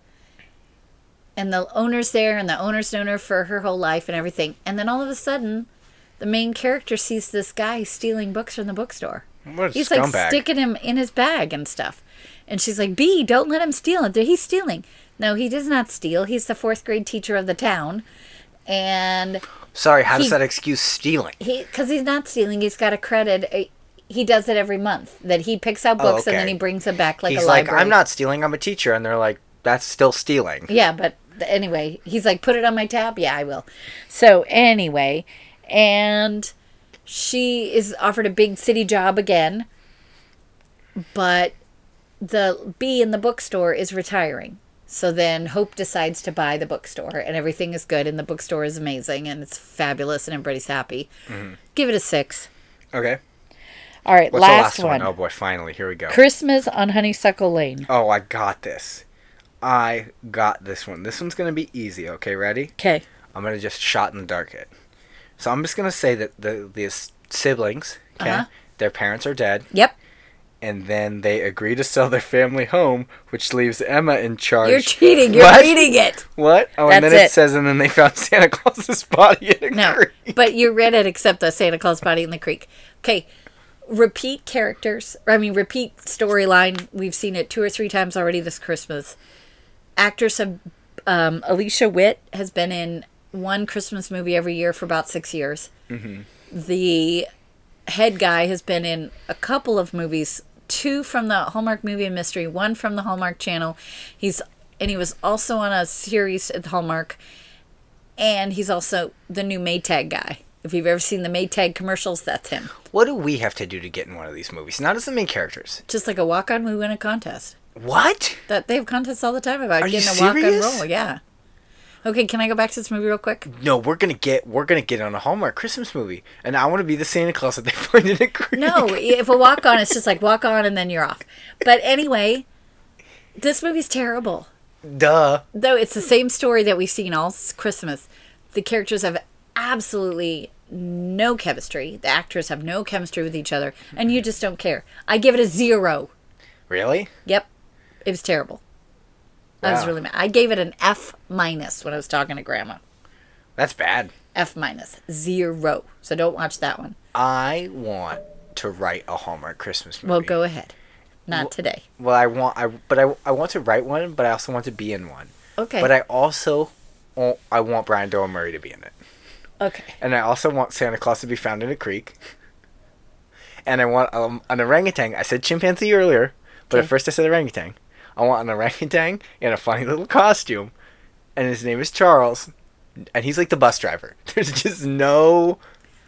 [SPEAKER 2] and the owner's there and the owner's known her for her whole life and everything and then all of a sudden the main character sees this guy stealing books from the bookstore
[SPEAKER 1] What a
[SPEAKER 2] he's
[SPEAKER 1] scumbag.
[SPEAKER 2] like sticking him in his bag and stuff and she's like b don't let him steal it he's stealing no he does not steal he's the fourth grade teacher of the town and
[SPEAKER 1] Sorry, how
[SPEAKER 2] He-
[SPEAKER 1] does that excuse stealing?
[SPEAKER 2] he because he's not stealing he's got a credit uh, he does it every month that he picks out books and then
[SPEAKER 1] Oh, okay.
[SPEAKER 2] he brings them back like
[SPEAKER 1] He's
[SPEAKER 2] a
[SPEAKER 1] like,
[SPEAKER 2] library
[SPEAKER 1] I'm not stealing, I'm a teacher. And they're like, that's still stealing.
[SPEAKER 2] yeah but th- anyway he's like put it on my tab yeah i will so anyway and she is offered a big city job again but the bee in the bookstore is retiring So then Hope decides to buy the bookstore, and everything is good, and the bookstore is amazing, and it's fabulous, and everybody's happy. Give it a six.
[SPEAKER 1] Okay.
[SPEAKER 2] All right,
[SPEAKER 1] What's
[SPEAKER 2] last,
[SPEAKER 1] Mm-hmm. the last
[SPEAKER 2] one.
[SPEAKER 1] one? Oh boy, finally, here we go.
[SPEAKER 2] Christmas on Honeysuckle Lane.
[SPEAKER 1] Oh, I got this. I got this one. This one's gonna be easy. Okay, ready?
[SPEAKER 2] Okay.
[SPEAKER 1] I'm gonna just shot in the dark it. So I'm just gonna say that the these siblings, okay,
[SPEAKER 2] Uh-huh.
[SPEAKER 1] their parents are dead,
[SPEAKER 2] Yep.
[SPEAKER 1] and then they agree to sell their family home, which leaves Emma in charge.
[SPEAKER 2] You're cheating. You're
[SPEAKER 1] What?
[SPEAKER 2] reading it.
[SPEAKER 1] What? Oh, and
[SPEAKER 2] That's
[SPEAKER 1] then it,
[SPEAKER 2] it.
[SPEAKER 1] says, and then they found Santa Claus's body in a
[SPEAKER 2] No,
[SPEAKER 1] creek.
[SPEAKER 2] but you read it except the Santa Claus body in the creek. Okay. Repeat characters. or, I mean, repeat storyline. We've seen it two or three times already this Christmas. Actress of um, Alicia Witt has been in one Christmas movie every year for about six years. The head guy has been in a couple of movies two from the hallmark movie and mystery one from the hallmark channel he's and he was also on a series at hallmark and he's also the new maytag guy if you've ever seen the maytag commercials that's him
[SPEAKER 1] What do we have to do to get in one of these movies? Not as the main characters.
[SPEAKER 2] just like a walk-on we win a contest
[SPEAKER 1] What?
[SPEAKER 2] that they have contests all the time about
[SPEAKER 1] Are you
[SPEAKER 2] getting a walk-on
[SPEAKER 1] serious? Oh
[SPEAKER 2] role yeah okay can i go back to this movie real quick
[SPEAKER 1] No, we're gonna get we're gonna get on a Hallmark Christmas movie, and I want to be the Santa Claus that they find in a creek.
[SPEAKER 2] No, if a walk on, it's just like walk on and then you're off. But anyway, this movie's terrible.
[SPEAKER 1] duh.
[SPEAKER 2] Though it's the same story that we've seen all s- Christmas. The characters have absolutely no chemistry. The actors have no chemistry with each other, and you just don't care. I give it a zero.
[SPEAKER 1] Really?
[SPEAKER 2] Yep, it was terrible. I was
[SPEAKER 1] Wow.
[SPEAKER 2] really mad. I gave it an F minus when I was talking to Grandma.
[SPEAKER 1] That's bad.
[SPEAKER 2] F minus zero. So don't watch that one.
[SPEAKER 1] I want to write a Hallmark Christmas movie.
[SPEAKER 2] Well, go ahead. Not today.
[SPEAKER 1] Well, I want I but I, I want to write one, but I also want to be in one.
[SPEAKER 2] Okay.
[SPEAKER 1] But I also want, I want Brian Doyle Murray to be in it,
[SPEAKER 2] okay.
[SPEAKER 1] and I also want Santa Claus to be found in a creek. And I want um, an orangutan. I said chimpanzee earlier, but
[SPEAKER 2] Okay.
[SPEAKER 1] at first I said orangutan. I want an orangutan in a funny little costume, and his name is Charles, and he's like the bus driver. There's just no.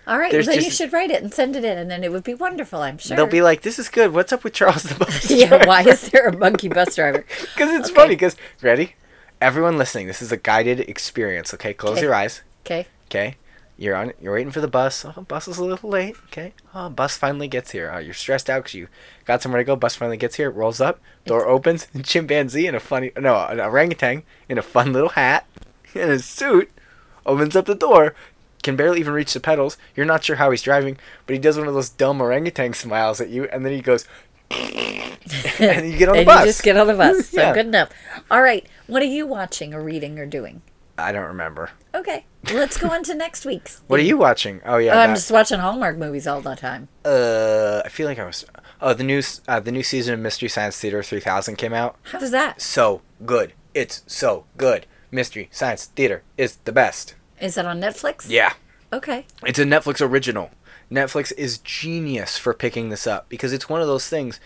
[SPEAKER 2] All right, well,
[SPEAKER 1] There's
[SPEAKER 2] then you
[SPEAKER 1] just-
[SPEAKER 2] should write it and send it in, and then it would be wonderful, I'm sure.
[SPEAKER 1] They'll be like, "This is good. What's up with Charles the bus?"
[SPEAKER 2] yeah, why is there a monkey bus driver?
[SPEAKER 1] Because it's funny, 'cause funny. Because ready, everyone listening, this is a guided experience. Okay, close
[SPEAKER 2] Okay.
[SPEAKER 1] your eyes.
[SPEAKER 2] Okay,
[SPEAKER 1] Okay, you're on. You're waiting for the bus. Oh, bus is a little late. Okay, oh, bus finally gets here. Oh, you're stressed out because you got somewhere to go. Bus finally gets here. Rolls up. Door opens. chimpanzee in a funny no, an orangutan in a fun little hat and a suit opens up the door. Can barely even reach the pedals. You're not sure how he's driving, but he does one of those dumb orangutan smiles at you, and then he goes. and you get on the
[SPEAKER 2] and
[SPEAKER 1] bus.
[SPEAKER 2] you just get on the bus. So
[SPEAKER 1] Yeah.
[SPEAKER 2] good enough. All right, what are you watching or reading or doing?
[SPEAKER 1] I don't remember.
[SPEAKER 2] Okay, let's go on to next week's.
[SPEAKER 1] What are you watching? Oh yeah,
[SPEAKER 2] Oh, I'm
[SPEAKER 1] that-
[SPEAKER 2] just watching Hallmark movies all the time.
[SPEAKER 1] uh, I feel like I was. Oh, the new s- uh, the new season of Mystery Science Theater 3000 came out.
[SPEAKER 2] How does that?
[SPEAKER 1] So good. It's so good. Mystery Science Theater is the best.
[SPEAKER 2] Is that on Netflix?
[SPEAKER 1] Yeah,
[SPEAKER 2] Okay.
[SPEAKER 1] it's a Netflix original. Netflix is genius for picking this up because it's one of those things.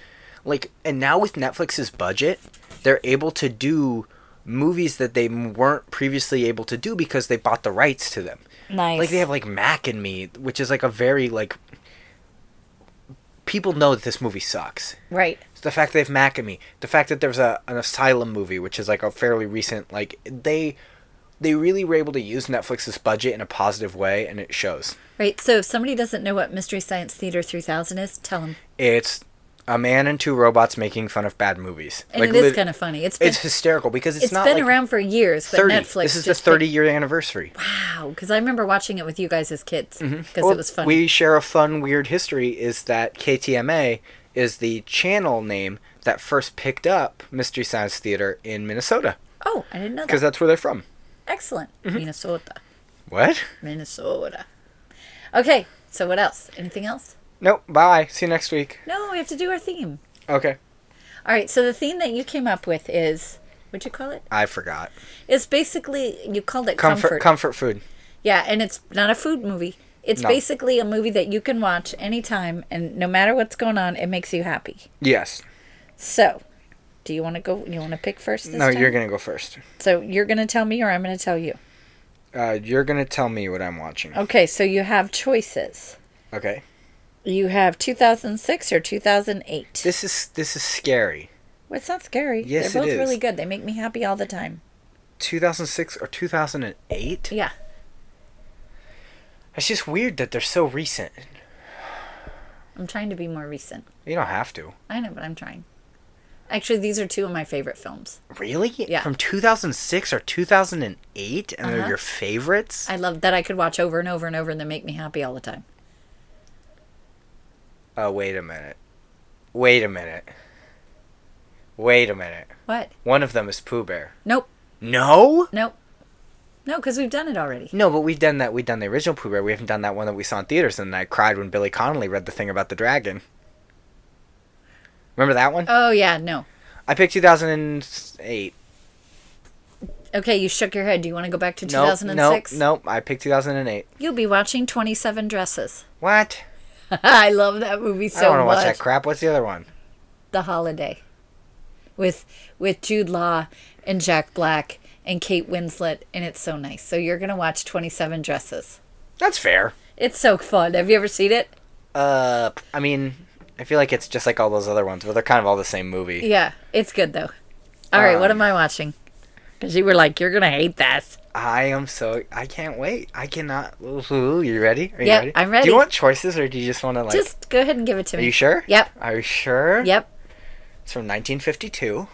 [SPEAKER 1] Like, and now with Netflix's budget, they're able to do movies that they m- weren't previously able to do because they bought the rights to them.
[SPEAKER 2] Nice.
[SPEAKER 1] Like they have like Mac and Me, which is like a very like people know that this movie sucks.
[SPEAKER 2] right.
[SPEAKER 1] It's the fact that they have Mac and Me, the fact that there's a an Asylum movie, which is like a fairly recent like they they really were able to use Netflix's budget in a positive way, and it shows.
[SPEAKER 2] Right. So if somebody doesn't know what Mystery Science Theater 3000 is, tell them.
[SPEAKER 1] It's a man and two robots making fun of bad movies.
[SPEAKER 2] And it
[SPEAKER 1] lit-
[SPEAKER 2] is kind of funny. It's been,
[SPEAKER 1] it's
[SPEAKER 2] it's,
[SPEAKER 1] hysterical because it's, not
[SPEAKER 2] been
[SPEAKER 1] like
[SPEAKER 2] around for years, but
[SPEAKER 1] 30.
[SPEAKER 2] Netflix.
[SPEAKER 1] this is the
[SPEAKER 2] just picked
[SPEAKER 1] 30 year anniversary.
[SPEAKER 2] Wow, because I remember watching it with you guys as kids because
[SPEAKER 1] Mm-hmm. Well,
[SPEAKER 2] it was funny.
[SPEAKER 1] We share a fun, weird history is that KTMA is the channel name that first picked up Mystery Science Theater in Minnesota
[SPEAKER 2] oh, I didn't know
[SPEAKER 1] because
[SPEAKER 2] that.
[SPEAKER 1] that's where they're from.
[SPEAKER 2] Excellent.
[SPEAKER 1] Mm-hmm.
[SPEAKER 2] Minnesota.
[SPEAKER 1] What?
[SPEAKER 2] Minnesota. Okay, so what else? Anything else?
[SPEAKER 1] Nope. Bye. See you next week.
[SPEAKER 2] No, we have to do our theme.
[SPEAKER 1] Okay.
[SPEAKER 2] All right, so the theme that you came up with is what'd you call it?
[SPEAKER 1] I forgot.
[SPEAKER 2] It's basically, you called it
[SPEAKER 1] Comfort
[SPEAKER 2] comfort.
[SPEAKER 1] comfort, food.
[SPEAKER 2] yeah, and it's not a food movie. It's
[SPEAKER 1] No.
[SPEAKER 2] basically a movie that you can watch anytime, and no matter what's going on, it makes you happy.
[SPEAKER 1] Yes.
[SPEAKER 2] So, do you want to go? You want to pick first? This
[SPEAKER 1] no,
[SPEAKER 2] time?
[SPEAKER 1] you're gonna go first.
[SPEAKER 2] So you're gonna tell me, or I'm gonna tell you.
[SPEAKER 1] Uh, you're gonna tell me what I'm watching.
[SPEAKER 2] Okay, so you have choices.
[SPEAKER 1] Okay.
[SPEAKER 2] You have 2006 or 2008.
[SPEAKER 1] This is this is scary.
[SPEAKER 2] Well, it's not scary.
[SPEAKER 1] Yes,
[SPEAKER 2] They're
[SPEAKER 1] it
[SPEAKER 2] both
[SPEAKER 1] is.
[SPEAKER 2] really good. They make me happy all the time.
[SPEAKER 1] 2006 or 2008?
[SPEAKER 2] Yeah.
[SPEAKER 1] It's just weird that they're so recent.
[SPEAKER 2] I'm trying to be more recent.
[SPEAKER 1] You don't have to.
[SPEAKER 2] I know, but I'm trying. Actually, these are two of my favorite films.
[SPEAKER 1] Really?
[SPEAKER 2] Yeah.
[SPEAKER 1] From 2006 or 2008? And they're
[SPEAKER 2] Uh-huh.
[SPEAKER 1] your favorites?
[SPEAKER 2] I love that I could watch over and over and over and they make me happy all the time.
[SPEAKER 1] Oh, wait a minute. Wait a minute. Wait a minute.
[SPEAKER 2] What?
[SPEAKER 1] One of them is Pooh Bear.
[SPEAKER 2] Nope.
[SPEAKER 1] No?
[SPEAKER 2] Nope. No, because we've done it already.
[SPEAKER 1] No, but we've done that. We've done the original Pooh Bear. We haven't done that one that we saw in theaters. And I cried when Billy Connolly read the thing about the dragon. Remember that one?
[SPEAKER 2] Oh, yeah, no.
[SPEAKER 1] I picked 2008.
[SPEAKER 2] Okay, you shook your head. Do you want to go back to
[SPEAKER 1] Nope,
[SPEAKER 2] 2006?
[SPEAKER 1] Nope, nope. I picked 2008.
[SPEAKER 2] You'll be watching 27 Dresses.
[SPEAKER 1] What?
[SPEAKER 2] I love that movie
[SPEAKER 1] I don't
[SPEAKER 2] so
[SPEAKER 1] want to
[SPEAKER 2] much.
[SPEAKER 1] watch that crap. What's the other one?
[SPEAKER 2] the Holiday with with Jude Law and Jack Black and Kate Winslet and it's so nice. So you're going to watch 27 Dresses.
[SPEAKER 1] That's fair.
[SPEAKER 2] It's so fun. Have you ever seen it?
[SPEAKER 1] Uh, I mean, I feel like it's just like all those other ones, but they're kind of all the same movie.
[SPEAKER 2] Yeah, it's good though. All right,
[SPEAKER 1] Uh,
[SPEAKER 2] what am I watching? Cuz you were like you're going to hate this.
[SPEAKER 1] I am so I can't wait. I cannot. Ooh, you ready? Are you
[SPEAKER 2] Yep,
[SPEAKER 1] ready?
[SPEAKER 2] I'm
[SPEAKER 1] Do
[SPEAKER 2] ready.
[SPEAKER 1] you want choices or do you just want to like?
[SPEAKER 2] Just go ahead and give it to
[SPEAKER 1] are
[SPEAKER 2] me.
[SPEAKER 1] you sure?
[SPEAKER 2] Yep.
[SPEAKER 1] Are you sure?
[SPEAKER 2] Yep.
[SPEAKER 1] It's from 1952.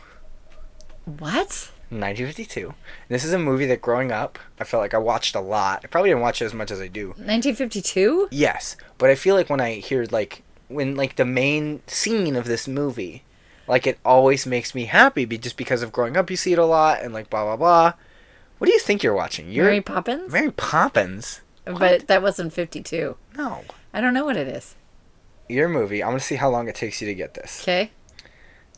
[SPEAKER 2] What?
[SPEAKER 1] 1952. This is a movie that growing up, I felt like I watched a lot. I probably didn't watch it as much as I do.
[SPEAKER 2] 1952?
[SPEAKER 1] Yes, but I feel like when I hear like when like the main scene of this movie, like it always makes me happy, be just because of growing up. You see it a lot and like blah blah blah. What do you think you're watching? You're
[SPEAKER 2] Mary Poppins?
[SPEAKER 1] Mary Poppins.
[SPEAKER 2] But that wasn't 52.
[SPEAKER 1] No,
[SPEAKER 2] I don't know what it is.
[SPEAKER 1] your movie. I'm gonna see how long it takes you to get this.
[SPEAKER 2] Okay?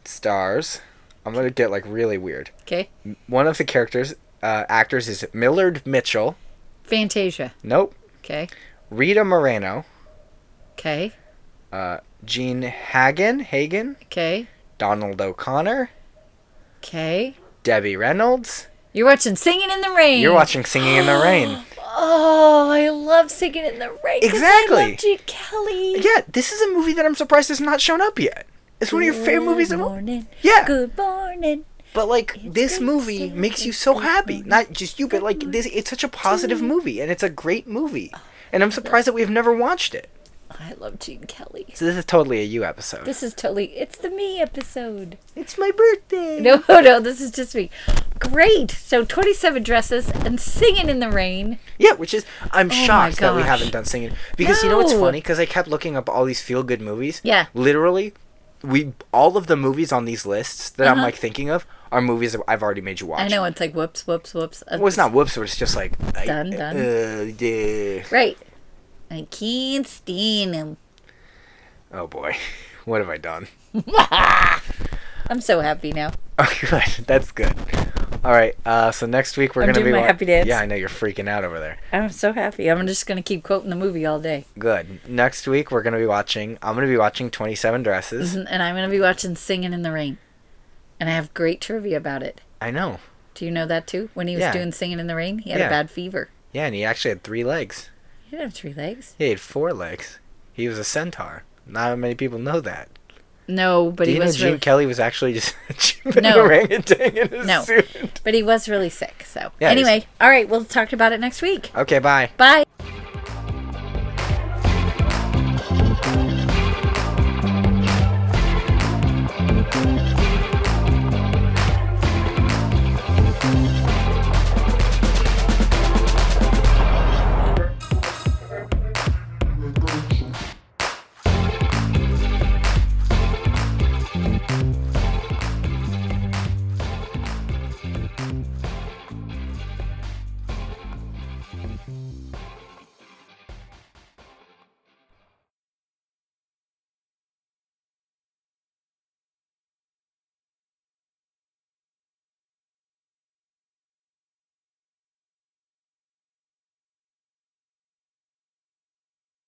[SPEAKER 1] Stars. I'm gonna get like really weird.
[SPEAKER 2] Okay.
[SPEAKER 1] One of the characters, uh, actors is Millard Mitchell.
[SPEAKER 2] Fantasia.
[SPEAKER 1] Nope.
[SPEAKER 2] Okay.
[SPEAKER 1] Rita Moreno.
[SPEAKER 2] Okay.
[SPEAKER 1] Uh, Gene Hagen. Hagen.
[SPEAKER 2] Okay.
[SPEAKER 1] Donald O'Connor.
[SPEAKER 2] Okay.
[SPEAKER 1] Debbie Reynolds.
[SPEAKER 2] You're watching Singing in the Rain.
[SPEAKER 1] You're watching Singing in the Rain.
[SPEAKER 2] Oh, I love Singing in the Rain. 'cause I
[SPEAKER 1] Exactly.
[SPEAKER 2] love Gene Kelly.
[SPEAKER 1] Yeah, this is a movie that I'm surprised has not shown up yet. It's one of your favorite movies of
[SPEAKER 2] Good
[SPEAKER 1] all.
[SPEAKER 2] morning.
[SPEAKER 1] Yeah.
[SPEAKER 2] Good morning.
[SPEAKER 1] But like this
[SPEAKER 2] good
[SPEAKER 1] movie
[SPEAKER 2] to
[SPEAKER 1] makes you
[SPEAKER 2] be
[SPEAKER 1] so happy. Not just you, but like this it's such a positive movie and it's a great movie. And I'm surprised that we've never watched it.
[SPEAKER 2] I love Gene Kelly.
[SPEAKER 1] So this is totally a you episode.
[SPEAKER 2] This is totally it's the me episode.
[SPEAKER 1] It's my birthday.
[SPEAKER 2] No, no, this is just me. Great. So 27 dresses and singing in the rain.
[SPEAKER 1] Yeah, which is I'm
[SPEAKER 2] Oh my
[SPEAKER 1] shocked that we
[SPEAKER 2] gosh.
[SPEAKER 1] haven't done singing because you know what's
[SPEAKER 2] No.
[SPEAKER 1] funny? Because I kept looking up all these feel good movies.
[SPEAKER 2] Yeah.
[SPEAKER 1] literally, we all of the movies on these lists that I'm
[SPEAKER 2] Uh-huh.
[SPEAKER 1] like thinking of are movies that I've already made you watch.
[SPEAKER 2] I know it's like whoops, whoops, whoops. Uh,
[SPEAKER 1] Well, it's not whoops, but it's just like I-
[SPEAKER 2] Done, done.
[SPEAKER 1] uh, yeah.
[SPEAKER 2] Right. I can't stand him.
[SPEAKER 1] Oh boy, what have I done?
[SPEAKER 2] I'm so happy now.
[SPEAKER 1] Oh, good. That's good. All right. Uh, so next week we're
[SPEAKER 2] I'm
[SPEAKER 1] gonna
[SPEAKER 2] doing
[SPEAKER 1] be
[SPEAKER 2] my happy dance.
[SPEAKER 1] Yeah, I know you're freaking out over there.
[SPEAKER 2] I'm so happy. I'm just gonna keep quoting the movie all day.
[SPEAKER 1] Good. Next week we're gonna be watching. I'm gonna be watching 27 Dresses.
[SPEAKER 2] And and I'm gonna be watching Singing in the Rain. And I have great trivia about it.
[SPEAKER 1] I know.
[SPEAKER 2] Do you know that too? When he was
[SPEAKER 1] Yeah.
[SPEAKER 2] doing Singing in the Rain, he had
[SPEAKER 1] Yeah.
[SPEAKER 2] a bad fever.
[SPEAKER 1] Yeah, and he actually had three legs.
[SPEAKER 2] He didn't have three legs.
[SPEAKER 1] He had four legs. He was a centaur. Not many people know that.
[SPEAKER 2] No, but
[SPEAKER 1] Do
[SPEAKER 2] he
[SPEAKER 1] you know
[SPEAKER 2] was
[SPEAKER 1] Gene
[SPEAKER 2] really,
[SPEAKER 1] Kelly was actually just a cheap
[SPEAKER 2] No.
[SPEAKER 1] orangutan in a
[SPEAKER 2] No.
[SPEAKER 1] suit?
[SPEAKER 2] but he was really sick. So
[SPEAKER 1] Yeah, he's-
[SPEAKER 2] anyway, all right, we'll talk about it next week.
[SPEAKER 1] Okay, bye.
[SPEAKER 2] Bye.